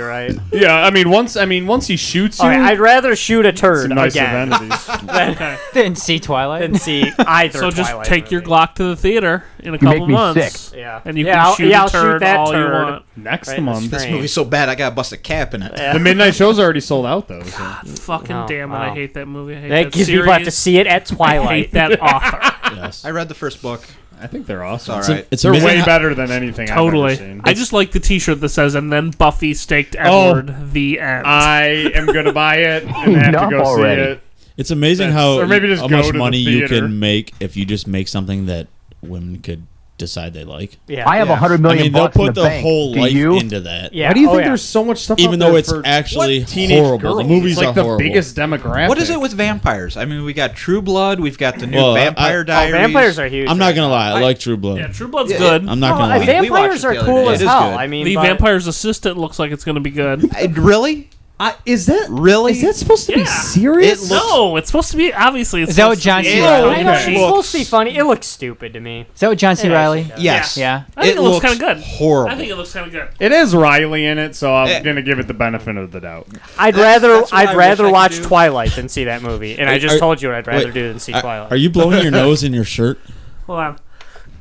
Speaker 2: [LAUGHS]
Speaker 1: right.
Speaker 5: Yeah, I mean once I mean once he shoots you,
Speaker 1: All right, I'd rather shoot a turd
Speaker 5: it's a nice
Speaker 1: again
Speaker 5: event.
Speaker 1: than,
Speaker 3: Didn't see Twilight.
Speaker 1: than
Speaker 4: [LAUGHS]
Speaker 1: see either.
Speaker 4: So just
Speaker 1: Twilight
Speaker 4: take your
Speaker 1: movie.
Speaker 4: Glock to the theater in a
Speaker 10: You
Speaker 4: couple
Speaker 10: make me
Speaker 4: months.
Speaker 10: sick.
Speaker 1: Yeah,
Speaker 4: And you
Speaker 1: yeah,
Speaker 4: can
Speaker 1: I'll,
Speaker 4: shoot
Speaker 1: yeah,
Speaker 4: a
Speaker 1: I'll
Speaker 4: turd
Speaker 1: shoot that
Speaker 4: all
Speaker 1: turd.
Speaker 4: you want.
Speaker 5: Next
Speaker 1: Right,
Speaker 5: month,
Speaker 1: that's
Speaker 6: This [LAUGHS] movie's so bad, I gotta bust a cap in it.
Speaker 5: the midnight show's already sold out though. so-
Speaker 4: Fucking
Speaker 1: Oh,
Speaker 4: damn it!
Speaker 1: wow.
Speaker 4: I hate that movie. I hate
Speaker 1: That
Speaker 4: that
Speaker 1: gives
Speaker 4: series.
Speaker 1: people have to see it at
Speaker 4: [LAUGHS] I
Speaker 1: Twilight.
Speaker 4: hate [LAUGHS] that author.
Speaker 2: Yes.
Speaker 6: I read the first book.
Speaker 5: I think they're
Speaker 6: It's
Speaker 5: awesome.
Speaker 6: all right.
Speaker 2: It's
Speaker 5: They're
Speaker 2: amazing
Speaker 5: way
Speaker 2: how-
Speaker 5: better than anything I've ever
Speaker 4: totally.
Speaker 5: seen.
Speaker 4: I just like the T-shirt that says "And then Buffy staked
Speaker 5: Oh.
Speaker 4: Edward." the end.
Speaker 5: I am gonna buy it and have to
Speaker 10: Enough
Speaker 5: go
Speaker 10: already.
Speaker 5: see it.
Speaker 2: It's amazing
Speaker 5: That's-
Speaker 2: how
Speaker 5: or maybe just
Speaker 2: how
Speaker 5: go
Speaker 2: much
Speaker 5: to the
Speaker 2: money you
Speaker 5: theater.
Speaker 2: can make if you just make something that women could decide they like.
Speaker 1: yeah,
Speaker 10: I have a hundred
Speaker 2: I
Speaker 10: million
Speaker 2: mean, they'll
Speaker 10: bucks in
Speaker 2: put
Speaker 10: the,
Speaker 2: the,
Speaker 10: bank.
Speaker 2: whole
Speaker 10: Do
Speaker 2: life
Speaker 10: you?
Speaker 2: into that.
Speaker 1: yeah.
Speaker 5: Why do you
Speaker 1: oh,
Speaker 5: think
Speaker 1: yeah.
Speaker 5: there's so much stuff?
Speaker 2: Even
Speaker 5: out
Speaker 2: though
Speaker 5: there
Speaker 2: it's
Speaker 5: for
Speaker 2: actually
Speaker 5: teenage
Speaker 2: horrible. The
Speaker 5: girls?
Speaker 2: movies
Speaker 5: it's like
Speaker 2: are
Speaker 5: the
Speaker 2: horrible.
Speaker 5: biggest demographic.
Speaker 6: What is it with vampires? I mean, we got True Blood. We've got the new
Speaker 2: Well, I- I-
Speaker 6: Vampire
Speaker 2: oh,
Speaker 1: Oh,
Speaker 6: Diaries.
Speaker 1: vampires are huge.
Speaker 2: I'm not gonna lie. I,
Speaker 6: I-
Speaker 2: like True Blood.
Speaker 4: yeah, True Blood's
Speaker 6: Yeah,
Speaker 4: good.
Speaker 2: I'm not gonna
Speaker 1: Oh,
Speaker 2: lie.
Speaker 6: think- we watched
Speaker 1: vampires
Speaker 6: it
Speaker 1: are
Speaker 6: the other
Speaker 1: cool
Speaker 6: day.
Speaker 1: as
Speaker 6: It is
Speaker 1: hell.
Speaker 6: good.
Speaker 1: I mean,
Speaker 4: the
Speaker 1: but-
Speaker 4: vampire's assistant looks like it's going to be
Speaker 6: [LAUGHS]
Speaker 4: good.
Speaker 6: Uh, really?
Speaker 5: I, is that
Speaker 6: Really?
Speaker 5: Is that supposed to
Speaker 4: Yeah.
Speaker 5: be serious?
Speaker 6: It looks-
Speaker 4: no, it's supposed to be obviously. It's
Speaker 3: Is that what
Speaker 4: supposed
Speaker 3: John
Speaker 4: to be-
Speaker 3: C.
Speaker 4: Yeah,
Speaker 1: No,
Speaker 3: Reilly?
Speaker 1: I
Speaker 4: okay.
Speaker 1: know,
Speaker 6: Okay.
Speaker 1: it's supposed to be funny. It looks stupid to me.
Speaker 3: Is that what John C.
Speaker 1: It
Speaker 3: Riley?
Speaker 1: actually does.
Speaker 6: Yes.
Speaker 3: Yeah.
Speaker 4: I think it, looks kind of good.
Speaker 6: Horrible.
Speaker 4: I think it looks kind of good.
Speaker 5: it is Riley in it, so I'm
Speaker 6: Eh.
Speaker 5: gonna give it the benefit of the doubt.
Speaker 1: I'd
Speaker 6: That's-
Speaker 1: rather
Speaker 6: that's what I
Speaker 1: I'd
Speaker 6: wish
Speaker 1: rather
Speaker 6: I could
Speaker 1: watch
Speaker 6: do.
Speaker 1: Twilight than see that movie, and I
Speaker 2: Wait,
Speaker 1: just
Speaker 2: are-
Speaker 1: told you what I'd rather
Speaker 2: wait,
Speaker 1: do than see
Speaker 2: Are,
Speaker 1: Twilight.
Speaker 2: are you blowing
Speaker 5: [LAUGHS]
Speaker 2: your nose in your shirt?
Speaker 4: Hold on.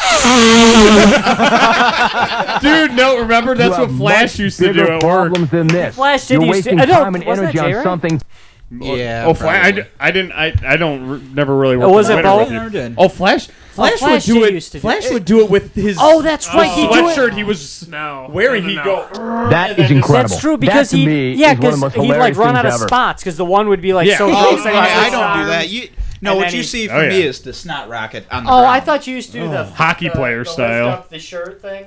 Speaker 5: Dude, no, remember that's
Speaker 10: You have
Speaker 5: what Flash
Speaker 10: much
Speaker 5: used to do
Speaker 10: bigger
Speaker 5: at work.
Speaker 10: problems than this.
Speaker 1: Flash did
Speaker 10: You're
Speaker 1: used to-
Speaker 10: wasting
Speaker 1: I know,
Speaker 10: time and
Speaker 1: wasn't
Speaker 10: energy
Speaker 1: that Jay
Speaker 10: on
Speaker 1: Ray?
Speaker 10: something.
Speaker 6: Yeah.
Speaker 5: Oh, Flash! I,
Speaker 6: probably.
Speaker 5: d- I didn't. I, I don't re- never really. Worked
Speaker 1: Oh, was
Speaker 5: in
Speaker 1: it
Speaker 5: the winter with
Speaker 1: both?
Speaker 5: you.
Speaker 6: Never did.
Speaker 5: Oh, Flash! Flash
Speaker 1: Flash
Speaker 5: would do
Speaker 1: did
Speaker 5: it.
Speaker 1: used to do
Speaker 5: Flash
Speaker 1: it.
Speaker 5: would do it with his
Speaker 1: Oh, that's right. He do it.
Speaker 5: sweatshirt. He was
Speaker 4: No.
Speaker 5: wearing.
Speaker 4: No, no,
Speaker 5: He go.
Speaker 4: no.
Speaker 10: That is incredible.
Speaker 1: That's true because
Speaker 10: that, to
Speaker 1: he
Speaker 10: me,
Speaker 1: yeah
Speaker 10: is one of
Speaker 1: because
Speaker 10: the most
Speaker 1: he'd like
Speaker 10: hilarious
Speaker 1: run out of
Speaker 10: things ever.
Speaker 1: spots because the one would be like
Speaker 5: Yeah.
Speaker 1: so
Speaker 6: Oh,
Speaker 1: gross.
Speaker 6: yeah,
Speaker 1: and he'd
Speaker 6: I
Speaker 1: just
Speaker 6: don't do
Speaker 1: arms.
Speaker 6: that. You no,
Speaker 1: And
Speaker 6: what
Speaker 1: then
Speaker 6: you
Speaker 1: he-
Speaker 6: see for
Speaker 5: Oh, yeah.
Speaker 6: me is the snot rocket on the
Speaker 1: Oh,
Speaker 6: ground.
Speaker 1: I thought you used to do the
Speaker 5: Hockey
Speaker 1: the-
Speaker 5: player
Speaker 1: the lift
Speaker 5: style.
Speaker 1: up the shirt thing.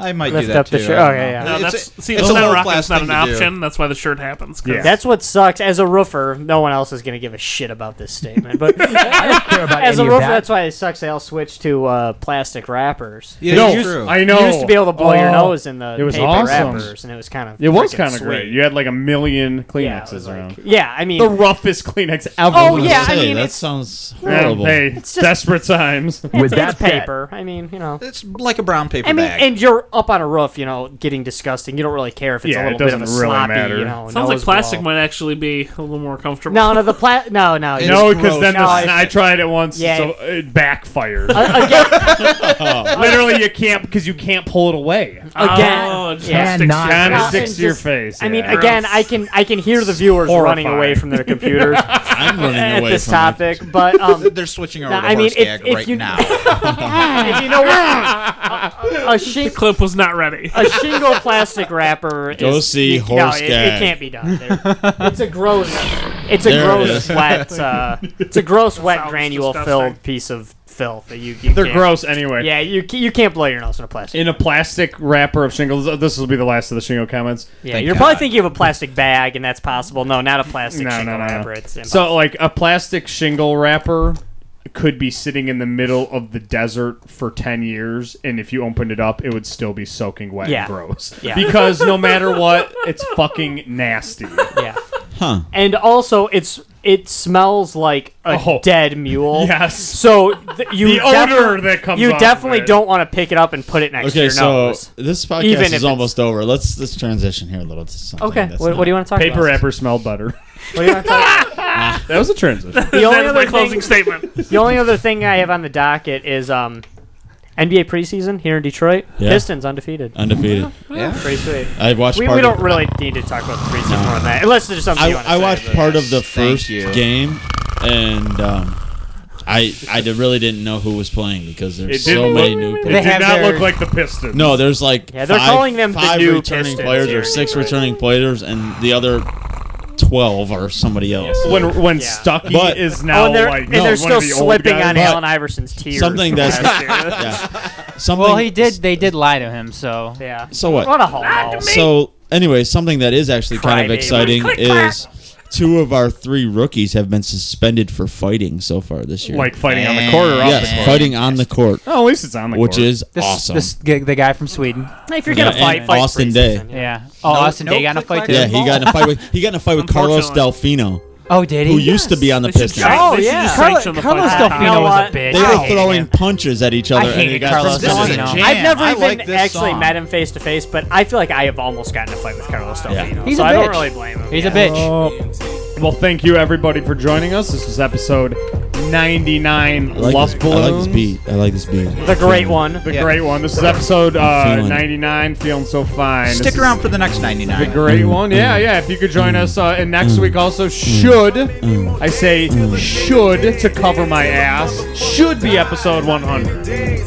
Speaker 6: I might
Speaker 1: Lift
Speaker 6: do that
Speaker 1: up the
Speaker 6: too.
Speaker 1: shirt.
Speaker 6: I don't
Speaker 1: Okay,
Speaker 6: know.
Speaker 1: yeah.
Speaker 4: No,
Speaker 6: It's-
Speaker 4: that's see,
Speaker 6: it's
Speaker 4: the
Speaker 6: a
Speaker 4: Planet
Speaker 6: lower
Speaker 4: Rocket's
Speaker 6: class
Speaker 4: not
Speaker 6: thing
Speaker 4: an
Speaker 6: to do.
Speaker 4: option. That's why the shirt happens. 'cause-
Speaker 5: Yeah.
Speaker 1: That's what sucks. As a roofer, no one else is gonna give a shit about this statement. [LAUGHS] But
Speaker 10: I don't care about
Speaker 1: as a
Speaker 10: any
Speaker 1: roofer,
Speaker 10: of that.
Speaker 1: that's why it sucks. They all switch to uh, plastic wrappers.
Speaker 6: Yeah,
Speaker 5: no,
Speaker 6: it's true.
Speaker 5: I
Speaker 1: You
Speaker 5: know.
Speaker 1: used to be able to blow your
Speaker 5: Oh.
Speaker 1: nose in the
Speaker 5: It was
Speaker 1: paper
Speaker 5: awesome.
Speaker 1: wrappers, and it was kind of
Speaker 5: It was
Speaker 1: freaking
Speaker 5: kind of
Speaker 1: sweet.
Speaker 5: great. You had like a million
Speaker 1: Yeah, it
Speaker 5: Kleenexes
Speaker 1: was like-
Speaker 5: around.
Speaker 1: yeah, I mean,
Speaker 5: The roughest Kleenex ever.
Speaker 1: Oh,
Speaker 2: was
Speaker 1: yeah.
Speaker 2: gonna
Speaker 1: I
Speaker 2: say,
Speaker 1: mean,
Speaker 2: that
Speaker 1: it's- [LAUGHS]
Speaker 2: sounds
Speaker 1: Yeah.
Speaker 2: horrible.
Speaker 5: Hey,
Speaker 1: It's just-
Speaker 5: desperate times.
Speaker 10: With
Speaker 1: it's
Speaker 10: that said,
Speaker 1: paper. I mean, you know.
Speaker 6: It's like a brown paper
Speaker 1: I mean,
Speaker 6: bag.
Speaker 1: and you're up on a roof, you know, getting disgusting. You don't really care if it's
Speaker 5: Yeah,
Speaker 1: a
Speaker 5: it
Speaker 1: little bit of a
Speaker 5: doesn't really
Speaker 1: sloppy,
Speaker 5: matter.
Speaker 1: you know.
Speaker 4: Sounds like
Speaker 1: nose
Speaker 4: plastic
Speaker 1: blow.
Speaker 4: might actually be a little more comfortable.
Speaker 1: No, no, the pla- No,
Speaker 5: [LAUGHS]
Speaker 1: no. you-
Speaker 5: No,
Speaker 6: It's
Speaker 5: because then
Speaker 1: gross.
Speaker 5: the,
Speaker 1: No, it's-
Speaker 5: I tried it once,
Speaker 1: Yeah.
Speaker 5: so it backfired. [LAUGHS]
Speaker 1: Again,
Speaker 5: Literally, you can't because you can't pull it away.
Speaker 1: again.
Speaker 4: [LAUGHS] Oh, it just
Speaker 1: Yeah.
Speaker 4: sticks
Speaker 10: Cannot.
Speaker 4: to your
Speaker 5: Kind of
Speaker 1: Well,
Speaker 4: mouth.
Speaker 5: sticks
Speaker 1: and
Speaker 5: to your
Speaker 1: just-
Speaker 5: face.
Speaker 1: I mean,
Speaker 5: yeah.
Speaker 1: again, I can I can hear the viewers
Speaker 5: Horrifying.
Speaker 1: running away from
Speaker 5: [LAUGHS]
Speaker 1: their computers
Speaker 2: I'm running
Speaker 1: at
Speaker 2: away
Speaker 1: this
Speaker 2: from it.
Speaker 1: topic, but um, [LAUGHS]
Speaker 6: They're switching over
Speaker 1: Now,
Speaker 6: to
Speaker 1: I mean,
Speaker 6: horse
Speaker 1: if-
Speaker 6: gag
Speaker 1: if
Speaker 6: right
Speaker 1: you- [LAUGHS]
Speaker 6: now.
Speaker 1: if you know what,
Speaker 5: [LAUGHS]
Speaker 1: a, a, a
Speaker 4: The
Speaker 1: shink
Speaker 4: clip was not ready.
Speaker 1: a shingle plastic wrapper.
Speaker 2: Go
Speaker 1: is,
Speaker 2: see
Speaker 1: you-
Speaker 2: Horse
Speaker 1: no, it, it
Speaker 2: Gag.
Speaker 1: can't be done. There- It's a gross. It's a
Speaker 2: There it
Speaker 1: gross
Speaker 2: is.
Speaker 1: wet. Uh, it's a gross wet
Speaker 4: sounds
Speaker 1: granule
Speaker 4: disgusting.
Speaker 1: filled piece of filth that you. you
Speaker 5: they're
Speaker 1: can't-
Speaker 5: gross anyway.
Speaker 1: Yeah, you ca- you can't blow your nose in a plastic.
Speaker 5: In a plastic wrapper of shingles. uh, This will be the last of the shingle comments.
Speaker 1: yeah,
Speaker 6: thank
Speaker 1: you're probably
Speaker 6: God.
Speaker 1: thinking of a plastic bag, and that's possible. No, not a plastic
Speaker 5: No,
Speaker 1: shingle
Speaker 5: no, no, no.
Speaker 1: wrapper. It's impossible.
Speaker 5: So, like a plastic shingle wrapper could be sitting in the middle of the desert for 10 years and if you opened it up it would still be soaking wet
Speaker 1: Yeah.
Speaker 5: and gross
Speaker 1: [LAUGHS] Yeah.
Speaker 5: because no matter what it's fucking
Speaker 1: [LAUGHS]
Speaker 5: nasty
Speaker 1: [LAUGHS] yeah.
Speaker 2: Huh.
Speaker 1: And also, it's it smells like a
Speaker 5: Oh.
Speaker 1: dead mule.
Speaker 5: [LAUGHS] yes
Speaker 1: So
Speaker 5: [LAUGHS]
Speaker 1: th- you
Speaker 5: The odor
Speaker 1: defi-
Speaker 5: that comes
Speaker 1: You
Speaker 5: off
Speaker 1: definitely
Speaker 5: of it.
Speaker 1: don't want to pick it up and put it next to
Speaker 2: Okay,
Speaker 1: your
Speaker 2: so
Speaker 1: nose.
Speaker 2: this podcast
Speaker 1: Even if
Speaker 2: is
Speaker 1: it's-
Speaker 2: almost over. Let's let's transition here a little to something.
Speaker 1: Okay,
Speaker 2: that's
Speaker 1: what,
Speaker 2: not-
Speaker 1: what do you want to talk
Speaker 5: paper
Speaker 1: about?
Speaker 5: wrapper smelled better
Speaker 1: What do you want to talk
Speaker 5: that was a transition
Speaker 4: [LAUGHS]
Speaker 1: The only
Speaker 4: That's my
Speaker 1: other
Speaker 4: closing
Speaker 1: thing, [LAUGHS]
Speaker 4: statement.
Speaker 1: the only other thing I have on the docket is um, NBA preseason here in Detroit.
Speaker 2: Yeah.
Speaker 1: Pistons undefeated.
Speaker 2: Undefeated.
Speaker 6: yeah.
Speaker 1: Pretty sweet.
Speaker 2: I watched.
Speaker 1: We,
Speaker 2: part
Speaker 1: we
Speaker 2: of-
Speaker 1: don't really need to talk about the preseason more than that, unless there's something
Speaker 2: I,
Speaker 1: you want to
Speaker 2: I
Speaker 1: say.
Speaker 2: watched
Speaker 1: but-
Speaker 2: part of the
Speaker 6: Thank
Speaker 2: first
Speaker 6: you.
Speaker 2: game, and um, I I did- really didn't know who was playing because
Speaker 5: It
Speaker 2: there's
Speaker 5: didn't
Speaker 2: so many
Speaker 5: look-
Speaker 2: new.
Speaker 5: it
Speaker 2: Players.
Speaker 3: They have
Speaker 5: did not
Speaker 3: their-
Speaker 5: look like the pistons
Speaker 2: No, there's like
Speaker 1: Yeah, they're
Speaker 2: five,
Speaker 1: calling them the
Speaker 2: five
Speaker 1: new
Speaker 2: returning
Speaker 1: Pistons
Speaker 2: players
Speaker 1: here.
Speaker 2: or six returning players, and the other twelve are somebody else.
Speaker 5: when when
Speaker 1: Yeah.
Speaker 5: Stucky
Speaker 2: But-
Speaker 5: is
Speaker 1: Oh,
Speaker 5: now
Speaker 1: and they're,
Speaker 5: like
Speaker 1: and they're
Speaker 5: one
Speaker 1: still
Speaker 5: of the old
Speaker 1: slipping
Speaker 5: guys.
Speaker 1: on
Speaker 2: But
Speaker 1: Allen Iverson's tears.
Speaker 2: something
Speaker 1: from
Speaker 2: that's- [LAUGHS]
Speaker 1: last year.
Speaker 2: yeah. Something.
Speaker 3: Well, he did. They did lie to him. So
Speaker 1: yeah.
Speaker 2: So what?
Speaker 1: What a homo.
Speaker 2: So Anyway, something that is actually kind of
Speaker 1: Crybaby.
Speaker 2: exciting
Speaker 1: Click, clack.
Speaker 2: is two of our three rookies have been suspended for fighting so far this year.
Speaker 5: Like fighting on the court or off
Speaker 2: yes,
Speaker 5: the court?
Speaker 2: fighting on the court.
Speaker 5: Oh, at least it's on the
Speaker 2: which
Speaker 5: court.
Speaker 2: is
Speaker 3: This,
Speaker 2: awesome.
Speaker 3: This g- the guy from Sweden.
Speaker 1: If you're
Speaker 2: Yeah,
Speaker 1: gonna fight,
Speaker 2: and
Speaker 1: fight
Speaker 2: Austin
Speaker 1: preseason,
Speaker 2: Day.
Speaker 1: yeah.
Speaker 3: Yeah. Oh, Austin Day got in a fight too.
Speaker 2: yeah, he got in a fight with he got in a fight with Carlos Delfino,
Speaker 3: Oh, did he?
Speaker 2: who used to be on the
Speaker 4: They should
Speaker 2: Pistons.
Speaker 4: try-
Speaker 1: Oh,
Speaker 4: they should
Speaker 1: yeah.
Speaker 4: just
Speaker 3: Carlo-
Speaker 4: sanction the
Speaker 3: Carlos
Speaker 4: fight.
Speaker 3: Delfino
Speaker 1: know
Speaker 3: was
Speaker 1: what?
Speaker 3: a bitch.
Speaker 2: They
Speaker 3: I
Speaker 2: were
Speaker 3: hated
Speaker 2: throwing
Speaker 3: him.
Speaker 2: punches at each
Speaker 3: I
Speaker 2: other, and
Speaker 3: hated
Speaker 2: he got
Speaker 3: Carlos
Speaker 6: This is a
Speaker 2: suspended.
Speaker 3: Delfino.
Speaker 6: jam.
Speaker 1: I've never
Speaker 6: I
Speaker 1: even
Speaker 6: like this
Speaker 1: actually
Speaker 6: song.
Speaker 1: met him face to face, but I feel like I have almost gotten in a fight with Carlos Delfino.
Speaker 3: He's
Speaker 1: so
Speaker 3: a
Speaker 1: I don't
Speaker 3: bitch.
Speaker 1: really blame him.
Speaker 3: He's
Speaker 1: yeah.
Speaker 3: a
Speaker 5: Oh.
Speaker 3: bitch.
Speaker 5: Well, thank you everybody for joining us. This was episode 99
Speaker 2: I like,
Speaker 5: Lost
Speaker 2: this, I like this
Speaker 5: Balloons.
Speaker 2: beat. I like this beat.
Speaker 1: The great one.
Speaker 5: The
Speaker 6: Yeah.
Speaker 5: great one. This is episode uh,
Speaker 2: feeling it.
Speaker 5: 99 feeling so fine. This
Speaker 6: Stick
Speaker 5: is
Speaker 6: around for the next 99.
Speaker 5: the great
Speaker 2: Mm.
Speaker 5: one. Yeah, yeah. If you could join us uh, and next week also should
Speaker 2: Mm.
Speaker 5: I say should to cover my ass should be episode 100.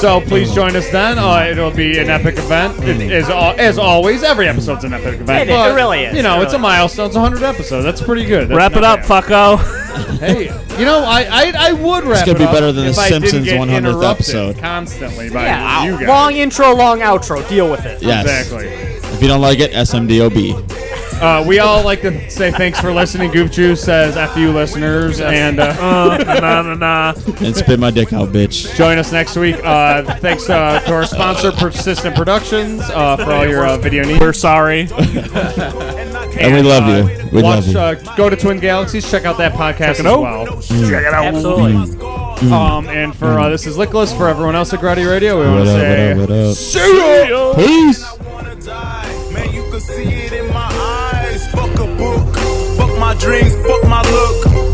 Speaker 5: So please
Speaker 2: Mm.
Speaker 5: join us then. Uh, it'll be an epic event. It is al- as always every episode's an epic event.
Speaker 1: It is. It
Speaker 5: but,
Speaker 1: really is.
Speaker 5: You know,
Speaker 1: It
Speaker 5: it's a
Speaker 1: really
Speaker 5: milestone. It's 100 episodes. That's pretty good. That's
Speaker 4: Wrap
Speaker 5: not
Speaker 4: it up,
Speaker 5: bad.
Speaker 4: fucko.
Speaker 5: Hey, you know, I I, I would wrap
Speaker 2: gonna
Speaker 5: it
Speaker 2: be
Speaker 5: up
Speaker 2: better than
Speaker 5: if
Speaker 2: the
Speaker 5: I didn't
Speaker 2: Simpsons
Speaker 5: get
Speaker 2: 100th
Speaker 5: interrupted
Speaker 2: episode.
Speaker 5: constantly by
Speaker 1: Yeah.
Speaker 5: you guys.
Speaker 1: Long intro, long outro. Deal with it.
Speaker 2: Yes.
Speaker 5: Exactly.
Speaker 2: If you don't like it, SMDOB.
Speaker 5: Uh, we all like to say thanks for listening. Goof Juice says "f you, listeners," and uh,
Speaker 4: Uh, nah, nah, nah.
Speaker 2: and spit my dick out, bitch.
Speaker 5: join us next week. Uh, thanks uh, to our sponsor, Persistent Productions, uh, for all your uh, video needs.
Speaker 4: We're sorry.
Speaker 2: And we love you. We love
Speaker 5: Watch,
Speaker 2: you.
Speaker 5: uh, go to Twin Galaxies, check out that podcast as
Speaker 4: out.
Speaker 5: well.
Speaker 4: Mm.
Speaker 1: Absolutely.
Speaker 2: Mm.
Speaker 5: Um, and for uh, this is Lickless. For everyone else at Grotty Radio, we want
Speaker 2: What
Speaker 5: to say.
Speaker 2: up, what up,
Speaker 4: Serial.
Speaker 2: what up? Peace!
Speaker 11: wanna die. Man, you can see it in my eyes. Fuck a book, fuck my dreams, fuck my look.